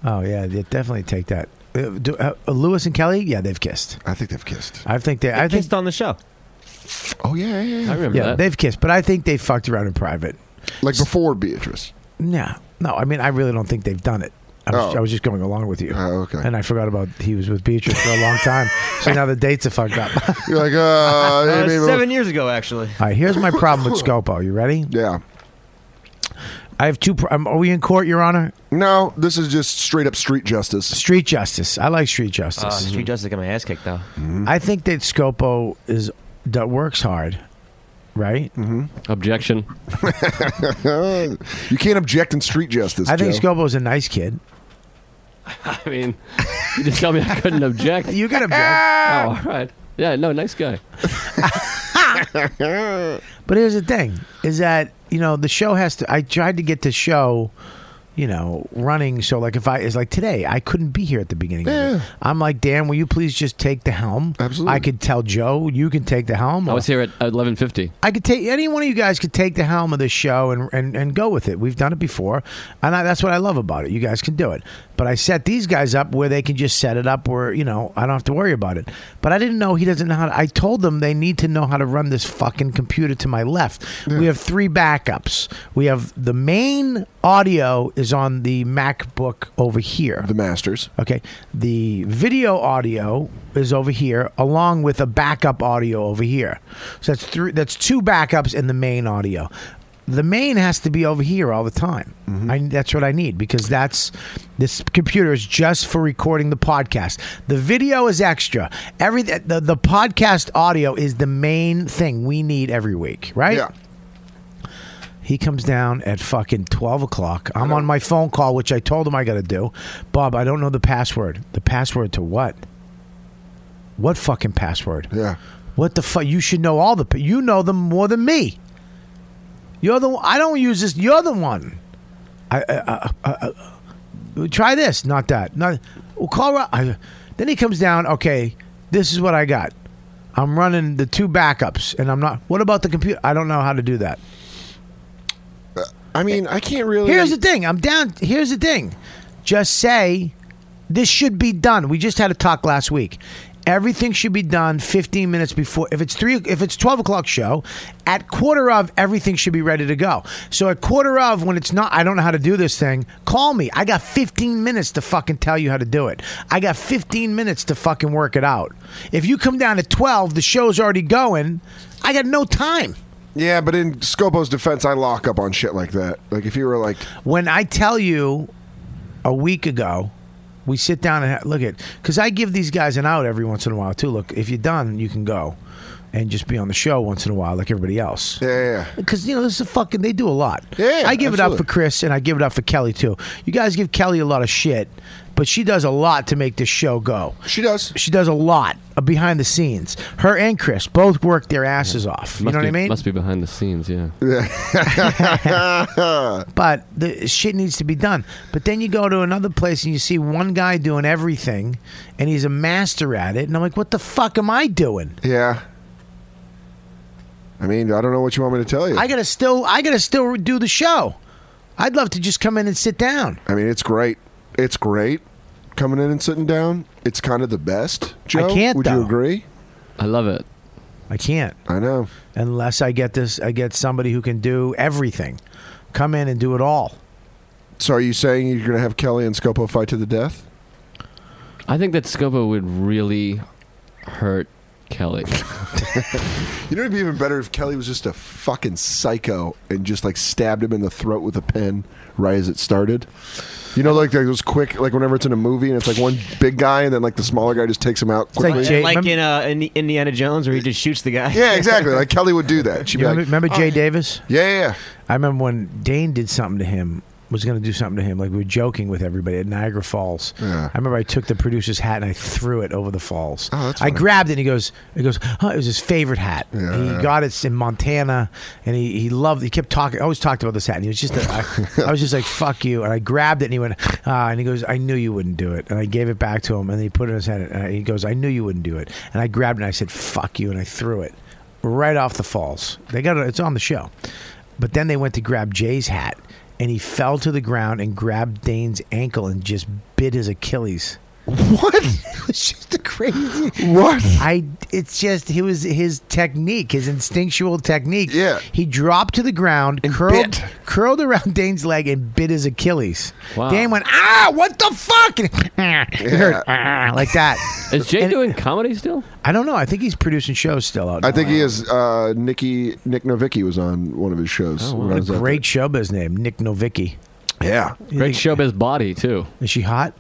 Oh yeah, they definitely take that. Uh, do, uh, Lewis and Kelly, yeah, they've kissed. I think they've kissed. I think they. I think on the show. Oh yeah, yeah, yeah. yeah, they've kissed, but I think they fucked around in private. Like before Beatrice. No, no. I mean, I really don't think they've done it. I was, Oh. I was just going along with you. Oh, okay. And I forgot about he was with Beatrice for a long time, so now the dates are fucked up. You're like, uh, Uh, maybe- seven years ago, actually. All right, here's my problem with Scopo. You ready? Yeah. I have two. Pro- um, are we in court, Your Honor? No, this is just straight up street justice. Street justice. I like street justice. uh-huh. Uh, Street Justice got my ass kicked, though. I think that Scopo is that works hard, right? Mm-hmm. Objection. you can't object in street justice. I think Joe. Scopo's a nice kid. I mean, you just tell me I couldn't object. You can object. oh, all right. Yeah, no, nice guy. But here's the thing: is that you know the show has to. I tried to get the show, you know, running. So like if I is like today, I couldn't be here at the beginning. of it. I'm like Dan, will you please just take the helm? Absolutely. I could tell Joe, you can take the helm. I or- was here at 11:50. I could take any one of you guys could take the helm of this show and and, and go with it. We've done it before, and I, that's what I love about it. You guys can do it, but I set these guys up where they can just set it up where you know I don't have to worry about it. But I didn't know he doesn't know how. To, I told them they need to know how to run this fucking computer to my left. We have three backups. We have the main audio is on the MacBook over here, the Masters. Okay, the video audio is over here, along with a backup audio over here. So that's three. That's two backups in the main audio. The main has to be over here all the time. I, that's what I need because that's this computer is just for recording the podcast. The video is extra. Every the, the podcast audio is the main thing we need every week, right? Yeah. He comes down at fucking 12 o'clock. I'm on my phone call, which I told him I got to do. Bob, I don't know the password. The password to what? What fucking password? Yeah. What the fuck? You should know all the. pa- You know them more than me. You're the. one- I don't use this. You're the one. I. I, I, I, I try this, not that. Not. Well, call. Ro- I, then he comes down. Okay, this is what I got. I'm running the two backups, and I'm not. What about the computer? I don't know how to do that. I mean, I can't really. Here's the thing. I'm down. Here's the thing. Just say this should be done. We just had a talk last week. Everything should be done 15 minutes before. If it's three, if it's 12 o'clock show, at quarter of everything should be ready to go. So at quarter of when it's not, I don't know how to do this thing. Call me. I got 15 minutes to fucking tell you how to do it. I got 15 minutes to fucking work it out. If you come down at 12, the show's already going. I got no time. Yeah, but in Scopo's defense, I lock up on shit like that. Like if you were like, when I tell you a week ago, we sit down and ha- look at because I give these guys an out every once in a while too. Look, if you're done, you can go and just be on the show once in a while like everybody else. Yeah, Because you know this is a fucking they do a lot. Yeah, I give it up absolutely. for Chris and I give it up for Kelly too. You guys give Kelly a lot of shit, but she does a lot to make this show go. She does. She does a lot uh, behind the scenes. Her and Chris both work their asses off. You Must know what I be- mean? Must be behind the scenes, yeah. but the shit needs to be done. But then you go to another place and you see one guy doing everything, and he's a master at it. And I'm like, what the fuck am I doing? yeah. I mean, I don't know what you want me to tell you. I gotta still, I gotta still do the show. I'd love to just come in and sit down. I mean, it's great. It's great coming in and sitting down. It's kind of the best. Joe, can't, Would though. you agree? I love it. I can't. I know. Unless I get this, I get somebody who can do everything, come in and do it all. So, are you saying you're going to have Kelly and Scopo fight to the death? I think that Scopo would really hurt Kelly. You know, it'd be even better if Kelly was just a fucking psycho and just like stabbed him in the throat with a pen right as it started. You know, like those quick, like whenever it's in a movie and it's like one big guy and then like the smaller guy just takes him out quickly. like in, uh, in Indiana Jones, where he just shoots the guy. yeah, exactly. Like Kelly would do that. She'd be You remember, like, remember "Oh, Jay Davis? Yeah, yeah. I remember when Dane did something to him was going to do something to him. Like we were joking with everybody at Niagara Falls. I remember I took the producer's hat and I threw it over the falls. Oh, that's I funny. grabbed it and he goes, he goes, huh, it was his favorite hat. He got it in Montana and he, he loved, he kept talking, always talked about this hat. And he was just, a, I, I was just like, fuck you. And I grabbed it and he went, ah, and he goes, I knew you wouldn't do it. And I gave it back to him and he put it in his hand and he goes, I knew you wouldn't do it. And I grabbed it and I said, fuck you. And I threw it right off the falls. They got it, it's on the show. But then they went to grab Jay's hat, and he fell to the ground and grabbed Dane's ankle and just bit his Achilles. What? it was just a crazy. What? I. It's just he was his technique, his instinctual technique. Yeah. He dropped to the ground, curled, curled around Dane's leg, and bit his Achilles. Wow. Dane went, ah, what the fuck? And it hurt, "Ah," like that. Is Jay doing comedy still? I don't know. I think he's producing shows still out. I think he is. Uh, Nikki Nick Novicki was on one of his shows. Oh, when I what a was out there. great showbiz name, Nick Novicki. Yeah. Great showbiz body too. Is she hot?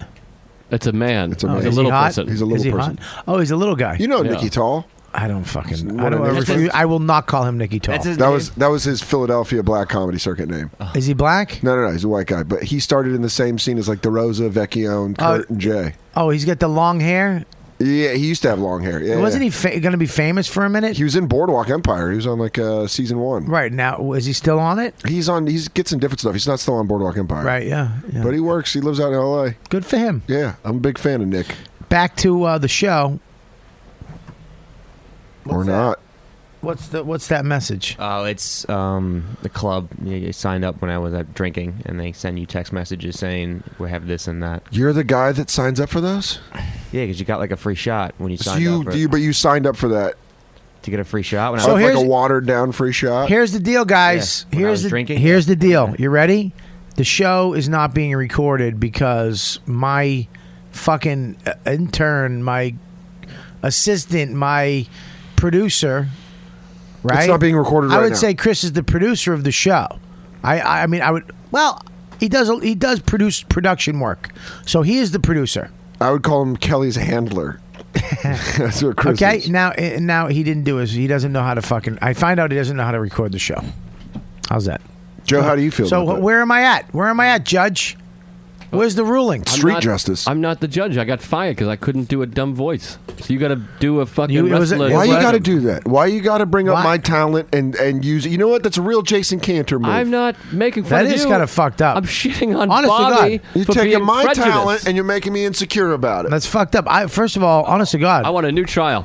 It's a man. It's Oh, is a he little hot? person. Is he hot? Oh, he's a little guy. You know Nicky Tall. I don't fucking. I, one of don't, I, the- refuse, I will not call him Nicky Tall. that was that was his Philadelphia black comedy circuit name. Is he black? No, no, no. He's a white guy, but he started in the same scene as like DeRosa, Vecchione, Uh, Kurt, and Jay. Oh, he's got the long hair. Yeah, he used to have long hair. Yeah, Wasn't he fa- going to be famous for a minute? He was in Boardwalk Empire. He was on like uh, season one. Right now, is he still on it? He's on. He's gets some different stuff. He's not still on Boardwalk Empire. Right, yeah, yeah. But he works. He lives out in L.A. Good for him. Yeah, I'm a big fan of Nick. Back to uh, the show. or not. What's the What's that message? Oh, it's um, the club. You you signed up when I was out drinking, and they send you text messages saying we have this and that. You're the guy that signs up for those. Yeah, because you got like a free shot when you So signed you, up. For you, but you signed up for that. to get a free shot. When So I was here's- like a watered down free shot. Here's the deal, guys. Yeah, when I here's was the drinking. here's the deal. You ready? The show is not being recorded because my fucking uh, intern, my assistant, my producer, right? It's not being recorded I right would now. say Chris is the producer of the show. I, I I mean I would well he does he does produce production work, so he is the producer. I would call him Kelly's handler. That's what Chris okay, is. now eh, now he didn't do his. He doesn't know how to fucking. I find out he doesn't know how to record the show. How's that? Joe, how do you feel? So about wh- where am I at? Where am I at, Judge? Where's the ruling? justice. I'm not the judge. I got fired because I couldn't do a dumb voice. So you got to do a fucking. You- it was a- wrestler. why you impression. got to do that? Why you got to bring Why? up my talent and and use it? You know what? That's a real Jason Cantor move. I'm not making fun That of is you. kinda fucked up. I'm shitting on Honest to Bobby. God. You're for taking being my prejudiced. talent and you're making me insecure about it. That's fucked up. I first of all, honest to God, I want a new trial.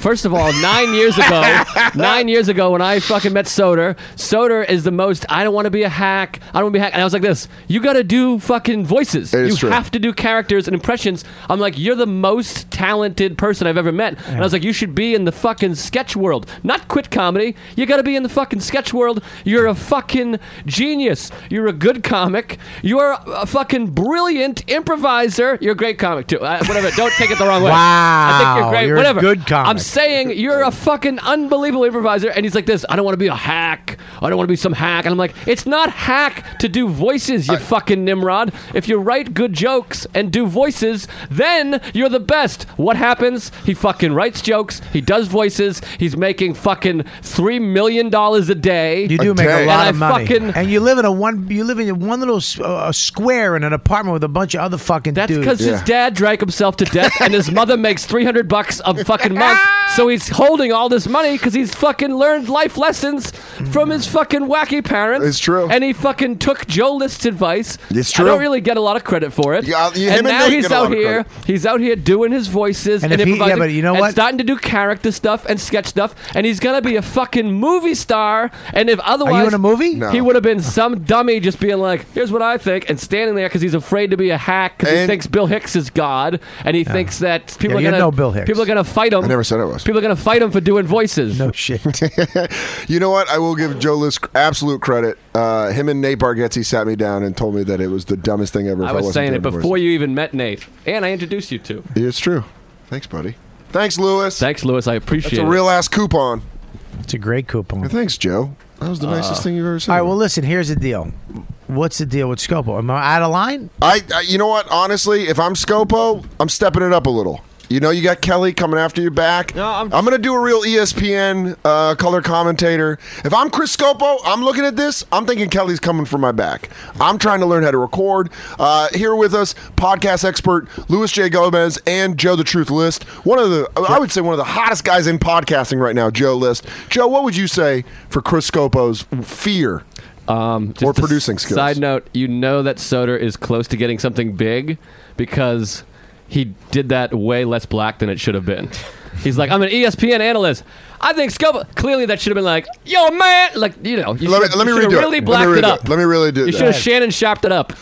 First of all, nine years ago, nine years ago when I fucking met Soder, Soder is the most. I don't want to be a hack. I don't want to be a hack. And I was like this: you got to do fucking voices. It is you true. have to do characters and impressions. I'm like, you're the most talented person I've ever met. And I was like, you should be in the fucking sketch world, not quit comedy. You got to be in the fucking sketch world. You're a fucking genius. You're a good comic. You're a fucking brilliant improviser. You're a great comic too. Uh, whatever. Don't take it the wrong way. I think Wow, you're great. you're a Whatever. good comic. I'm saying you're a fucking unbelievable improviser. And he's like this. I don't want to be a hack. I don't want to be some hack. And I'm like, it's not hack to do voices, you fucking Nimrod. If you write good jokes and do voices, then you're the best. What happens? He fucking writes jokes. He does voices. He's making fucking three million dollars a day. you do make a And lot I of money, fucking- and you live in a one. You live in a one little s- uh, square in an apartment with a bunch of other fucking That's dudes. because his dad drank himself to death, and his mother makes three hundred bucks a fucking month. So he's holding all this money because he's fucking learned life lessons from his fucking wacky parents. It's true. And he fucking took Joe List's advice. It's I don't true. really get a lot of credit for it. Yeah, you- him and and now Nate he's get a lot out of here. He's out here doing his voices And and, if he- yeah, improvising. but you know and what? Starting to do character stuff and sketch stuff, and he's gonna be a fucking movie star. And if otherwise, in a movie? No. He would have been some dummy just being like, "Here's what I think," and standing there because he's afraid to be a hack because he And- thinks Bill Hicks is God, and he thinks that people you are gonna know Bill Hicks. people are gonna fight him. I never said I was. People are gonna fight him for doing voices. No shit. you know what? I will give Joe List absolute credit. Uh, him and Nate Bargatze sat me down and told me that it was the dumbest thing ever. if I was wasn't saying it doing the before you even met Nate, and I introduced you to. voice. It's true. Thanks, buddy. Thanks, Lewis. Thanks, Lewis. I appreciate That's a it. real ass coupon. It's a great coupon. Thanks, Joe. That was the Uh, nicest thing you've ever seen. All right. Well, listen. Here's the deal. What's the deal with Scopo? Am I out of line? I, I, you know what? Honestly, if I'm Scopo, I'm stepping it up a little. You know you got Kelly coming after your back. No, I'm, going to do a real E ESPN uh, color commentator. If I'm Chris Scopo, I'm looking at this. I'm thinking Kelly's coming for my back. I'm trying to learn how to record. Uh, here with us, podcast expert Luis J. Gomez and Joe the Truth List. One of the, I would say, one of the hottest guys in podcasting right now, Joe List. Joe, what would you say for Chris Scopo's fear um, or producing skills? Side note, you know that Soder is close to getting something big because he did that way less black than it should have been. He's like, I'm an E ESPN analyst. I think Scopa. Clearly, that should have been like, yo, man. Like, you know, you Let me- should have- let me you should have redo it. really Let me blacked redo it it. up. Let me really do You it. should have Yeah. Shannon shopped it up.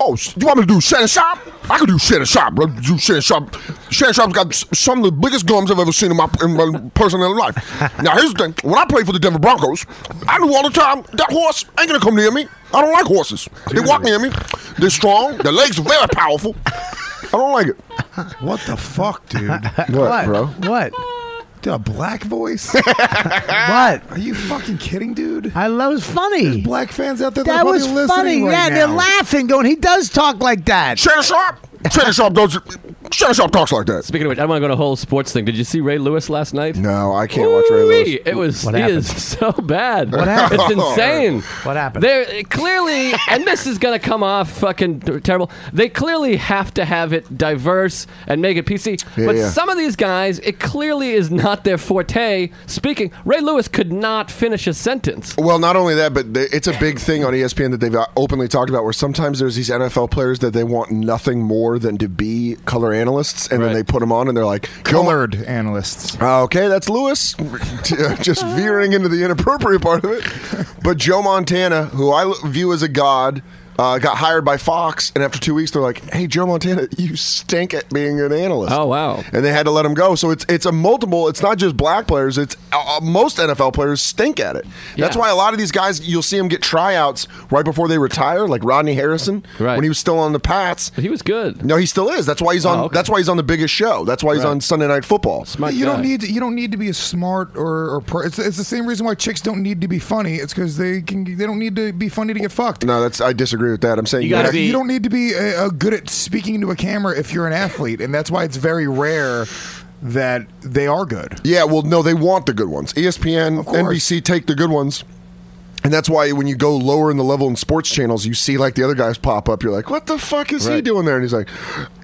Oh, s- you want me to do Shannon Sharp? I can do Shannon Sharp. bro. Do Shannon Sharp. Shannon Sharp's got s- some of the biggest gums I've ever seen in my, in my personal life. Now, here's the thing. When I played for the Denver Broncos, I knew all the time that horse ain't going to come near me. I don't like horses. They walk near me. They're strong. Their legs are very powerful. I don't like it. What the fuck, dude? What, bro? What? Dude, a black voice? what? Are you fucking kidding, dude? I love it's funny. There's black fans out there that, That are probably was listening funny. right yeah, now. they're laughing, going, he does talk like that. Shannon Sharp? Shannon Sharp goes. Shannon Sharp talks like that. Speaking of which, I want to go to a whole sports thing. Did you see Ray Lewis last night? No, I can't watch Ray Lewis. It was What he happened? is so bad. What happened? It's insane. What happened? They're clearly, and this is gonna come off fucking ter- terrible. They clearly have to have it diverse and make it PC. Yeah, but yeah. some of these guys, it clearly is not their forte. Speaking, Ray Lewis could not finish a sentence. Well, not only that, but they, it's a big thing on E ESPN that they've uh, openly talked about. Where sometimes there's these NFL players that they want nothing more than to be color analysts, and then they put them on, and they're like Colored analysts. Okay, that's Lewis, uh, just veering into the inappropriate part of it. But Joe Montana, who I l- view as a god. Uh, got hired by Fox, and after two weeks, they're like, "Hey, Joe Montana, you stink at being an analyst." Oh, wow! And they had to let him go. So it's it's a multiple. It's not just black players. It's uh, most NFL players stink at it. That's Yeah. why a lot of these guys, you'll see them get tryouts right before they retire, like Rodney Harrison Right. when he was still on the Pats. He was good. No, he still is. That's why he's on. Oh, okay. That's why he's on the biggest show. That's why he's Right. on Sunday Night Football. you don't need to, you don't need to be a smart or, or pro, it's, it's the same reason why chicks don't need to be funny. It's because they can they don't need to be funny to get fucked. No, that's I disagree with that. I'm saying You, gotta you don't need to be uh, uh, good at speaking into a camera if you're an athlete, and that's why it's very rare that they are good. Yeah, well, no, they want the good ones. E ESPN, NBC take the good ones. And that's why when you go lower in the level in sports channels, you see like the other guys pop up. You're like, what the fuck is he Right. doing there? And he's like,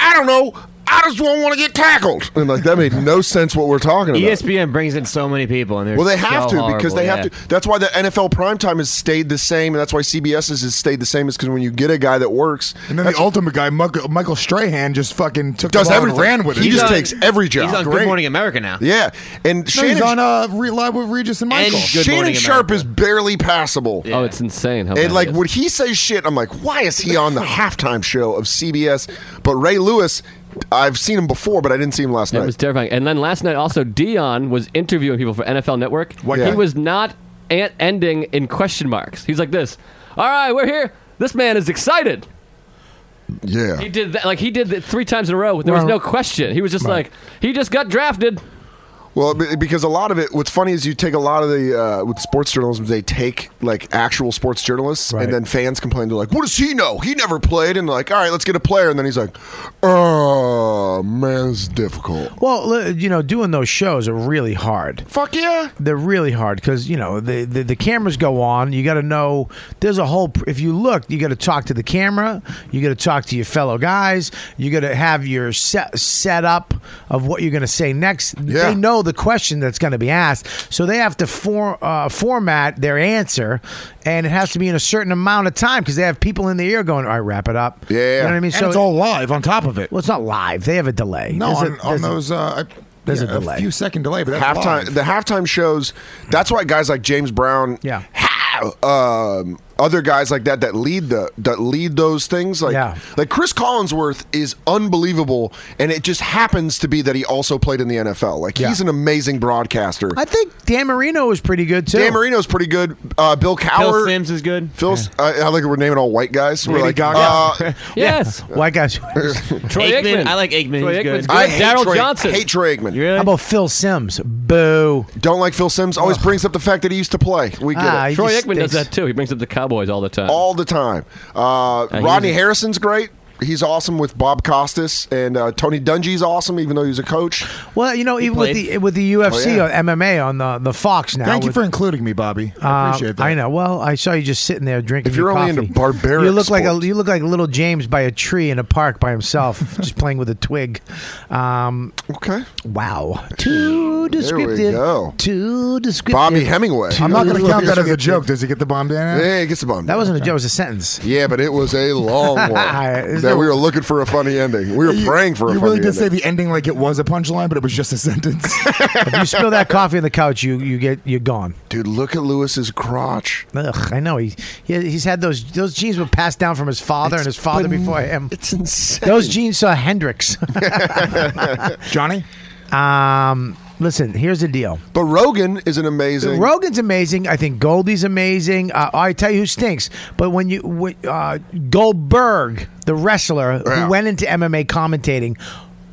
I don't know. I just don't want to get tackled. And like that made no sense what we're talking E about. ESPN brings in so many people, and they're Well, they have to so because horrible, they have yeah. to. That's why the NFL primetime has stayed the same, and that's why CBS's has stayed the same. Is because when you get a guy that works, And then that's- the ultimate guy, Michael, Michael Strahan, just fucking took does the ball and everything, ran with it. he just takes every job. He's on Good Great. Morning America now. Yeah, and No, Shannon he's on uh, Re- Live with Regis and Michael. Shannon Sharp is barely passable. Oh, it's insane. How bad and like he is. when he says shit, I'm like, why is he on the halftime show of CBS? But Ray Lewis, I've seen him before, but I didn't see him last It night. was terrifying. And then last night, also Dion was interviewing people for NFL Network. Yeah. He was not an- ending in question marks. He's like this. All right, we're here. This man is excited. Yeah. He did that. Like he did that three times in a row. There was Well- no question. He was just like he just got drafted. Well, be- because a lot of it, what's funny is you take a lot of the uh, with sports journalism, they take like actual sports journalists, and then fans complain. They're like, "What does he know? He never played." And like, "All right, let's get a player." And then he's like, "Oh man, it's difficult." Well, li- you know, doing those shows are really hard. Fuck yeah, they're really hard because you know the, the the cameras go on. You got to know there's a whole. pr- If you look, you got to talk to the camera. You got to talk to your fellow guys. You got to have your set set up of what you're going to say next. They know the question that's going to be asked, so they have to for, uh, format their answer, and it has to be in a certain amount of time because they have people in the ear going, "All right, wrap it up." you know what I mean. And it's all live on top of it. Well, it's not live. They have a delay. No, There's a- on, on there's a- those. Uh, I- there's a yeah, delay. A few second delay, but that's halftime, live. the halftime shows. That's why guys like James Brown, yeah, um, other guys like that that lead the that lead those things. Like Yeah. like Chris Collinsworth is unbelievable, and it just happens to be that he also played in the NFL. Like he's an amazing broadcaster. I think Dan Marino was pretty good too. Dan Marino's pretty good. Uh, Bill Cowher. Phil Sims is good. Phil, I, I like we're naming all white guys. We're Lady like, Gaga. uh, yes, white guys. Troy Aikman. I like Aikman. Troy He's good. Aikman's good. I hate Daryl Troy- Johnson. hate Troy Aikman. How about Phil Sims? Boo. Don't like Phil Sims. Always brings up the fact that he used to play. We get Ah, it. he Troy Aikman does that too. He brings up the Cowboys all the time. all the time. Uh, he Rodney was a- Harrison's great. He's awesome with Bob Costas and uh, Tony Dungy's awesome, even though he's a coach. Well, you know, even with the with the UFC Oh, or MMA on the, the Fox now. Thank you with- for including me, Bobby. Um, I Uh, appreciate that. I know. Well, I saw you just sitting there drinking. If you're your only into coffee. barbaric you look like sports. a you look like little James by a tree in a park by himself, just playing with a twig. Um, okay. Wow. Too There we descriptive. go. Too descriptive. I'm not going Too to count that as a descriptive. joke. Does he get the bomb down? Yeah, he gets the bomb. That wasn't a joke. It was a sentence. Yeah, but it was a long one. that Is there- we were looking for a funny ending. We were praying for a You funny really did ending. say the ending like it was a punchline, but it was just a sentence. if you spill that coffee on the couch, you you get you're gone. Dude, look at Lewis's crotch. Ugh, I know he, he he's had those those genes were passed down from his father and his father been- before him. It's insane. Those genes saw Hendrix. Johnny. Um, listen, here's the deal. But Rogan is an amazing. Rogan's amazing. I think Goldie's amazing. Uh, I tell you who stinks. But when you when, uh, Goldberg, the wrestler who went into MMA commentating.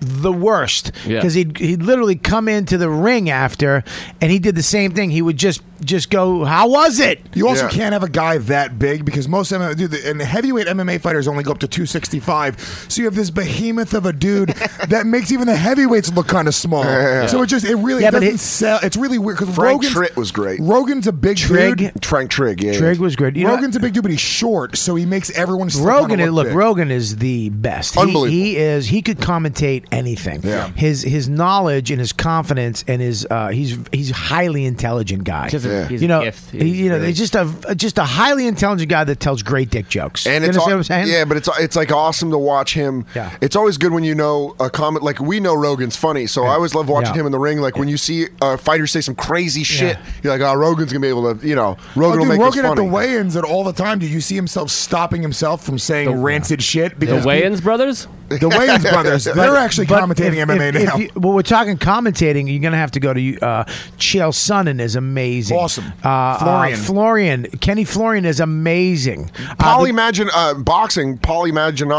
The worst, Yeah. because he'd he'd literally come into the ring after, and he did the same thing. He would just just go, "How was it?" You also can't have a guy that big because most MMA, dude, the- and the heavyweight MMA fighters only go up to 265. So you have this behemoth of a dude that makes even the heavyweights look kind of small. Yeah. So it just it really Yeah, it but doesn't it- sell. It's really weird because Frank Rogan's, Tritt was great. Rogan's a big Trig. dude. Frank Trigg, yeah. Trig was good. You know- Rogan's a big dude, but he's short, so he makes everyone. Still Rogan, kinda is, look, big. Rogan is the best. He- Unbelievable. He, is. He could commentate anything. Yeah. His his knowledge and his confidence and his uh, he's he's a highly intelligent guy. He's a- Yeah. he's a You know, gift. he- you know, he's just a just a highly intelligent guy that tells great dick jokes. And you it's understand al- what I'm saying? yeah, but it's it's like awesome to watch him. Yeah. it's always good when you know a comment like we know Rogan's funny, so I always love watching Yeah. him in the ring. Like when you see a fighter say some crazy shit, Yeah. you're like, oh, Rogan's gonna be able to, you know, Rogan will oh, dude, make Rogan this at the funny. weigh-ins and all the time. Do you see himself stopping himself from saying rancid shit? The Wayans brothers? The Wayans brothers, But- they're actually but commentating if- MMA if- if now. you- well, we're talking commentating. You're going to have to go to uh, Chael Sonnen is amazing. Awesome. Uh, uh, Florian. Florian. Kenny Florian is amazing. Uh, Polly Magin, uh, boxing, Polly Magin-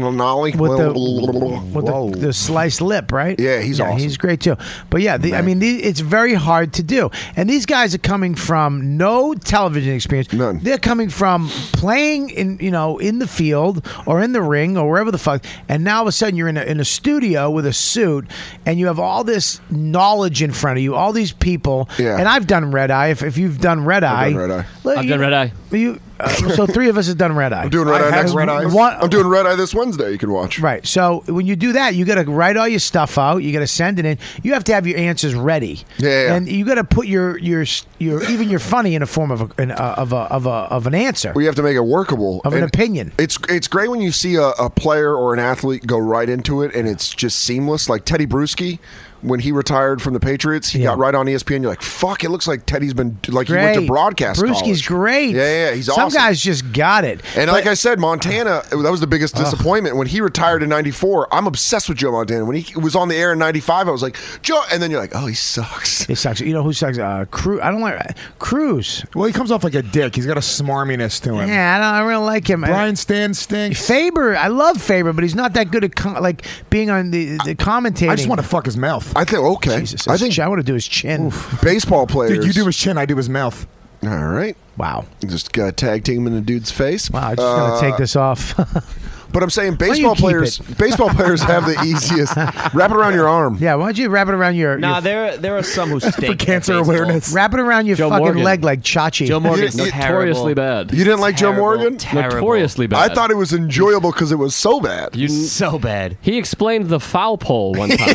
Maginoli. with the with the, the sliced lip, right? Yeah, he's awesome. He's great too. But yeah, the, I mean, the, it's very hard to do. And these guys are coming from no television experience. None. They're coming from playing in you know in the field or in the ring or wherever the fuck. And now all of a sudden you're in a, in a studio with a suit and you have all this knowledge in front of you, all these people. Yeah. And I've done red eye. If, if you've done red eye, done Red Eye. Look, I've you- done red eye. You, uh, so three of us have done red eye. I'm doing red eye next. One- I'm doing red eye this Wednesday. You can watch. Right. So when you do that, you got to write all your stuff out. You got to send it in. You have to have your answers ready. Yeah, yeah. And you got to put your your your even your funny in a form of a, in a of a of a of an answer. We have to make it workable. Of an opinion. It's it's great when you see a, a player or an athlete go right into it and it's just seamless. Like Teddy Bruschi, when he retired from the Patriots, he got right on E ESPN. You're like, fuck, it looks like Teddy's been like he went to Great. broadcast. Bruschi's college. great. Yeah, yeah, yeah, he's Some awesome. guys just got it. And like I said, Montana, that was the biggest disappointment. When he retired in 94, I'm obsessed with Joe Montana. When he was on the air in 95, I was like, Joe. And then you're like, oh, he sucks. It sucks. You know who sucks? Uh, Cruz. I don't like Cruz. Well, he comes off like a dick. He's got a smarminess to him. Yeah, I don't. I really like him. Uh, Brian Stan stinks. Faber, I love Faber, but he's not that good at com- like being on the the commentating. I just want to fuck his mouth. I think, okay. I think I want to do his chin. Baseball players. Dude, you do his chin, I do his mouth. All right. Wow. Just got tag team in the dude's face. Wow, I'm just gonna Uh, take this off. But I'm saying don't you baseball keep players it? baseball players have the easiest. Wrap it around your arm. yeah, why don't you wrap it around your Nah, your there there are some who stink For at cancer baseball. awareness. Wrap it around your Joe fucking Morgan. leg like Chachi. Joe Morgan's You- you- notoriously bad. You didn't like Joe Terrible, Morgan? terrible. Notoriously bad. I thought it was enjoyable because it was so bad. You, so bad. He explained the foul pole one time.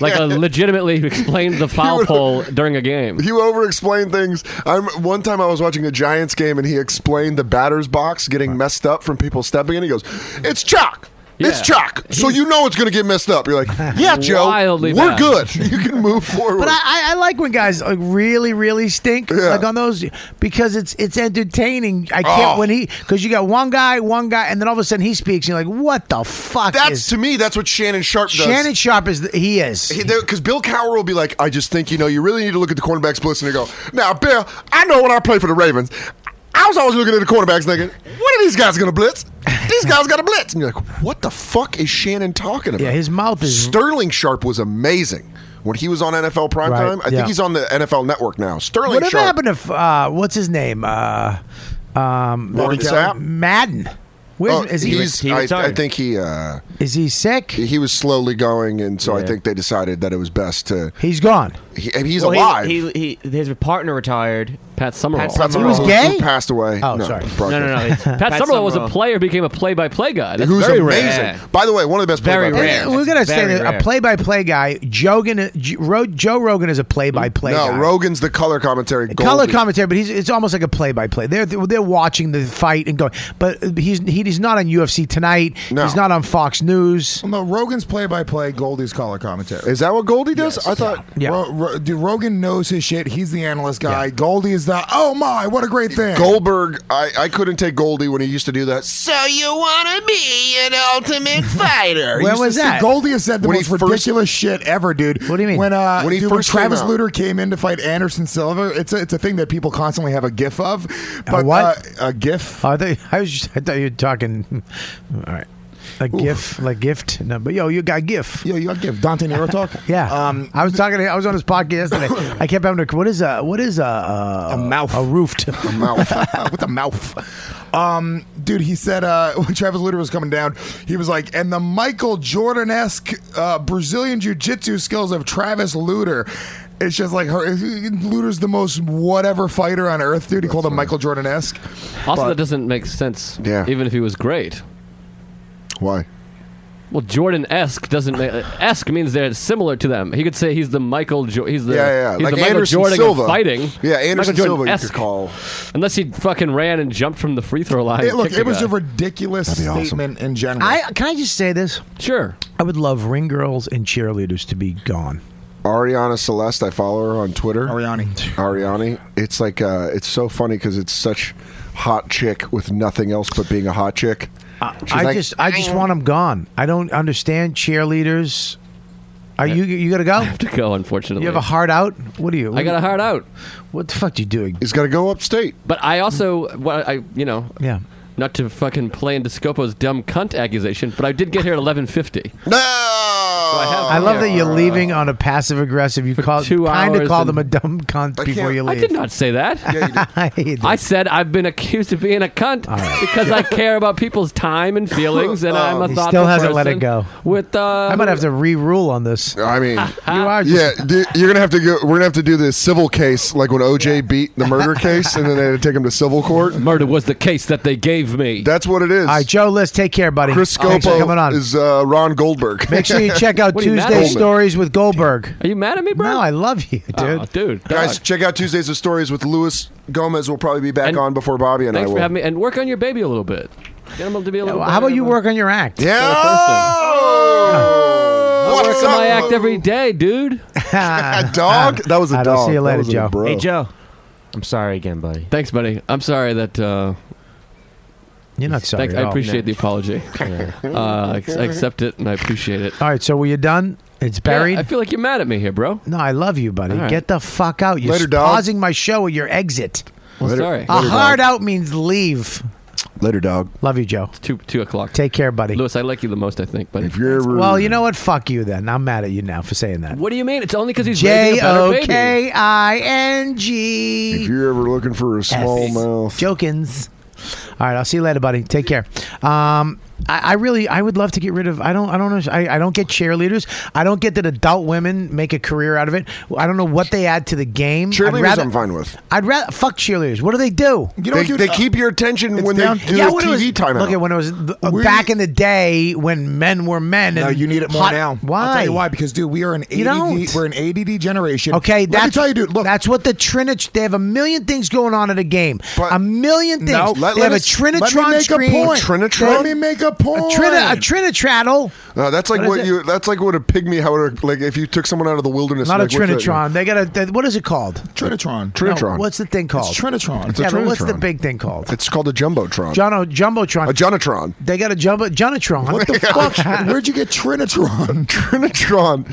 Like, uh, legitimately explained the foul pole during a game. You over-explain things. I'm one time I was watching a Giants game and he explained the batter's box getting messed up from people stepping in. He goes, "It's chalk." It's Yeah. chalk, so you know it's going to get messed up. You're like, yeah, Joe, Wildly we're bad. good. You can move forward. But I, I, I like when guys like really, really stink like on those because it's it's entertaining. I can't Oh. when he because you got one guy, one guy, and then all of a sudden he speaks. And you're like, what the fuck? that's is to me. That's what Shannon Sharp does. Shannon Sharp is the, he is. because Bill Cowher will be like, I just think you know, you really need to look at the cornerbacks blitz and they go, now Bill, I know when I play for the Ravens, I was always looking at the cornerbacks thinking, what are these guys gonna blitz? These guys got to blitz, and you're like, what the fuck is Shannon talking about? Yeah, his mouth is- Sterling Sharp was amazing when he was on NFL Primetime. Right, I think yeah. he's on the NFL Network now. Sterling Whatever Sharp. happened to uh, what's his name? Uh, um, Warren Sapp? Madden. Where's- is he- Oh, he's- He I, I retired. think he. Uh, is he sick? He was slowly going, and so I Yeah. think they decided that it was best to. He's gone. He, I mean, he's Well, he- alive. He, he, his partner retired. Pat Summerall. Pat Summerall, who- Who passed away. Oh, no, sorry. Brock No, no, no. Lesnar. it's- Pat, Summerall was a player, became a play-by-play guy. That's Who's very amazing. Rare. By the way, one of the best Very play-by-play rare. guys. We're gonna say Very that rare. a play-by-play guy. Jogan, J- Ro- Joe Rogan is a play-by-play. no, guy. Rogan's the color commentary. color Goldie. commentary, but he's it's almost like a play by play. They're they're watching the fight and going, but he's he, he's not on UFC tonight. He's not on Fox News. Well, no, Rogan's play-by-play, Goldie's color commentary. Is that what Goldie does? I thought. Yeah. Ro- Ro- dude, Rogan knows his shit. He's the analyst guy. Goldie is the. Oh my, what a great thing. Goldberg, I, I couldn't take Goldie when he used to do that. So you want to be an ultimate fighter? Where was that? Goldie has said the When he most ridiculous shit ever, dude. What do you mean? When uh, When he dude, first came Travis out. Luter came in to fight Anderson Silva, it's a, it's a thing that people constantly have a gif of. But what? Uh, a gif? I thought, I, was just, I thought you were talking. All right. A gif, like gift. No, but yo, you got gif. Yo, you got gif. Dante Nero talk. yeah. Um, I was talking. To, I was on his podcast yesterday. I kept having to. What is a what is a a, a mouth a roofed a mouth with a mouth. Um, dude, he said uh, when Travis Luter was coming down, he was like, "And the Michael Jordan esque uh, Brazilian jiu jitsu skills of Travis Luter." It's just like her. Luter's the most whatever fighter on earth, dude. He called him Michael Jordan esque. Also, that doesn't make sense. Yeah. Even if he was great. Why? Well, Jordan esque doesn't make esque means they're similar to them. He could say he's the Michael. Jo- he's the Yeah, yeah, yeah. He's Like the Michael Anderson Jordan Silva. of fighting. Yeah, Anderson Michael Jordan Silva you could esque. call. Unless he fucking ran and jumped from the free throw line. It- and look, kicked it was guy. a ridiculous That'd be awesome. statement in general. I can I just say this? Sure. I would love ring girls and cheerleaders to be gone. Ariana Celeste, I follow her on Twitter. Ariani. Ariani. It's like uh, it's so funny because it's such hot chick with nothing else but being a hot chick. Uh, She's I like- just I just want them gone. I don't understand cheerleaders. Are you you gotta go? to go. Unfortunately, You have a heart out. What are you? I got a heart out. What the fuck do you doing? He's got to go upstate. But I also, well, I you know, yeah. Not to fucking play into Scopo's dumb cunt accusation, but I did get here at eleven fifty. No, Oh. I love that you're leaving on a passive aggressive. You call two kind of hours call and- them a dumb cunt before you I leave. did not say that. I hate I said I've been accused of being a cunt because I care about people's time and feelings, and I'm a Oh, He thoughtful still hasn't let it person go. With uh, I might have to re-rule on this. I mean, you are yeah, just, d- you're gonna have to go. We're gonna have to do this civil case, like when OJ beat the murder case, and then they had to take him to civil court. Murder was the case that they gave me. That's what it is. All right, Joe, let's take care, buddy. Chris Thanks for Scopo coming on. is uh, Ron Goldberg. Make sure you check out What are you mad Tuesday at? Stories with Goldberg. Are you mad at me, bro? Oh, No, I love you, dude. dude, guys, check out Tuesdays of Stories with Louis Gomez. We'll probably be back on before Bobby and I Thanks will. for having me, and work on your baby a little bit. Get him to be a little. How about you work on your act? I What's work on up, my act every day, dude. dog? That was a I'll dog. Ah, see you That later, was a Joe. bro. Hey, Joe. I'm sorry again, buddy. Thanks, buddy. I'm sorry that. Uh, You're not sorry Oh. thank- at I all. appreciate the No. apology. uh, I ex- I accept it, and I appreciate it. All right, so were you done? It's Yeah, buried. I feel like you're mad at me here, bro. no, I love you, buddy. All right. Get the fuck out. You're Later, dog. pausing my show at your exit. Well, Later- sorry. A later, hard dog. out means leave. Later, dog. Love you, Joe. Two two o'clock. Take care, buddy. Lewis, I like you the most, I think. But if you're Well, you know what? Fuck you then. I'm mad at you now for saying that. what do you mean? It's only because he's J raising a better O baby. K I N G. If you're ever looking for a small mouth, Jokins. All right, I'll see you later, buddy. Take care. Um, I, I really, I would love to get rid of. I don't, I don't know. I, I don't get cheerleaders. I don't get that adult women make a career out of it. I don't know what they add to the game. I'd Cheerleaders, rather- I'm fine with. I'd rather fuck cheerleaders. What do they do? You know what, They- dude, they uh, keep your attention it's when they down- do the when it was- TV timeout. Look at when it was th- We- back in the day when men were men. No, and you need it more hot- now. Why? I'll tell you why. Because dude, we are an You ADD. don't. We're an ADD generation. Okay, Let me that's tell you, dude. Look, that's what the Trinitron. They have a million things going on at a game. a million things. No, let- they let have a us- let me Trinitron make a screen. point. Trinitron? Let me make a point. A, Trini- a Trinitraddle. No, Uh, that's like What what, is it? you. That's like what a pygmy. How would a- like if you took someone out of the wilderness. Not a like, what's that? Trinitron. They got a. they- what is it called? Trinitron. Trinitron. No, what's the thing called? It's Trinitron. It's a yeah, but what's Trinitron. the big thing called? It's called a jumbotron. Jono, jumbotron. a jonatron. they got a jumbo Jonatron. What the fuck? Where'd you get Trinitron? Trinitron.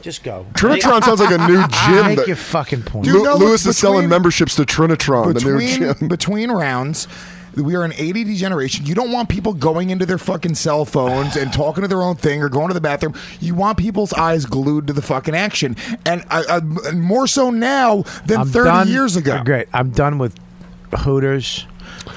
Just go. Trinitron sounds like a new gym. Make that- your fucking point. Lu- Lewis is selling memberships to Trinitron, the new gym. between, between rounds. We are an ADD generation. You don't want people going into their fucking cell phones and talking to their own thing or going to the bathroom. You want people's eyes glued to the fucking action, and I, I, and more so now than I'm thirty done- years ago. Great. I'm done with Hooters.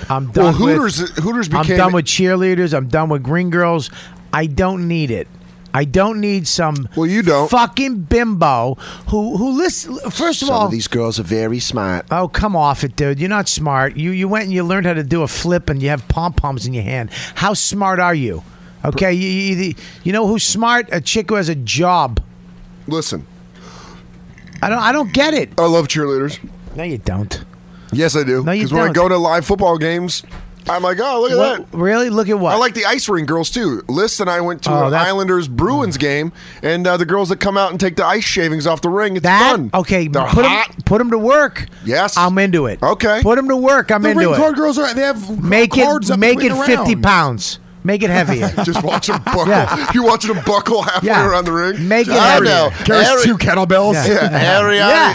I'm Well, done. Hooters- with, Hooters I'm became- done with cheerleaders. I'm done with green girls. I don't need it. I don't need some. Well, you don't fucking bimbo who who listen. First of Some all, of these girls are very smart. Oh, come off it, dude. You're not smart. You you went and you learned how to do a flip and you have pom poms in your hand. How smart are you? Okay, you, you, you know who's smart? A chick who has a job. Listen. I don't I don't get it. I love cheerleaders. No, you don't. Yes, I do. No, you Because when I don't. go to live football games, I'm like, oh, look at What- that. Really? Look at what? I like the ice ring girls too. List and I went to Oh, Hmm. an that- Islanders Bruins game, and uh, the girls that come out and take the ice shavings off the ring. It's fun. Okay, they're put hot. Them, put 'em to work. Yes, I'm into it. Okay, put them to work. I'm the into ring it. card girls are they have make cards it up make it between the 50 round. pounds. Make it heavier. Just watch them buckle. Yeah. You're watching them buckle halfway Yeah. around the ring. Make it I heavier. know. Carries two kettlebells. Yeah. Yeah.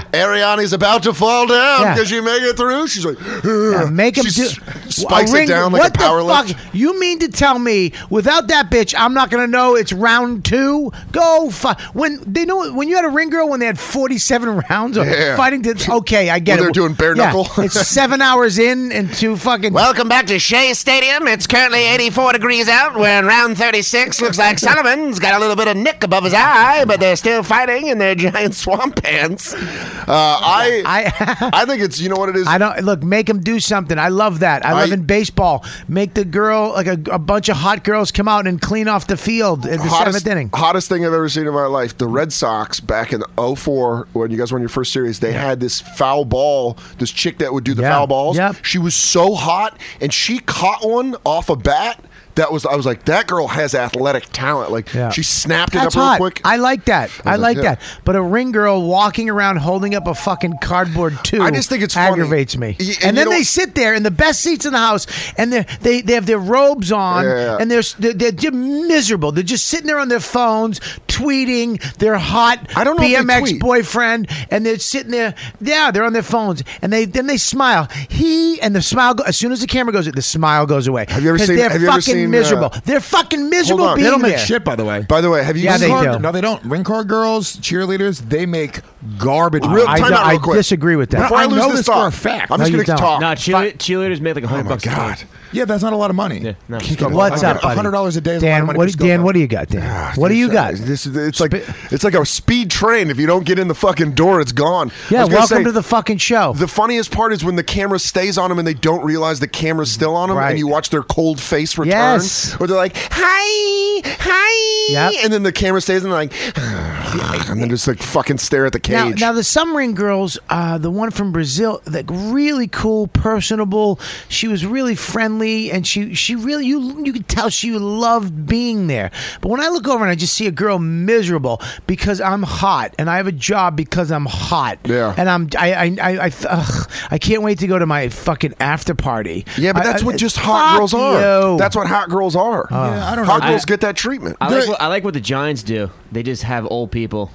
Ariani, Ariani's about to fall down. Yeah. Does she make it through? She's like, Yeah, Uh, make him uh, She do. s- spikes a it down like what a power the fuck? lift. You mean to tell me without that bitch, I'm not gonna know it's round two? Go fuck. When they know when you had a ring girl when they had 47 rounds of Yeah. fighting to. Okay, I get When it. they're doing bare Yeah, knuckle. it's seven hours in and two fucking. Welcome back to Shea Stadium. It's currently 84 degrees out. We're in round 36. Looks like Solomon's got a little bit of nick above his eye, but they're still fighting in their giant swamp pants. Uh, I, I, I think it's you know what it is. I don't look. Make them do something. I love that. I, love in baseball. Make the girl like a, a bunch of hot girls come out and clean off the field in the hottest, seventh inning. hottest thing I've ever seen in my life. The Red Sox back in 04, when you guys won your first series, they had this foul ball, this chick that would do the foul balls. She was so hot, and she caught one off a bat. That was I was like, that girl has athletic talent. Like Yeah. she snapped it That's up real hot. quick. I like that. I, like, like yeah. that. But a ring girl walking around holding up a fucking cardboard tube. I just think it's funny. aggravates me. Y- and And, you then know- they sit there in the best seats in the house, and they they they have their robes on, Yeah. and they're, s- they're they're just miserable. They're just sitting there on their phones, tweeting their hot I don't know if they BMX tweet. boyfriend, and they're sitting there. Yeah, they're on their phones, and they then they smile. He and the smile. Go, as soon as the camera goes, the smile goes away. Have you ever seen- They're have fucking you ever seen, uh, miserable. they're fucking miserable. They being don't make there. shit, by the way. By the way, have you Yeah, Ring they card- do. No, they don't. Ring card girls, cheerleaders, they make garbage. Real- I time don't- out real I quick. disagree with that. Before I, know this this thought. for a fact. I'm No, just you gonna don't. talk. Nah, cheerle- cheerleaders make like a Oh, hundred bucks. God. Yeah, that's not a lot of money. Yeah, no. What's up, buddy? hundred dollars a day. Is Dan, a lot of money what, for do- Scopo. Dan, what do you got, Dan? Ah, what do you got? This is it's like it's like a speed train. If you don't get in the fucking door, it's gone. I Yeah, was gonna welcome say, to the fucking show. The funniest part is when the camera stays on them and they don't realize the camera's still on them, and Right. you watch their cold face return. Yes. Or they're like, "Hi, hi," Yep. and then the camera stays and they're like, "Ah," and then just like fucking stare at the Now, cage. now the Summering girls, uh, the one from Brazil, like really cool, personable. She was really friendly, and she she really you you could tell she loved being there. But when I look over and I just see a girl miserable because I'm hot and I have a job because I'm hot, Yeah. and I'm I I I I, ugh, I can't wait to go to my fucking after party. yeah, but I- that's I- what just hot fuck girls are. you. Uh. That's what hot girls are. Yeah, I don't hot know. girls I- get that treatment. I like, what, I like what the Giants do. They just have old people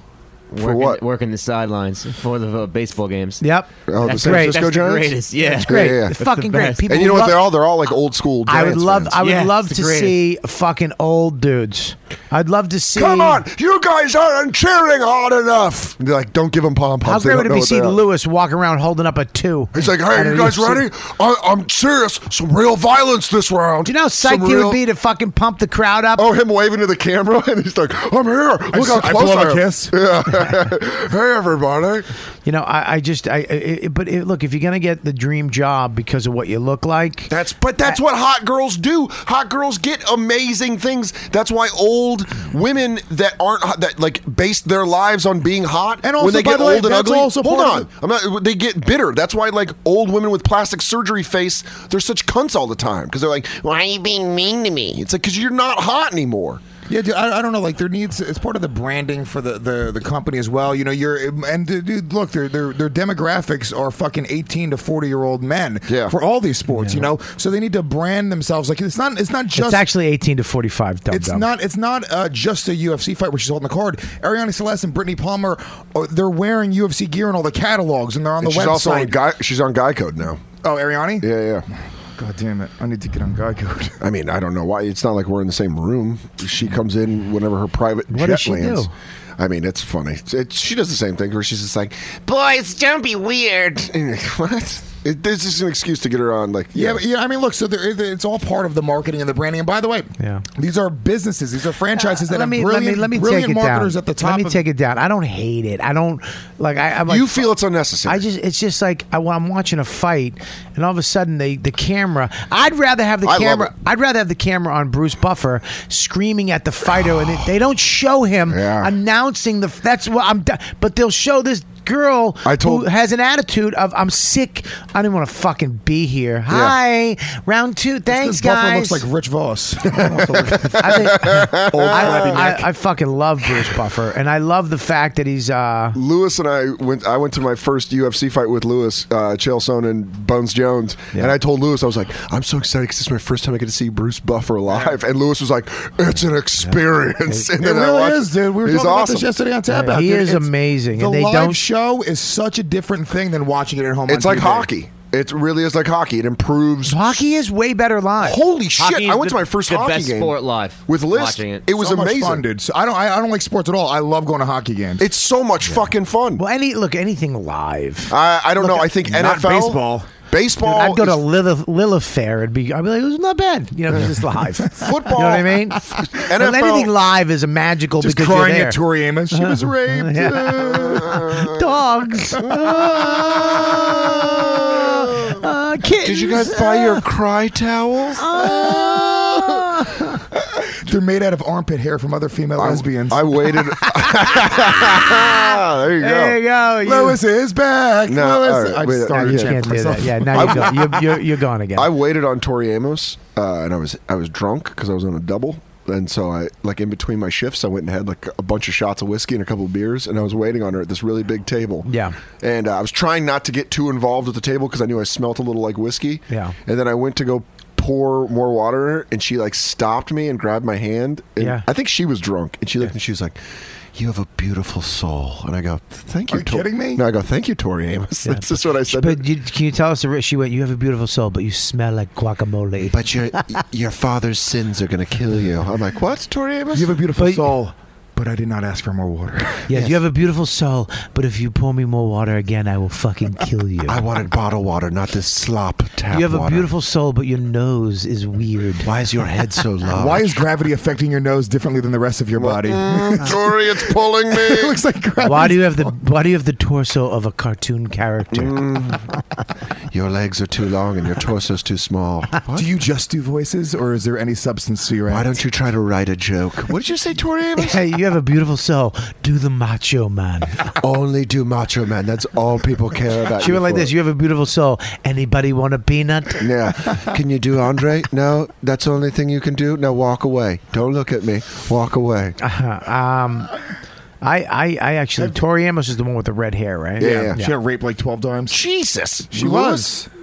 working, what? working the sidelines for the uh, baseball games. Yep. Oh, That's the San great. Francisco That's the Giants. greatest, yeah. That's Yeah, yeah, yeah. It's That's fucking the great. best. People and you know what? love- They're all they're all like old school. I would Giants love. fans. I would Yeah, love it's to the greatest. see fucking old dudes. I'd love to see. Come on, you guys aren't cheering hard enough. And they're like, don't give them pom How poms. great would it be to see Lou? Lewis walk around holding up a two? He's like, at hey, a you guys UFC. ready? I, I'm serious. Some real violence this round. Do you know how Some psyched he real- would be to fucking pump the crowd up? Oh, him waving to the camera, and he's like, "I'm here. Look how s- I close blow him I a am." kiss. Yeah. hey, everybody. You know, I, I just, I, I- it, but it, look, if you're gonna get the dream job because of what you look like, That's but Uh, that's what hot girls do. Hot girls get amazing things. That's why old women that aren't hot, that like base their lives on being hot And when also, they by get the way, old and that's ugly. also hold part on, of I'm not. They get bitter. That's why like old women with plastic surgery face, they're such cunts all the time because they're like, "Why are you being mean to me?" It's like because you're not hot anymore. Yeah, dude, I, I don't know. Like, there needs it's part of the branding for the, the, the company as well. You know, you're and dude, dude, look, their their their demographics are fucking eighteen to forty year old men. Yeah. for all these sports, you know, so they need to brand themselves. Like, it's not it's not just it's actually 18 to 45. Dumb It's not. It's not uh, just a UFC fight where she's holding the card. Ariana Celeste and Brittany Palmer, are, they're wearing UFC gear in all the catalogs, and they're on And the she's website. also on guy. She's on guy code now. oh, Ariani. Yeah, yeah. God damn it! I need to get on guy code. I mean, I don't know why. It's not like we're in the same room. She comes in whenever her private What jet does she lands. do? I mean, it's funny. It, she does the same thing where she's just like, Boys, don't be weird. what? It, this is an excuse to get her on. Like, Yeah, but- yeah. I mean, look. So there, it's all part of the marketing and the branding. And by the way, Yeah. these are businesses. These are franchises that Uh, let have me let me brilliant, let me brilliant take it marketers down. at the top. Let me of- take it down. I don't hate it. I don't like. I, I'm like, you feel it's unnecessary. I just it's just like I, am watching a fight, and all of a sudden they the camera. I'd rather have the I love camera. it. I'd rather have the camera on Bruce Buffer screaming at the fighter, and they, they don't show him announcing the. That's what I'm. do- But they'll show this. Girl I told- who has an attitude of I'm sick. I didn't want to fucking be here. Hi, round two. 'cause Thanks, Buffer guys. looks like Rich Voss. I, think, Old I, flabby I, I fucking love Bruce Buffer, and I love the fact that he's. uh Lewis and I went. I went to my first UFC fight with Lewis, uh, Chael Sonnen, and Bones Jones, and I told Lewis I was like, "I'm so excited because this is my first time I get to see Bruce Buffer live." And Lewis was like, "It's an experience." It And then I really watched- is, dude. We were He's talking about this awesome. yesterday on Tap Out. He dude. is It's- amazing, The and they live don't- show is such a different thing than watching it at home. It's on like TV. hockey. It really is like hockey. It improves. Hockey is way better live. Holy Hockey shit! is I went the- to my first the hockey best game sport live, with List. watching it. was so much amazing, fun, dude. So I don't, I, I don't like sports at all. I love going to hockey games. It's so much fucking fun. Well, any look anything live. I, I don't Look, know. I think not NFL, baseball. baseball. Dude, I'd go to is- Lilith, Lilith Fair and be. I'd be like, it was not bad. You know, it was just live. Football. You know what I mean? Well, anything live is a magical Just because crying you're there. at Tori Amos. She was raped. Dogs. Ah. Ah, Did you guys buy your cry towels? Oh. Ah. They're made out of armpit hair from other female lesbians. I waited. there you go. There you go. You- Lewis is back. No, all Lewis. right, I wait, just started yeah. chanting Can't for do that. myself. Yeah, now you're gone. You're, you're, you're gone again. I waited on Tori Amos, uh, and I was I was drunk because I was on a double, and so I like in between my shifts, I went and had like a bunch of shots of whiskey and a couple of beers, and I was waiting on her at this really big table. Yeah. and uh, I was trying not to get too involved at the table because I knew I smelt a little like whiskey. Yeah. and then I went to go pour more water, in her, and she like stopped me and grabbed my hand. And Yeah. I think she was drunk, and she looked and she was like. You have a beautiful soul, and I go. Thank you. Are you Tor-" kidding me? No, I go. Thank you, Tori Amos. Yeah. That's just what I said. to But you, can you tell us the she went? You have a beautiful soul, but you smell like guacamole. but your your father's sins are going to kill you. I'm like, what, Tori Amos? You have a beautiful But- soul, but I did not ask for more water. yes, you have a beautiful soul, but if you pour me more water again, I will fucking kill you. I wanted bottled water, not this slop tap you have a water. beautiful soul, but your nose is weird. Why is your head so large? Why is gravity affecting your nose differently than the rest of your body? uh, Tori? It's pulling it me. looks like gravity. Why do you have the Why do you have the torso of a cartoon character? Mm. your legs are too long and your torso's too small. Do you just do voices, or is there any substance to your? Why act? don't you try to write a joke? What did you say, Tori Amos? Hey, you have a beautiful soul. Do the macho man. Only do Macho Man. That's all people care about. She you went like for. this. You have a beautiful soul. Anybody want a peanut? Yeah. Can you do Andre? No, that's the only thing you can do. Now walk away. Don't look at me. Walk away. Um, I, I, I actually. Tori Amos is the one with the red hair, right? Yeah, yeah. She got raped like twelve times. Jesus. She was.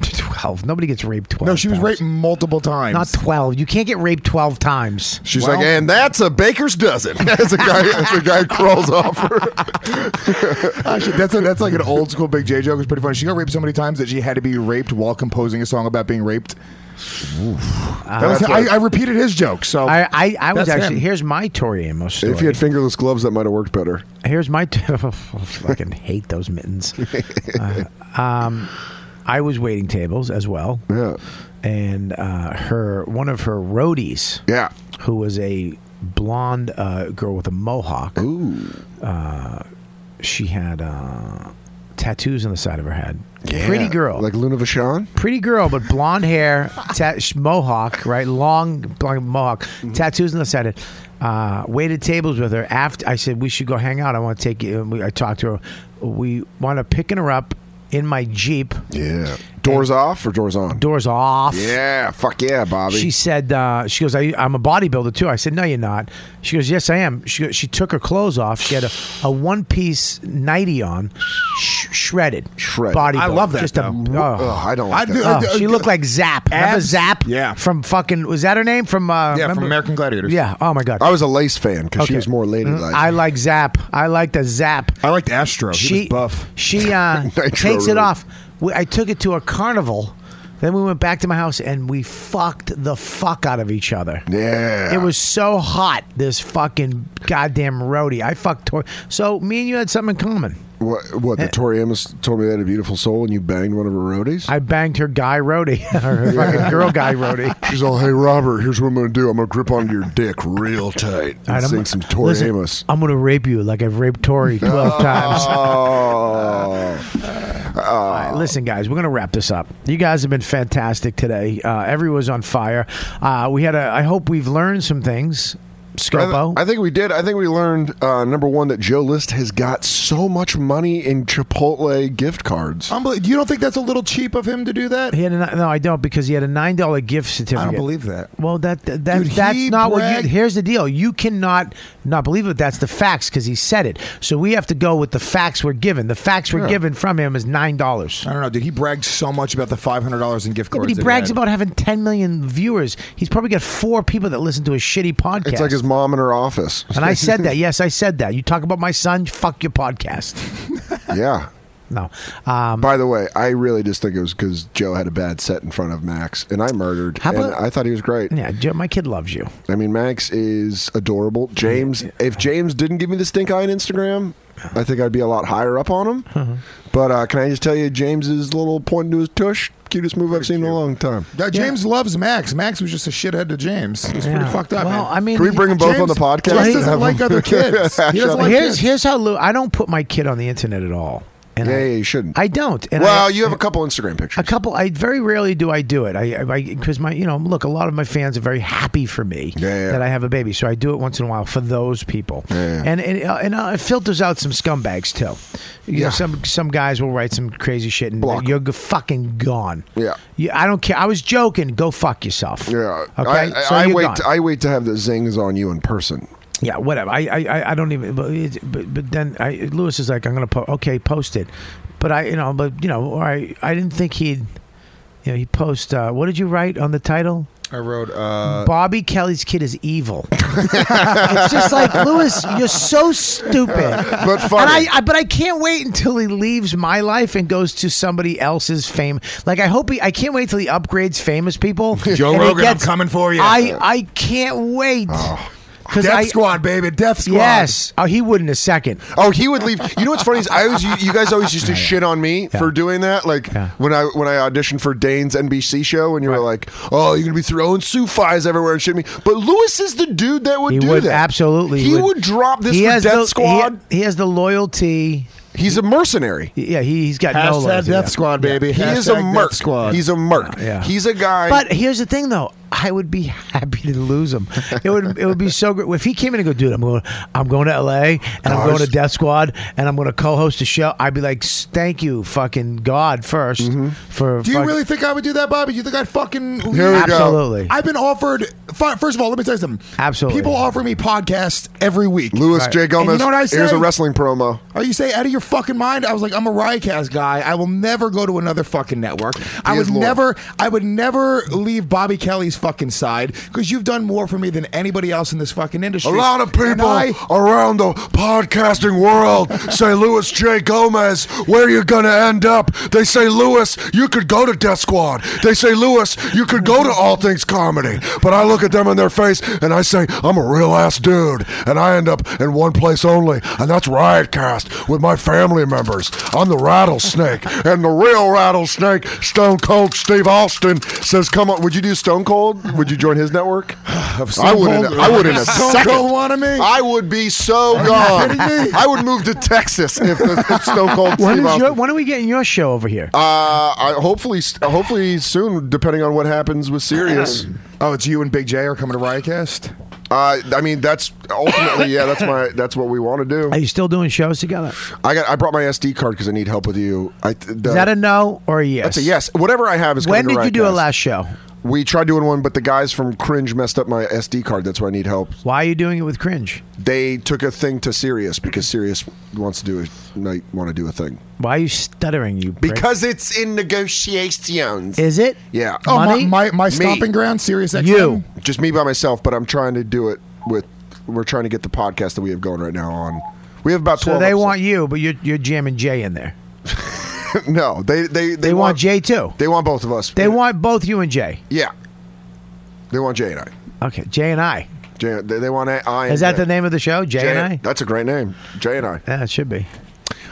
Twelve. Nobody gets raped twelve. No, she was times. raped multiple times. Not twelve. You can't get raped twelve times. She's Well- like, and that's a baker's dozen. As a guy, as a guy crawls off her. Actually, that's a, that's like an old school Big J joke. It's pretty funny. She got raped so many times that she had to be raped while composing a song about being raped. that was, That's I, right. I repeated his joke. So Uh-huh. I, I, I was That's actually. him. Here's my Tori Amos story. If you had fingerless gloves, that might have worked better. Here's my. T- I fucking hate those mittens. Uh, um, I was waiting tables as well, Yeah. and uh, her one of her roadies, Yeah. who was a blonde uh, girl with a mohawk. Ooh. Uh, she had uh, tattoos on the side of her head. Yeah. Pretty girl, Like Luna Vachon? pretty girl, but blonde hair, ta- sh- mohawk, right? Long blonde mohawk, Mm-hmm. tattoos on the side. of- Uh, waited tables with her. After I said we should go hang out. I want to take you. And we, I talked to her. We wound up picking her up in my jeep. Yeah. Doors off or doors on? Doors off. Yeah. Fuck yeah, Bobby. She said, uh, "She goes, I, I'm a bodybuilder too." I said, "No, you're not." She goes, "Yes, I am." She goes, she took her clothes off. She had a, a one piece nighty on, sh- shredded, Shredded. Bodybuilder. I love that, Just a, though. Ugh, oh. I don't I like do- that. Oh, Uh, she looked like Zap. Remember abs? Zap? Yeah. From fucking was that her name? From uh, yeah, remember- from American Gladiators. Yeah. Oh my god. I was a lace fan because she Okay. was more Mm, ladylike. I like Zap. I like the Zap. I liked Astro. Oh, He she was buff. she uh, Nitro takes it really. off. We, I took it to a carnival. Then we went back to my house and we fucked the fuck out of each other. yeah. It was so hot, this fucking goddamn roadie. I fucked Tori. So me and you had something in common. What? What? The Tori Amos told me they had a beautiful soul, and you banged one of her roadies. I banged her guy roadie, or her fucking girl guy roadie. She's all, "Hey Robert, here's what I'm gonna do. I'm gonna grip onto your dick real tight and All right, I'm- sing some Tori listen, Amos." Oh. I'm gonna rape you like I've raped Tori twelve times. All right, listen, guys, we're going to wrap this up. You guys have been fantastic today. Uh, everyone's on fire. Uh, we had a. I hope we've learned some things. Scopo. I think we did. I think we learned uh, number one that Joe List has got so much money in Chipotle gift cards. Oh, Unbelievable. You don't think that's a little cheap of him to do that? He had a, no, I don't, because he had a nine dollar gift certificate. I don't believe that. Well, that that, that- Dude, that's he not what. bragged- you Here's the deal: you cannot not believe it. That's the facts because he said it. So we have to go with the facts we're given. The facts we're Yeah. given from him is nine dollars. I don't know, dude. He bragged so much about the five hundred dollars in gift Yeah, cards. but he that brags had. about having 10 million viewers. He's probably got four people that listen to his shitty podcast. It's like his mom in her office. and I said that. Yes, I said that. You talk about my son, fuck your podcast. yeah. No. Um, By the way, I really just think it was because Joe had a bad set in front of Max, and I murdered. How and about- I thought he was great. Yeah, Joe, my kid loves you. I mean, Max is adorable. James, if James didn't give me the stink eye on Instagram, I think I'd be a lot higher up on him. Uh-huh. But uh, can I just tell you, James's little point to his tush, cutest move I've seen in a long time. Uh, James loves Max. Max was just a shithead to James. It was Yeah. pretty fucked up. Well, man. I mean, Can we bring 'em both on the podcast James and doesn't have like 'em- other kids. He doesn't like here's, kids. here's how Lou, I don't put my kid on the internet at all. And yeah, I, yeah, you shouldn't. I don't. And well, I- you have a couple Instagram pictures. A couple. I very rarely do I do it. I because my you know look a lot of my fans are very happy for me yeah. that I have a baby, so I do it once in a while for those people. Yeah, yeah. And and, uh, and uh, it filters out some scumbags too. You know, Yeah. some some guys will write some crazy shit and Block 'em. you're g- fucking gone. Yeah. You, I don't care. I was joking. Go fuck yourself. Yeah. Okay. I, I, so I you're wait. gone. I wait to have the zings on you in person. Yeah, whatever. I I, I- I don't even. But, it- but but then I, Lewis is like, I'm gonna post. Okay, post it. But I you know but you know or I I didn't think he'd. You know he post. Uh, what did you write on the title? I wrote. Uh, Bobby Kelly's kid is evil. it's just like Lewis, you're so stupid. But funny. And I, I, but I can't wait until he leaves my life and goes to somebody else's fame. Like I hope he. I can't wait till he upgrades famous people. Joe and he Rogan, I'm coming for you. I I can't wait. Death Squad, baby, Death Squad. Yes. Oh, he would in a second. Oh, he would leave. You know what's funny is I always you, you guys always used to shit on me for doing that. Like when I when I auditioned for Dane's NBC show, and you were like, "Oh, you're gonna be throwing sufis everywhere and shit me." But Lewis is the dude that would He do would that. absolutely. He would, drop this He for has Death the- he- Squad. He, has the loyalty. He's a mercenary. Yeah, he, he's got no Hashtag loyalty. Death Yeah. Squad, baby. He is a Hashtag Death merc. Squad. He's a merc. Yeah. He's a guy. But here's the thing, though. I would be happy to lose him. It would it would be so great if he came in and go, dude. I'm going. I'm going to L.A. and I'm going to Death Squad and I'm going to co-host a show. I'd be like, "S- thank you, fucking God, 1st Mm-hmm. for. Do you fuck- really think I would do that, Bobby? You think I'd fucking leave? we go. Absolutely. I've been offered. fi- First of all, let me tell you something. Absolutely. People offer me podcasts every week. Lewis J. And Gomez. You know what I say? Here's a wrestling promo. Are you say out of your fucking mind? I was like, I'm a Riotcast guy. I will never go to another fucking network. I He is would Lord. never. I would never leave Bobby Kelly's fucking side because you've done more for me than anybody else in this fucking A industry. lot of And people I- around the podcasting world say, Louis J. Gomez, where you going to end up? They say, Louis, you could go to Death Squad. They say, Louis, you could go to All Things Comedy. But I look at them in their face and I say, I'm a real ass dude. And I end up in one place only, and that's Riotcast with my family members. I'm the rattlesnake. and the real rattlesnake, Stone Cold Steve Austin, says, Come on, would you do Stone Cold? Would you join his network? I would. In, I would in a Stone second. Cold wanted me? I would be so Are you gone. kidding me? I would move to Texas if, if Stone Cold. When, Steve is Austin- your, when are we getting your show over here? Uh, I, hopefully, hopefully soon, depending on what happens with Sirius. Oh, it's you and Big J are coming to Riotcast. Uh, I mean, that's ultimately, yeah, that's my, that's what we want to do. Are you still doing shows together? I got, I brought my SD card because I need help with you. I, the, Is that a no or a yes? that's a yes. Whatever I have is. When coming did to you do a Riotcast. last show? We tried doing one, but the guys from Cringe messed up my SD card. That's why I need help. Why are you doing it with cringe? They took a thing to Sirius because Sirius wants to do a, might want to do a thing. Why are you stuttering? You prick? Because it's in negotiations. is it? Yeah. Oh, my, Money? my, my Me. stomping ground, Sirius XM. You. Just me by myself, but I'm trying to do it with. We're trying to get the podcast that we have going right now on. We have about So 12 they episodes. want you, but you're you're jamming Jay in there. no, they they they, They want Jay too. They want both of us. They want both you and Jay. yeah. They want Jay and I. Okay, Jay and I. Jay, they, they want I. and Is that Jay. the name of the show? Jay, and I? That's a great name. Jay and I. Yeah, it should be.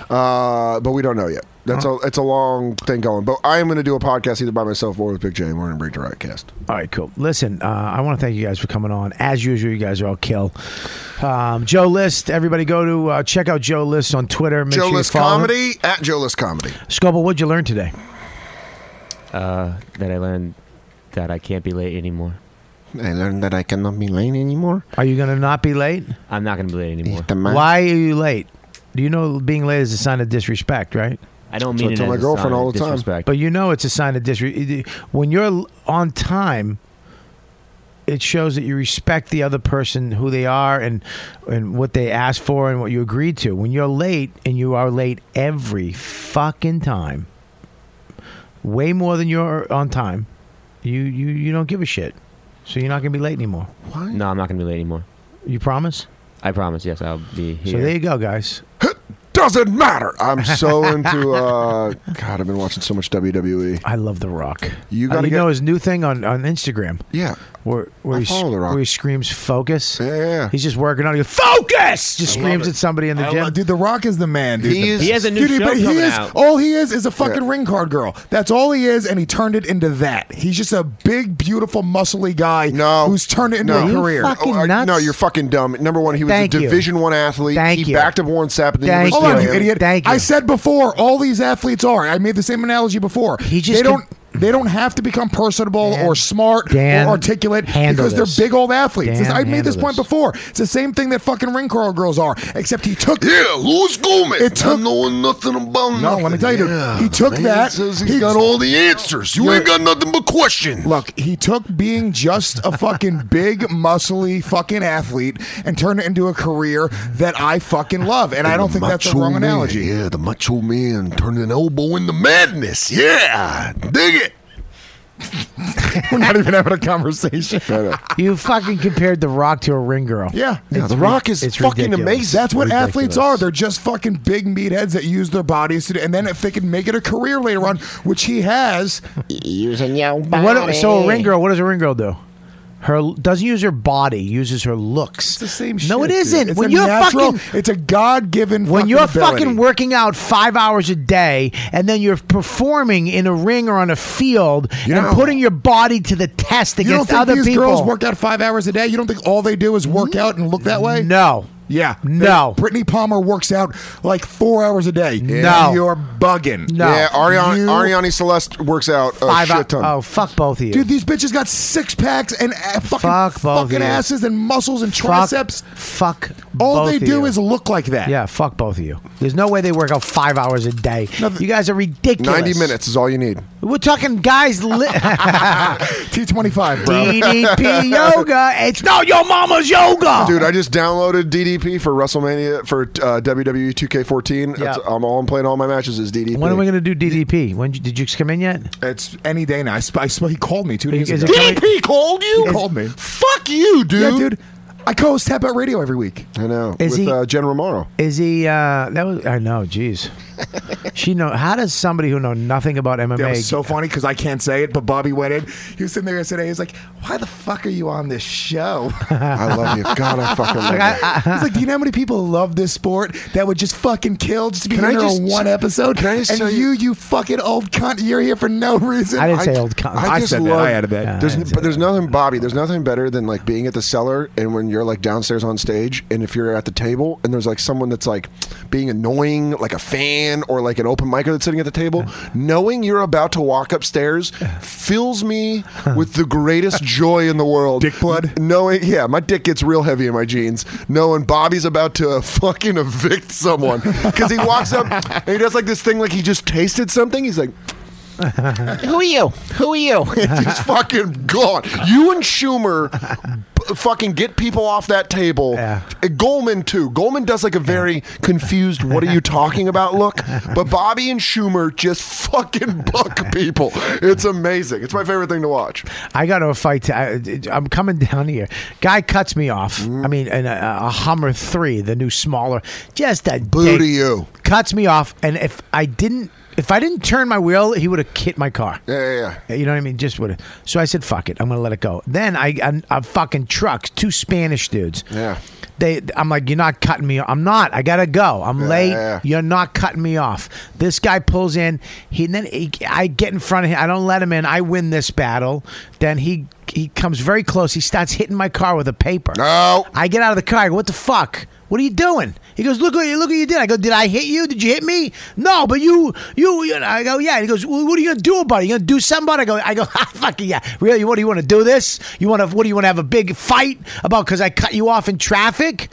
Uh, but we don't know yet. That's Uh-huh. a it's a long thing going. But I am going to do a podcast either by myself or with Big J. and We're going to bring to right cast. All right, cool. Listen, uh, I want to thank you guys for coming on. As usual, you guys are all kill. Um, Joe List, everybody go to uh, check out Joe List on Twitter. Make Joe sure you List follow him. Comedy at Joe List Comedy. Scoble, what'd you learn today? Uh, that I learned that I can't be late anymore. I learned that I cannot be late anymore. Are you going to not be late? I'm not going to be late anymore. Why are you late? Do you know being late is a sign of disrespect, right? I don't mean it as a sign of disrespect. But you know it's a sign of disrespect. When you're l- on time, it shows that you respect the other person, who they are, and and what they asked for, and what you agreed to. When you're late, and you are late every fucking time, way more than you're on time, you you you don't give a shit. So you're not gonna be late anymore. Why? No, I'm not going to be late anymore. You promise? I promise. Yes, I'll be here. So there you go, guys. Doesn't matter. I'm so into uh, God. I've been watching so much E. WWE. I love The Rock. You Uh, got to get know his new thing on, on Instagram. Yeah, where where, I he, follow The Rock. where he screams focus. Yeah, yeah. He's just working on it. He goes, Focus! Just screams at somebody in the I gym. love- dude, The Rock is the man. Dude. He The is- best. He has a new Dude, show but he coming is- out. All he is is a fucking ring card girl. That's all he is, and he turned it into that. He's just a big, beautiful, muscly guy who's turned it into a career. Oh, I- No, you're fucking dumb. Number one, he was Thank a you. Division One athlete. Thank he you. backed up Warren Sapp. And then he was Hold on, you Slam. idiot. I said before, all these athletes are. I made the same analogy before. He just they can- don't they don't have to become personable or smart Dan, or articulate handle because this. they're big old athletes. Dan, I made this handle point before. It's the same thing that fucking ring curl girls are, except he took Yeah, Luis Gomez. It took not knowing nothing about no, nothing. let me tell you, dude. Yeah, he took man, that. Says he's got all the answers. You ain't got nothing but questions. Look, he took being just a fucking big, muscly fucking athlete and turned it into a career that I fucking love. And I don't think that's a macho wrong man, analogy. Yeah, the macho man turning an elbow into madness. Yeah, dig it. We're not even having a conversation. you fucking compared The Rock to a ring girl. Yeah, It's ri- it's ridiculous. That's what athletes Ridiculous. are. They're just fucking big meatheads that use their bodies to. do- And then if they can make it a career later on, which he has, using your And What, so a body. ring girl, what does a ring girl do? Her doesn't use her body, uses her looks. It's the same No, shit, it isn't. dude. It's when a you're natural- fucking, it's a god-given. When fucking you're ability. fucking working out five hours a day, and then you're performing in a ring or on a field, know- and putting your body to the test you don't against think other these people. Mm-hmm. girls work out five hours a day? You don't think all they do is work out and look that way? No. Yeah. No. They- Brittany Palmer works out like four hours a day. No. You're bugging. Yeah, Ariana, You- Ariane Celeste works out a Five shit hou- ton. Oh, fuck both of you. Dude, these bitches got six packs and uh, fucking, Fuck both of fucking you. asses and muscles and Fuck- triceps. Fuck. All both they of do you. is look like that. Yeah, fuck both of you. There's no way they work out five hours a day. you guys are ridiculous. 90 minutes is all you need. We're talking guys. Li- T25, bro. DDP yoga. It's not your mama's yoga. Dude, I just downloaded DDP for WrestleMania for uh, WWE 2K14. That's, Yeah. I'm all I'm playing all my matches is DDP. When are we going to do DDP? When did you, did you come in yet? It's any day now. I, sp- I sp- he called me two days Is ago. it coming- DP called you? He Is- called me. Fuck you, dude. Yeah, dude. I co-host Tap Out Radio every week. I know. Is with he- uh, Jen Romano. Is he? Uh, that was. I know. Jeez. she know. How does somebody who know nothing about MMA? That was so funny because I can't say it, but Bobby went in. He was sitting there yesterday. He's like, "Why the fuck are you on this show?" Ah. I love you. God, I fucking love Like, you. I- I- He's like, "Do you know how many people love this sport that would just fucking kill just to be Can in I there just- on one episode?" can I just and tell you, you fucking old cunt, you're here for no reason. I didn't say old cunt. I, just said that. love- I added that. There's, but there's nothing, Bobby. There's nothing better than like being at the cellar and when you're like downstairs on stage, and if you're at the table and there's like someone that's like being annoying, like a fan or like an open micer that's sitting at the table, knowing you're about to walk upstairs fills me with the greatest joy in the world. Dick blood. Knowing, yeah, my dick gets real heavy in my jeans. Knowing Bobby's about to fucking evict someone because he walks up and he does like this thing, like he just tasted something. He's like. Who are you? Who are you? It's just fucking gone. You and Schumer b- fucking get people off that table. Uh, Goldman too. Goldman does like a very confused "What are you talking about?" look, but Bobby and Schumer just fucking buck people. It's amazing. It's my favorite thing to watch. I got to a fight. To, I, I'm coming down here. Guy cuts me off. I mean, in a, a Hummer three, the new smaller, just a Boo to dick. you. Cuts me off, and if I didn't if I didn't turn my wheel, he would have hit my car. Yeah, yeah, yeah. You know what I mean? Just would have. So I said, "Fuck it, I'm gonna let it go." Then I, I, I fucking trucks, two Spanish dudes. Yeah. They, I'm like, you're not cutting me. off. I'm not. I gotta go. I'm late. You're not cutting me off. This guy pulls in. He then he, I get in front of him. I don't let him in. I win this battle. Then he he comes very close. He starts hitting my car with a paper. No. I get out of the car. I go, what the fuck? What are you doing? He goes, look what you look what you did. I go, did I hit you? Did you hit me? No, but you you. you I go, yeah. He goes, well, what are you gonna do about it? You gonna do something about it? I go, I go, "Ah, fucking yeah. Really? What do you want to do this? You want to? What do you want to have a big fight about? Because I cut you off in traffic.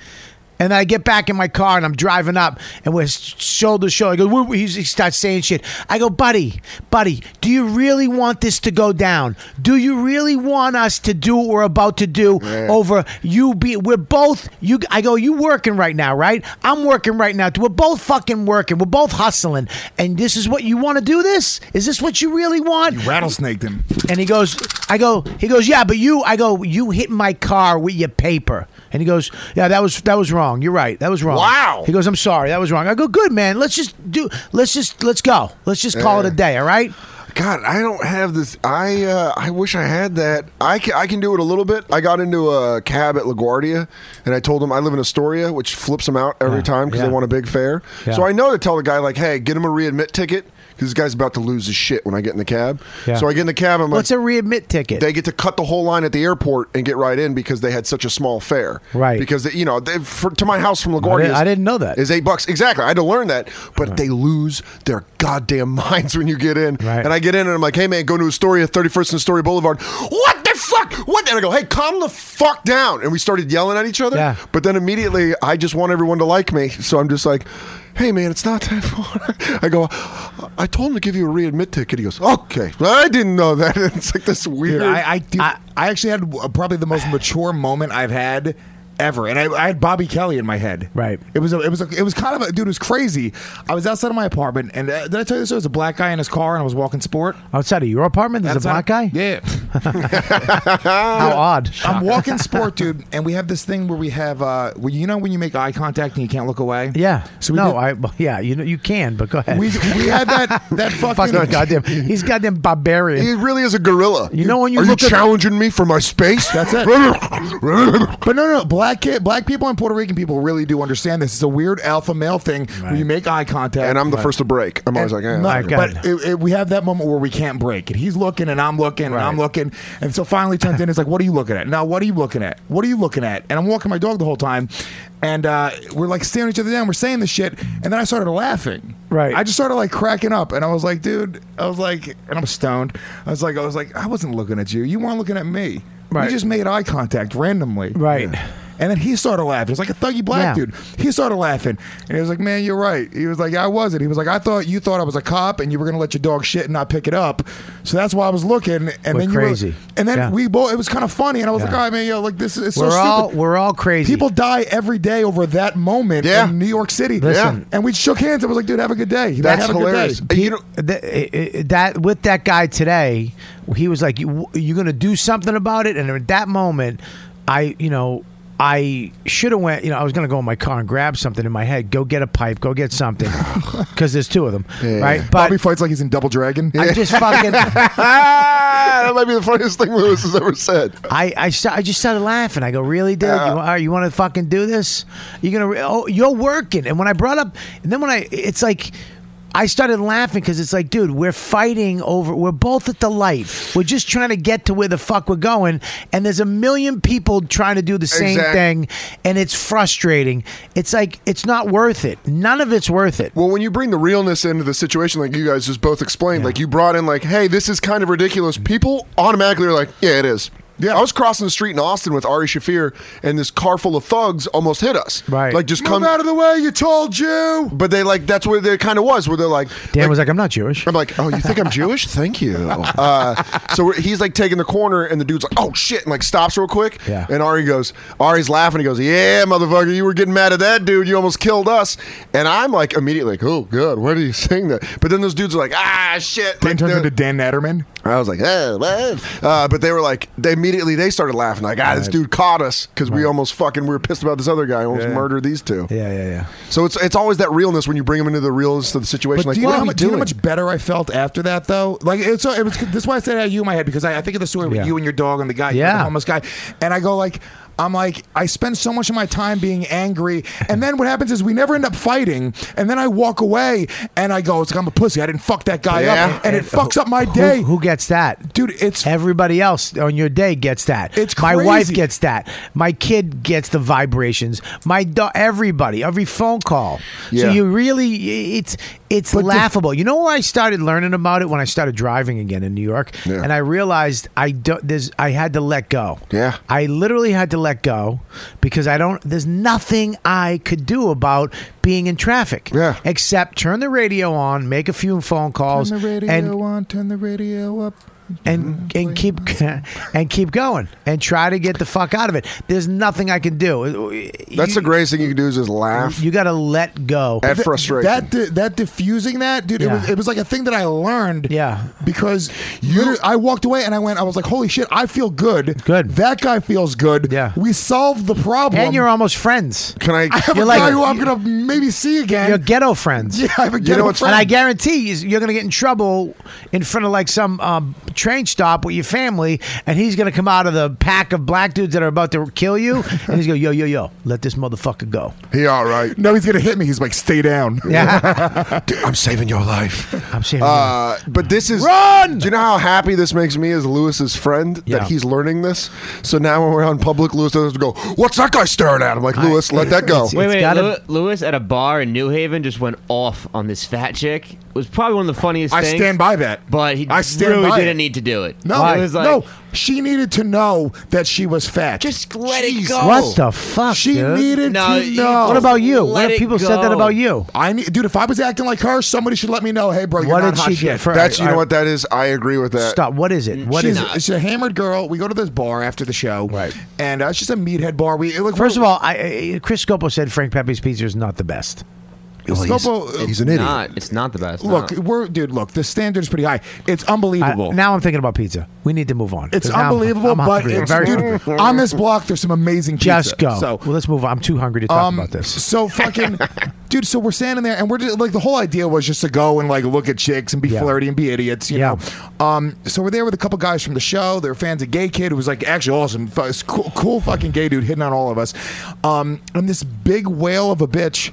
And then I get back in my car and I'm driving up and we're shoulder to shoulder. I go, "Woo," he's- he starts saying shit. I go, buddy, buddy, do you really want this to go down? Do you really want us to do what we're about to do over you be we're both you I go, you working right now, right? I'm working right now. We're both fucking working. We're both hustling. And this is what you want to do this? Is this what you really want? rattlesnaked him. And he goes, I go, he goes, yeah, but you, I go, you hit my car with your paper. And he goes, yeah, that was that was wrong. You're right, that was wrong. Wow. He goes, I'm sorry, that was wrong. I go, good man, let's just do, let's just let's go, let's just call it a day, all right? God, I don't have this. I uh, I wish I had that. I can, I can do it a little bit. I got into a cab at LaGuardia, and I told them I live in Astoria, which flips them out every time because yeah. they want a big fare. Yeah. So I know to tell the guy like, "Hey, get him a readmit ticket." Because this guy's about to lose his shit when I get in the cab. Yeah. So I get in the cab. I'm like, What's a readmit ticket? They get to cut the whole line at the airport and get right in because they had such a small fare. Right. Because, they, you know, they, for, to my house from LaGuardia. I didn't know that. Is eight bucks. Exactly. I had to learn that. But they lose their goddamn minds when you get in. Right. And I get in and I'm like, hey, man, go to Astoria, 31st and Astoria Boulevard. What the fuck? What? And I go, hey, calm the fuck down. And we started yelling at each other. Yeah. But then immediately, I just want everyone to like me. So I'm just like, hey, man, it's not that far. I go, I told him to give you a readmit ticket. He goes, okay. I didn't know that. It's like this weird. Dude, I I, dude, I actually had uh, probably the most mature moment I've had ever, and I, I had Bobby Kelly in my head. Right. It was a, it was a, it was kind of a dude. It was crazy. I was outside of my apartment, and uh, did I tell you this? There was a black guy in his car, and I was walking sport outside of your apartment. There's a black guy. Yeah. How odd. I'm walking sport, dude, and we have this thing where we have uh, where you know when you make eye contact and you can't look away. Yeah. So we no, did- I well, yeah, you know you can, but go ahead. We- we had that- that fucking- goddamn. He's goddamn barbarian. He really is a gorilla. You know when you Are you look at- challenging me for my space? That's it. but no, no, black kid, black people and Puerto Rican people really do understand this. It's a weird alpha male thing where you make eye contact. And I'm the first to break. I'm always like, eh, no, My God. but it, it- we have that moment where we can't break, and he's looking, and I'm looking, and I'm looking, and so finally turns in. It's like, what are you looking at? Now, what are you looking at? What are you looking at? And I'm walking my dog the whole time, and uh, we're like staring each other down. We're saying this shit, and then I started laughing. Right. I just started like cracking up, and I was like, dude, I was like, and I'm stoned. I was like, I was like, I wasn't looking at you. You weren't looking at me. Right. We just made eye contact randomly. Right. And then he started laughing. It's like a thuggy black Yeah. dude. He started laughing. And he was like, Man, you're right. He was like, I wasn't. He was like, I thought you thought I was a cop and you were gonna let your dog shit and not pick it up. So that's why I was looking and We're then you crazy. were, and then Yeah. we both it was kind of funny and I was Yeah. like, All right, man, yo, like this is it's We're so all- stupid. we're all crazy. People die every day over that moment Yeah. in New York City. Listen. Yeah. And we shook hands. I was like, dude, have a good day. Like, have a good day. Pete, th- i- i- eh, that with that guy today, he was like, "You- "You're going to do something about it." And at that moment, I, you know, I should have went. You know, I was going to go in my car and grab something in my head. Go get a pipe. Go get something, because there's two of them, right? But Bobby fights like he's in Double Dragon. I just fucking. Ah, that might be the funniest thing Lewis has ever said. I I, sta- I just started laughing. I go, really, dude? you, are you want to fucking do this? You're gonna? Re- oh, you're working. And when I brought up, and then when I, it's like. I started laughing because it's like, dude, we're fighting over. We're both at the light. We're just trying to get to where the fuck we're going, and there's a million people trying to do the same Exact- thing, and it's frustrating. It's like it's not worth it. None of it's worth it. Well, when you bring the realness into the situation, like you guys just both explained, like you brought in, like, hey, this is kind of ridiculous. People automatically are like, yeah, it is. Yeah, I was crossing the street in Austin with Ari Shafir, and this car full of thugs almost hit us. Right, like just Move come out of the way, you told you. But they like that's where they kind of was, where they're like, Dan was like, I'm not Jewish. I'm like, oh, you think I'm Jewish? Thank you. Uh, so we're- he's like taking the corner, and the dude's like, oh shit, and like stops real quick. Yeah. And Ari goes, Ari's laughing. He goes, yeah, motherfucker, you were getting mad at that dude. You almost killed us. And I'm like, immediately, like, oh god, why are you saying that? But then those dudes are like, ah, shit. Dan Like, turns they're- into Dan Natterman. I was like, eh, what? Uh, but they were like, they immediately they started laughing like, ah, this dude caught us because we almost fucking we were pissed about this other guy. I almost Yeah. murdered these two. Yeah, yeah, yeah. So it's it's always that realness when you bring them into the realness of the situation. But like, do you, know what how, are we much- do you know doing? how much better I felt after that, though? Like, it's, it was, this is why I said I had you in my head, because I, I think of the story Yeah. with you and your dog and the guy, Yeah. the homeless guy, and I go, like, I'm like, I spend so much of my time being angry, and then what happens is we never end up fighting, and then I walk away, and I go, it's like, I'm a pussy, I didn't fuck that guy up, and it fucks up my Who- day. Who, gets that, dude? It's everybody else on your day gets that. It's my crazy. wife gets that. My kid gets the vibrations. My dog. Everybody. Every phone call. So Yeah. you really, it's it's laughable. you know where I started learning about it when I started driving again in New York, and I realized I don't. There's I had to let go. Yeah. I literally had to let go because I don't. There's nothing I could do about being in traffic. Yeah. Except turn the radio on, make a few phone calls, Turn the radio and on, turn the radio up. and and keep and keep going and try to get the fuck out of it. There's nothing I can do. That's the greatest thing you can do is just laugh. You got to let go. At frustration. That di- that diffusing that, dude, Yeah. it, was, it was like a thing that I learned. Yeah. Because you, I walked away and I went, I was like, holy shit, I feel good. Good. That guy feels good. Yeah. We solved the problem. And you're almost friends. Can I? I have You're a like- guy who I'm gonna maybe see again. You're ghetto friends. Yeah, I have a You ghetto know what's- friend. And I guarantee you, you're going to get in trouble in front of like some um, train stop with your family, and he's going to come out of the pack of black dudes that are about to kill you, and he's going, yo, yo, yo, let this motherfucker go. He all right? No, he's gonna hit me. He's like, stay down. Yeah. Dude, I'm saving your life. I'm saving. Uh, but this is run. Do you know how happy this makes me as Lewis's friend Yeah. that he's learning this? So now when we're on public, Lewis doesn't go. What's that guy staring at? I'm like Lewis, let that go. wait, wait. Lew- Lewis at a bar in New Haven just went off on this fat chick. It was probably one of the funniest. I things, stand by that. But he I stand really by didn't it. need to do it. No, it was like, no. She needed to know that she was fat. Just let it go. What the fuck? She dude? needed to know. Oh, What about you? What if people said that about you? I need, dude. If I was acting like her, somebody should let me know. Hey, bro, you're What not did hot she shit. get for- That's you I- know what that is. I agree with that. Stop. What is it? What Uh, she's, is it? she's a hammered girl. We go to this bar after the show, right? And uh, it's just a meathead bar. We look First of all, I, I, Chris Scopo said Frank Pepe's Pizza is not the best. Scopo- It's Not, it's not the best. Look, no. we're dude. Look, the standard is pretty high. It's unbelievable. I- now I'm thinking about pizza. We need to move on. it's 'Cause now I'm- unbelievable, I'm but hungry. it's, Very dude, hungry. on this block, there's some amazing pizza. Just go. So well, let's move on. I'm too hungry to talk Um, about this. So fucking, dude. So we're standing there, and we're just, like, the whole idea was just to go and like look at chicks and be flirty and be idiots, you know. Um, so we're there with a couple guys from the show. They're fans of Gay Kid, who was like actually awesome, Fu- it's cool, cool fucking gay dude hitting on all of us. Um, and this big whale of a bitch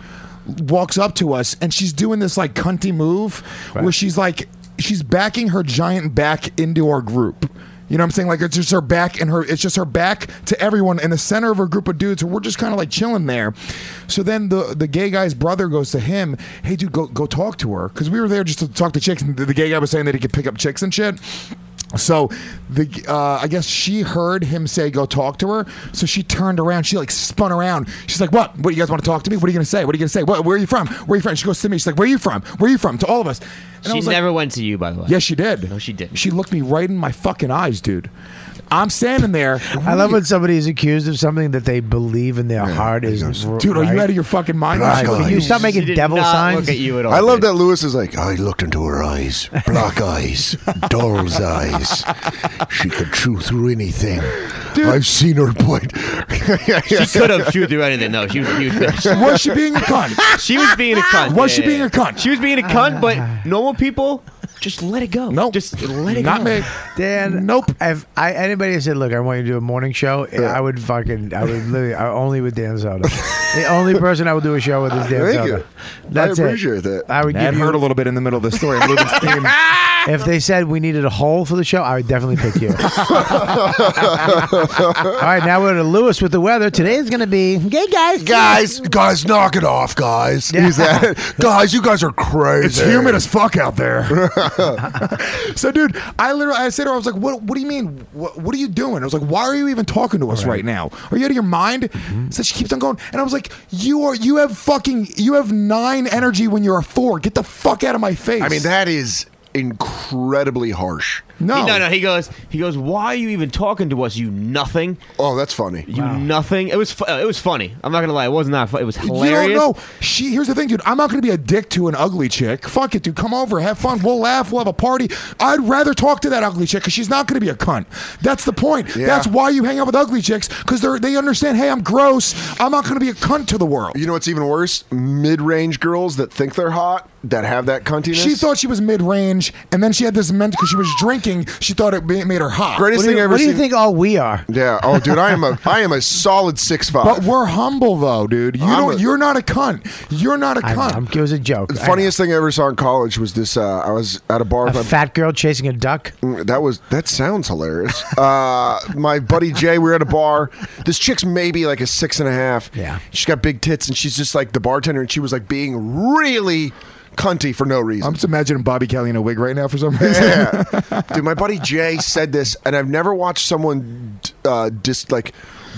walks up to us, and she's doing this like cunty move where she's like she's backing her giant back into our group. You know what I'm saying? Like it's just her back and her it's just her back to everyone in the center of her group of dudes who we're just kind of like chilling there. So then the the gay guy's brother goes to him, "Hey dude, go go talk to her." Cuz we were there just to talk to chicks and the, the gay guy was saying that he could pick up chicks and shit. So the uh, I guess she heard him say go talk to her. So she turned around. She like spun around. She's like, "What? What do you guys want to talk to me? What are you gonna say? What are you gonna say? What, where are you from? Where are you from?" She goes to me. She's like, "Where are you from? Where are you from?" To all of us. And I she was like- never went to you, by the way. yeah, she did. No, she didn't. She looked me right in my fucking eyes, dude. I'm standing there. I love when somebody is accused of something that they believe in their heart is. Dude, are you out of your fucking mind? Right. Can you stop making devil signs? I love that Lewis is like, I looked into her eyes, black eyes, doll's eyes. She could chew through anything. I've seen her point. she could have chewed through anything. No, she was a huge bitch. Was she being a cunt? She was being a cunt. Was she yeah, being a yeah. cunt? Ah. She was being a cunt, but normal people just let it go. No, just let it go. Dan. Nope. If I, anybody said, "Look, I want you to do a morning show," I would fucking, I would literally, I, only with Dan Soda. the only person I would do a show with is Dan Thank Soder. you. That's I it. appreciate that. I would That give you- hurt a little bit in the middle of the story. I'm losing steam. If they said we needed a hole for the show, I would definitely pick you. All right, now we're to Lewis with the weather. Today is going to be, hey guys, guys, guys, knock it off, guys. Yeah. He's that- guys, you guys are crazy. It's humid as fuck out there. so, dude, I literally, I said to her, I was like, "What? What do you mean? What, what are you doing?" I was like, "Why are you even talking to us right, Mm-hmm. now? Are you out of your mind?" So she keeps on going, and I was like, "You are. You have fucking. You have nine energy when you're a four. Get the fuck out of my face." I mean, that is incredibly harsh. No, no, no. He goes, he goes. Why are you even talking to us? You nothing. Oh, that's funny. You nothing. It was, fu- uh, it was funny. I'm not gonna lie. It was not. Fu- it was hilarious. You don't know. She here's the thing, dude. I'm not gonna be a dick to an ugly chick. Fuck it, dude. Come over, have fun. We'll laugh. We'll have a party. I'd rather talk to that ugly chick because she's not gonna be a cunt. That's the point. That's why you hang out with ugly chicks because they they understand. Hey, I'm gross. I'm not gonna be a cunt to the world. You know what's even worse? Mid-range girls that think they're hot that have that cuntiness. She thought she was mid range, and then she had this mental because she was drinking. She thought it ma- made her hot. Greatest thing I ever. seen. all we are? Yeah. Oh, dude, I am a I am a solid six five. But we're humble though, dude. You I'm don't. a- you're not a cunt. You're not a cunt. it was a joke. The funniest thing I ever saw in college was this. Uh, I was at a bar. A with my- fat girl chasing a duck. Mm, That was that sounds hilarious. Uh, my buddy Jay, we were at a bar. This chick's maybe like a six and a half. Yeah, she's got big tits, and she's just like the bartender, and she was like being really cunty for no reason. I'm just imagining Bobby Kelly in a wig right now for some reason. Yeah. Dude, my buddy Jay said this, and I've never watched someone uh, just like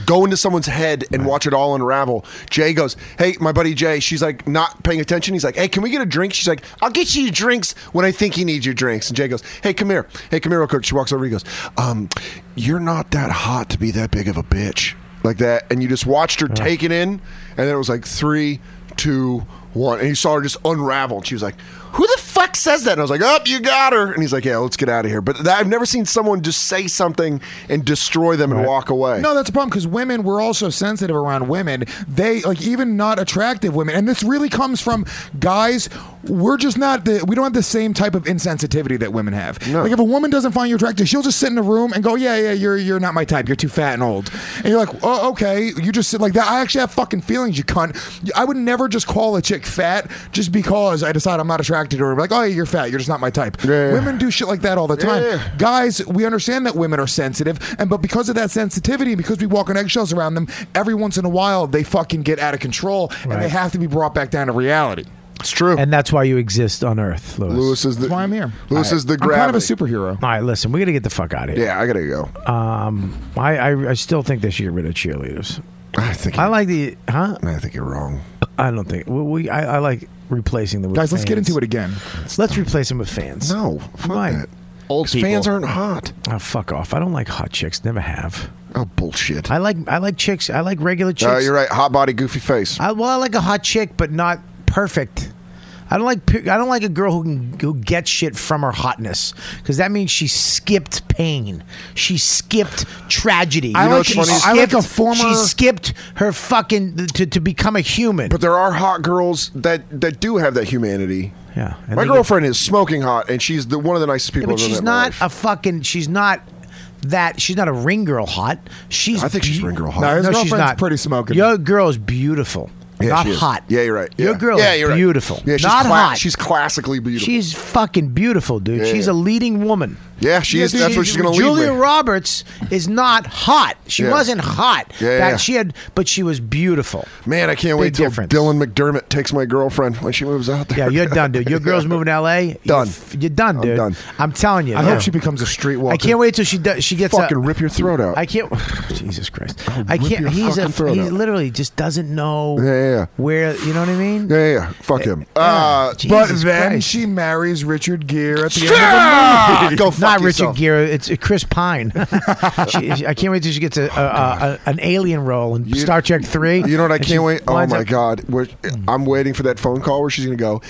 go into someone's head and watch it all unravel. Jay goes, Hey, my buddy Jay, she's like not paying attention. He's like, Hey, can we get a drink? She's like, I'll get you your drinks when I think you need your drinks. And Jay goes, Hey, come here. Hey, come here real quick. She walks over, he goes, um, You're not that hot to be that big of a bitch. Like that. And you just watched her take it in, and then it was like three, two, one. And you saw her just unravel. And she was like, who the fuck says that? And I was like, oh, you got her. And he's like, yeah, let's get out of here. But th- I've never seen someone just say something and destroy them and walk away. No, that's a problem because women we're also sensitive around women. They like even not attractive women, and this really comes from guys. We're just not the we don't have the same type of insensitivity that women have. Like if a woman doesn't find you attractive, she'll just sit in a room and go, yeah, yeah, you're you're not my type. You're too fat and old. And you're like, oh, okay. You just sit like that. I actually have fucking feelings, you cunt. I would never just call a chick fat just because I decide I'm not attracted to her. Like, oh, yeah, you're fat. You're just not my type. Women do shit like that all the time Yeah. guys, we understand that women are sensitive, and but because of that sensitivity, because we walk on eggshells around them, every once in a while they fucking get out of control and they have to be brought back down to reality. It's true. And that's why you exist on Earth, Lewis. Lewis is the. That's why I'm here. Lewis All right. is the. I'm kind of a gravity. superhero. All right, listen, we got to get the fuck out of here. Yeah, I gotta go. Um, I, I, I still think they should get rid of cheerleaders. I think I like the huh. I think you're wrong. I don't think we. we I, I like replacing them. With Guys, let's get fans. into it again. Let's replace them with fans. No, fuck Why? that. fans aren't hot. Oh, fuck off! I don't like hot chicks. Never have. Oh bullshit! I like I like chicks. I like regular chicks. Uh, you're right. Hot body, goofy face. I, well, I like a hot chick, but not perfect. I don't like pe- I don't like a girl who can who gets shit from her hotness because that means she skipped pain, she skipped tragedy. I You know like- what's she funny is- I like a former- She skipped her fucking to, to become a human. But there are hot girls that that do have that humanity. Yeah. and My they get- girlfriend is smoking hot, and she's the one of the nicest Yeah, people. but I've ever she's met in my not life. a fucking. She's not that. She's not a ring girl hot. She's. I think she's beau- ring girl hot. No, his No, she's girlfriend's not. pretty smoking. Your girl's beautiful. Yeah, not she is. hot. Yeah, you're right. Your Yeah. girl Yeah, is you're right. beautiful. Yeah, she's not cla- hot. She's classically beautiful. She's fucking beautiful, dude. Yeah, she's yeah. a leading woman. Yeah, she is. dude, That's what she's gonna lead Julia with. Roberts is not hot. She Yeah. wasn't hot. Yeah, yeah, That yeah. she had, but she was beautiful. Man, I can't Big wait till difference. Dylan McDermott takes my girlfriend when she moves out there. Yeah, you're done, dude. Your girl's moving to L.A. Done. You're, done, dude. done. I'm telling you. I yeah. hope she becomes a streetwalker. I can't wait till she does, she gets fucking a, rip your throat out. I can't. Jesus Christ! I rip can't. your He's a. fucking throat He out. literally just doesn't know yeah, yeah, yeah. where. You know what I mean? Yeah, yeah, yeah. Eh, Fuck him. Uh, But Jesus then Christ. she marries Richard Gere at the end of the Ah, movie. go fuck Not yourself. Richard Gere. It's uh, Chris Pine. she, she- I can't wait till she gets a, a, a, an alien role in Star Trek Three. You know what I and she can't wait? Oh winds my up- Mm. god, We're- I'm waiting for that phone call where she's gonna go.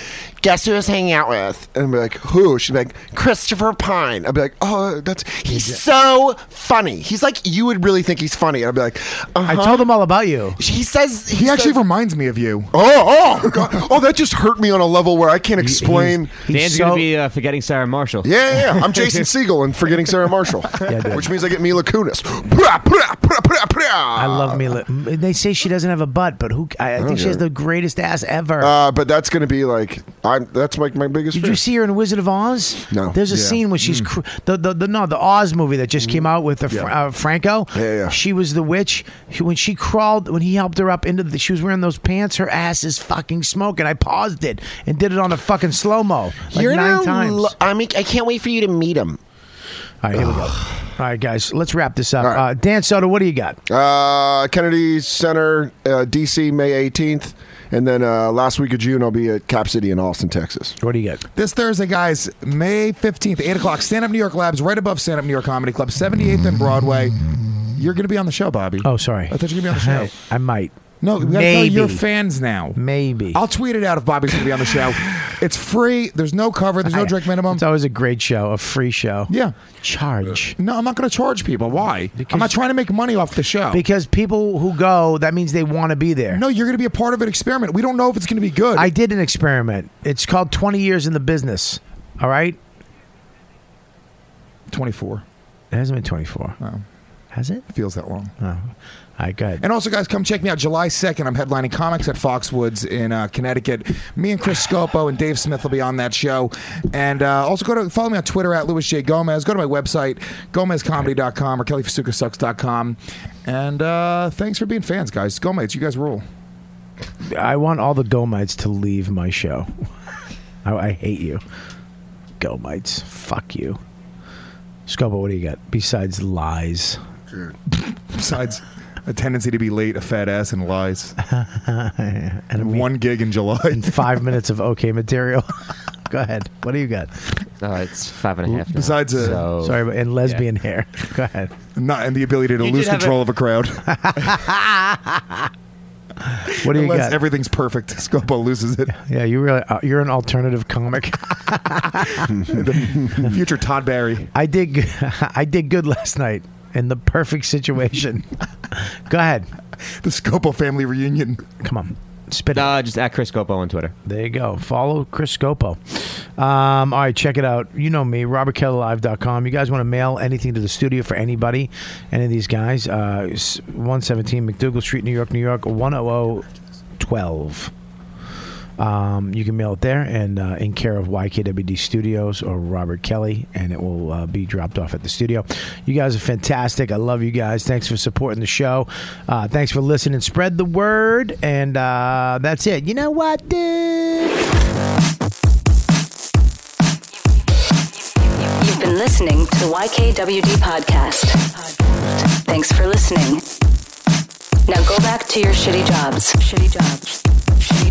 Guess who I was hanging out with? And be like, who? She'd be like, Christopher Pine. I'd be like, oh, that's he's so funny. He's like, you would really think he's funny. And I'd be like, uh-huh. I told him all about you. He says He actually says- reminds me of you. Oh, oh, God. oh! That just hurt me on a level where I can't explain. Dan's gonna be uh, forgetting Sarah Marshall. Yeah, yeah, yeah. I'm Jason Siegel and forgetting Sarah Marshall, dude. which means I get Mila Kunis. Pra, pra, pra, pra, pra. I uh, love Mila. They say she doesn't have a butt, but who? I, I think she care. has the greatest ass ever. Uh, but that's gonna be like I'm. That's like my biggest. Did fear. you see her in Wizard of Oz? No. There's a Yeah. scene where Mm. she's cr- the, the the no the Oz movie that just came out with the Fr- uh, Franco. Yeah, yeah. She was the witch. She, when she crawled, when he helped her up into the, she was wearing those pants. Her ass is fucking smoking. I paused it and did it on a fucking slow mo like nine times. All I mean, I can't wait for you to meet him. right, here we go. All right, guys, let's wrap this up. Uh, Dan Soda, what do you got? Uh, Kennedy Center, uh, DC, May 18th. And then uh, last week of June, I'll be at Cap City in Austin, Texas. What do you get? This Thursday, guys, May 15th, 8 o'clock, Stand Up New York Labs, right above Stand Up New York Comedy Club, 78th and Broadway. You're going to be on the show, Bobby. Oh, sorry. I thought you were going to be on the show. I might. No, we got to tell Maybe. your fans now. Maybe. I'll tweet it out if Bobby's going to be on the show. It's free. There's no cover. There's no drink minimum. It's always a great show, a free show. Yeah. Charge. No, I'm not going to charge people. Why? I'm not trying to make money off the show. Because people who go, that means they want to be there. Oh. No, you're going to be a part of an experiment. We don't know if it's going to be good. I did an experiment. It's called 20 years in the business. All right? 24. It hasn't been 24. Has it? Feels that long. Oh. All right, good. Oh. And also, guys, come check me out July 2nd. I'm headlining comics at Foxwoods in uh, Connecticut. Me and Chris Scopo and Dave Smith will be on that show. And uh, also, go to follow me on Twitter at Louis J. Gomez. Go to my website, gomezcomedy.com or kellyfasukasucks.com. And uh, thanks for being fans, guys. Gomez, you guys rule. I want all the Gomites to leave my show. I, I hate you. Gomites. Fuck you. Scobo, what do you got besides lies? Besides a tendency to be late, a fat ass, and lies. and one gig in July. and five minutes of okay material. Go ahead. What do you got? Uh, it's five and a half. Now, Besides uh, a- so- Sorry, but and lesbian hair. Go ahead. Not, and the ability to You lose did have control a- of a crowd. What do you Unless got? everything's perfect, Scopo loses it. yeah, you really uh, you're an alternative comic. Future Todd Barry. I did g- I did good last night in the perfect situation. Go ahead. The Scopo family reunion. Come on. Spit uh, just at Chris Scopo on Twitter. There you go. Follow Chris Scopo. Um, all right, check it out. You know me, robertkellerlive.com. You guys want to mail anything to the studio for anybody, any of these guys? Uh, s- 117 McDougal Street, New York, New York, 10012. Um, you can mail it there and uh, in care of YKWD Studios or Robert Kelly, and it will uh, be dropped off at the studio. You guys are fantastic. I love you guys. Thanks for supporting the show. Uh, thanks for listening. Spread the word, and uh, that's it. You know what, dude? You've been listening to the YKWD podcast. Thanks for listening. Now go back to your shitty jobs. Shitty jobs. Shitty,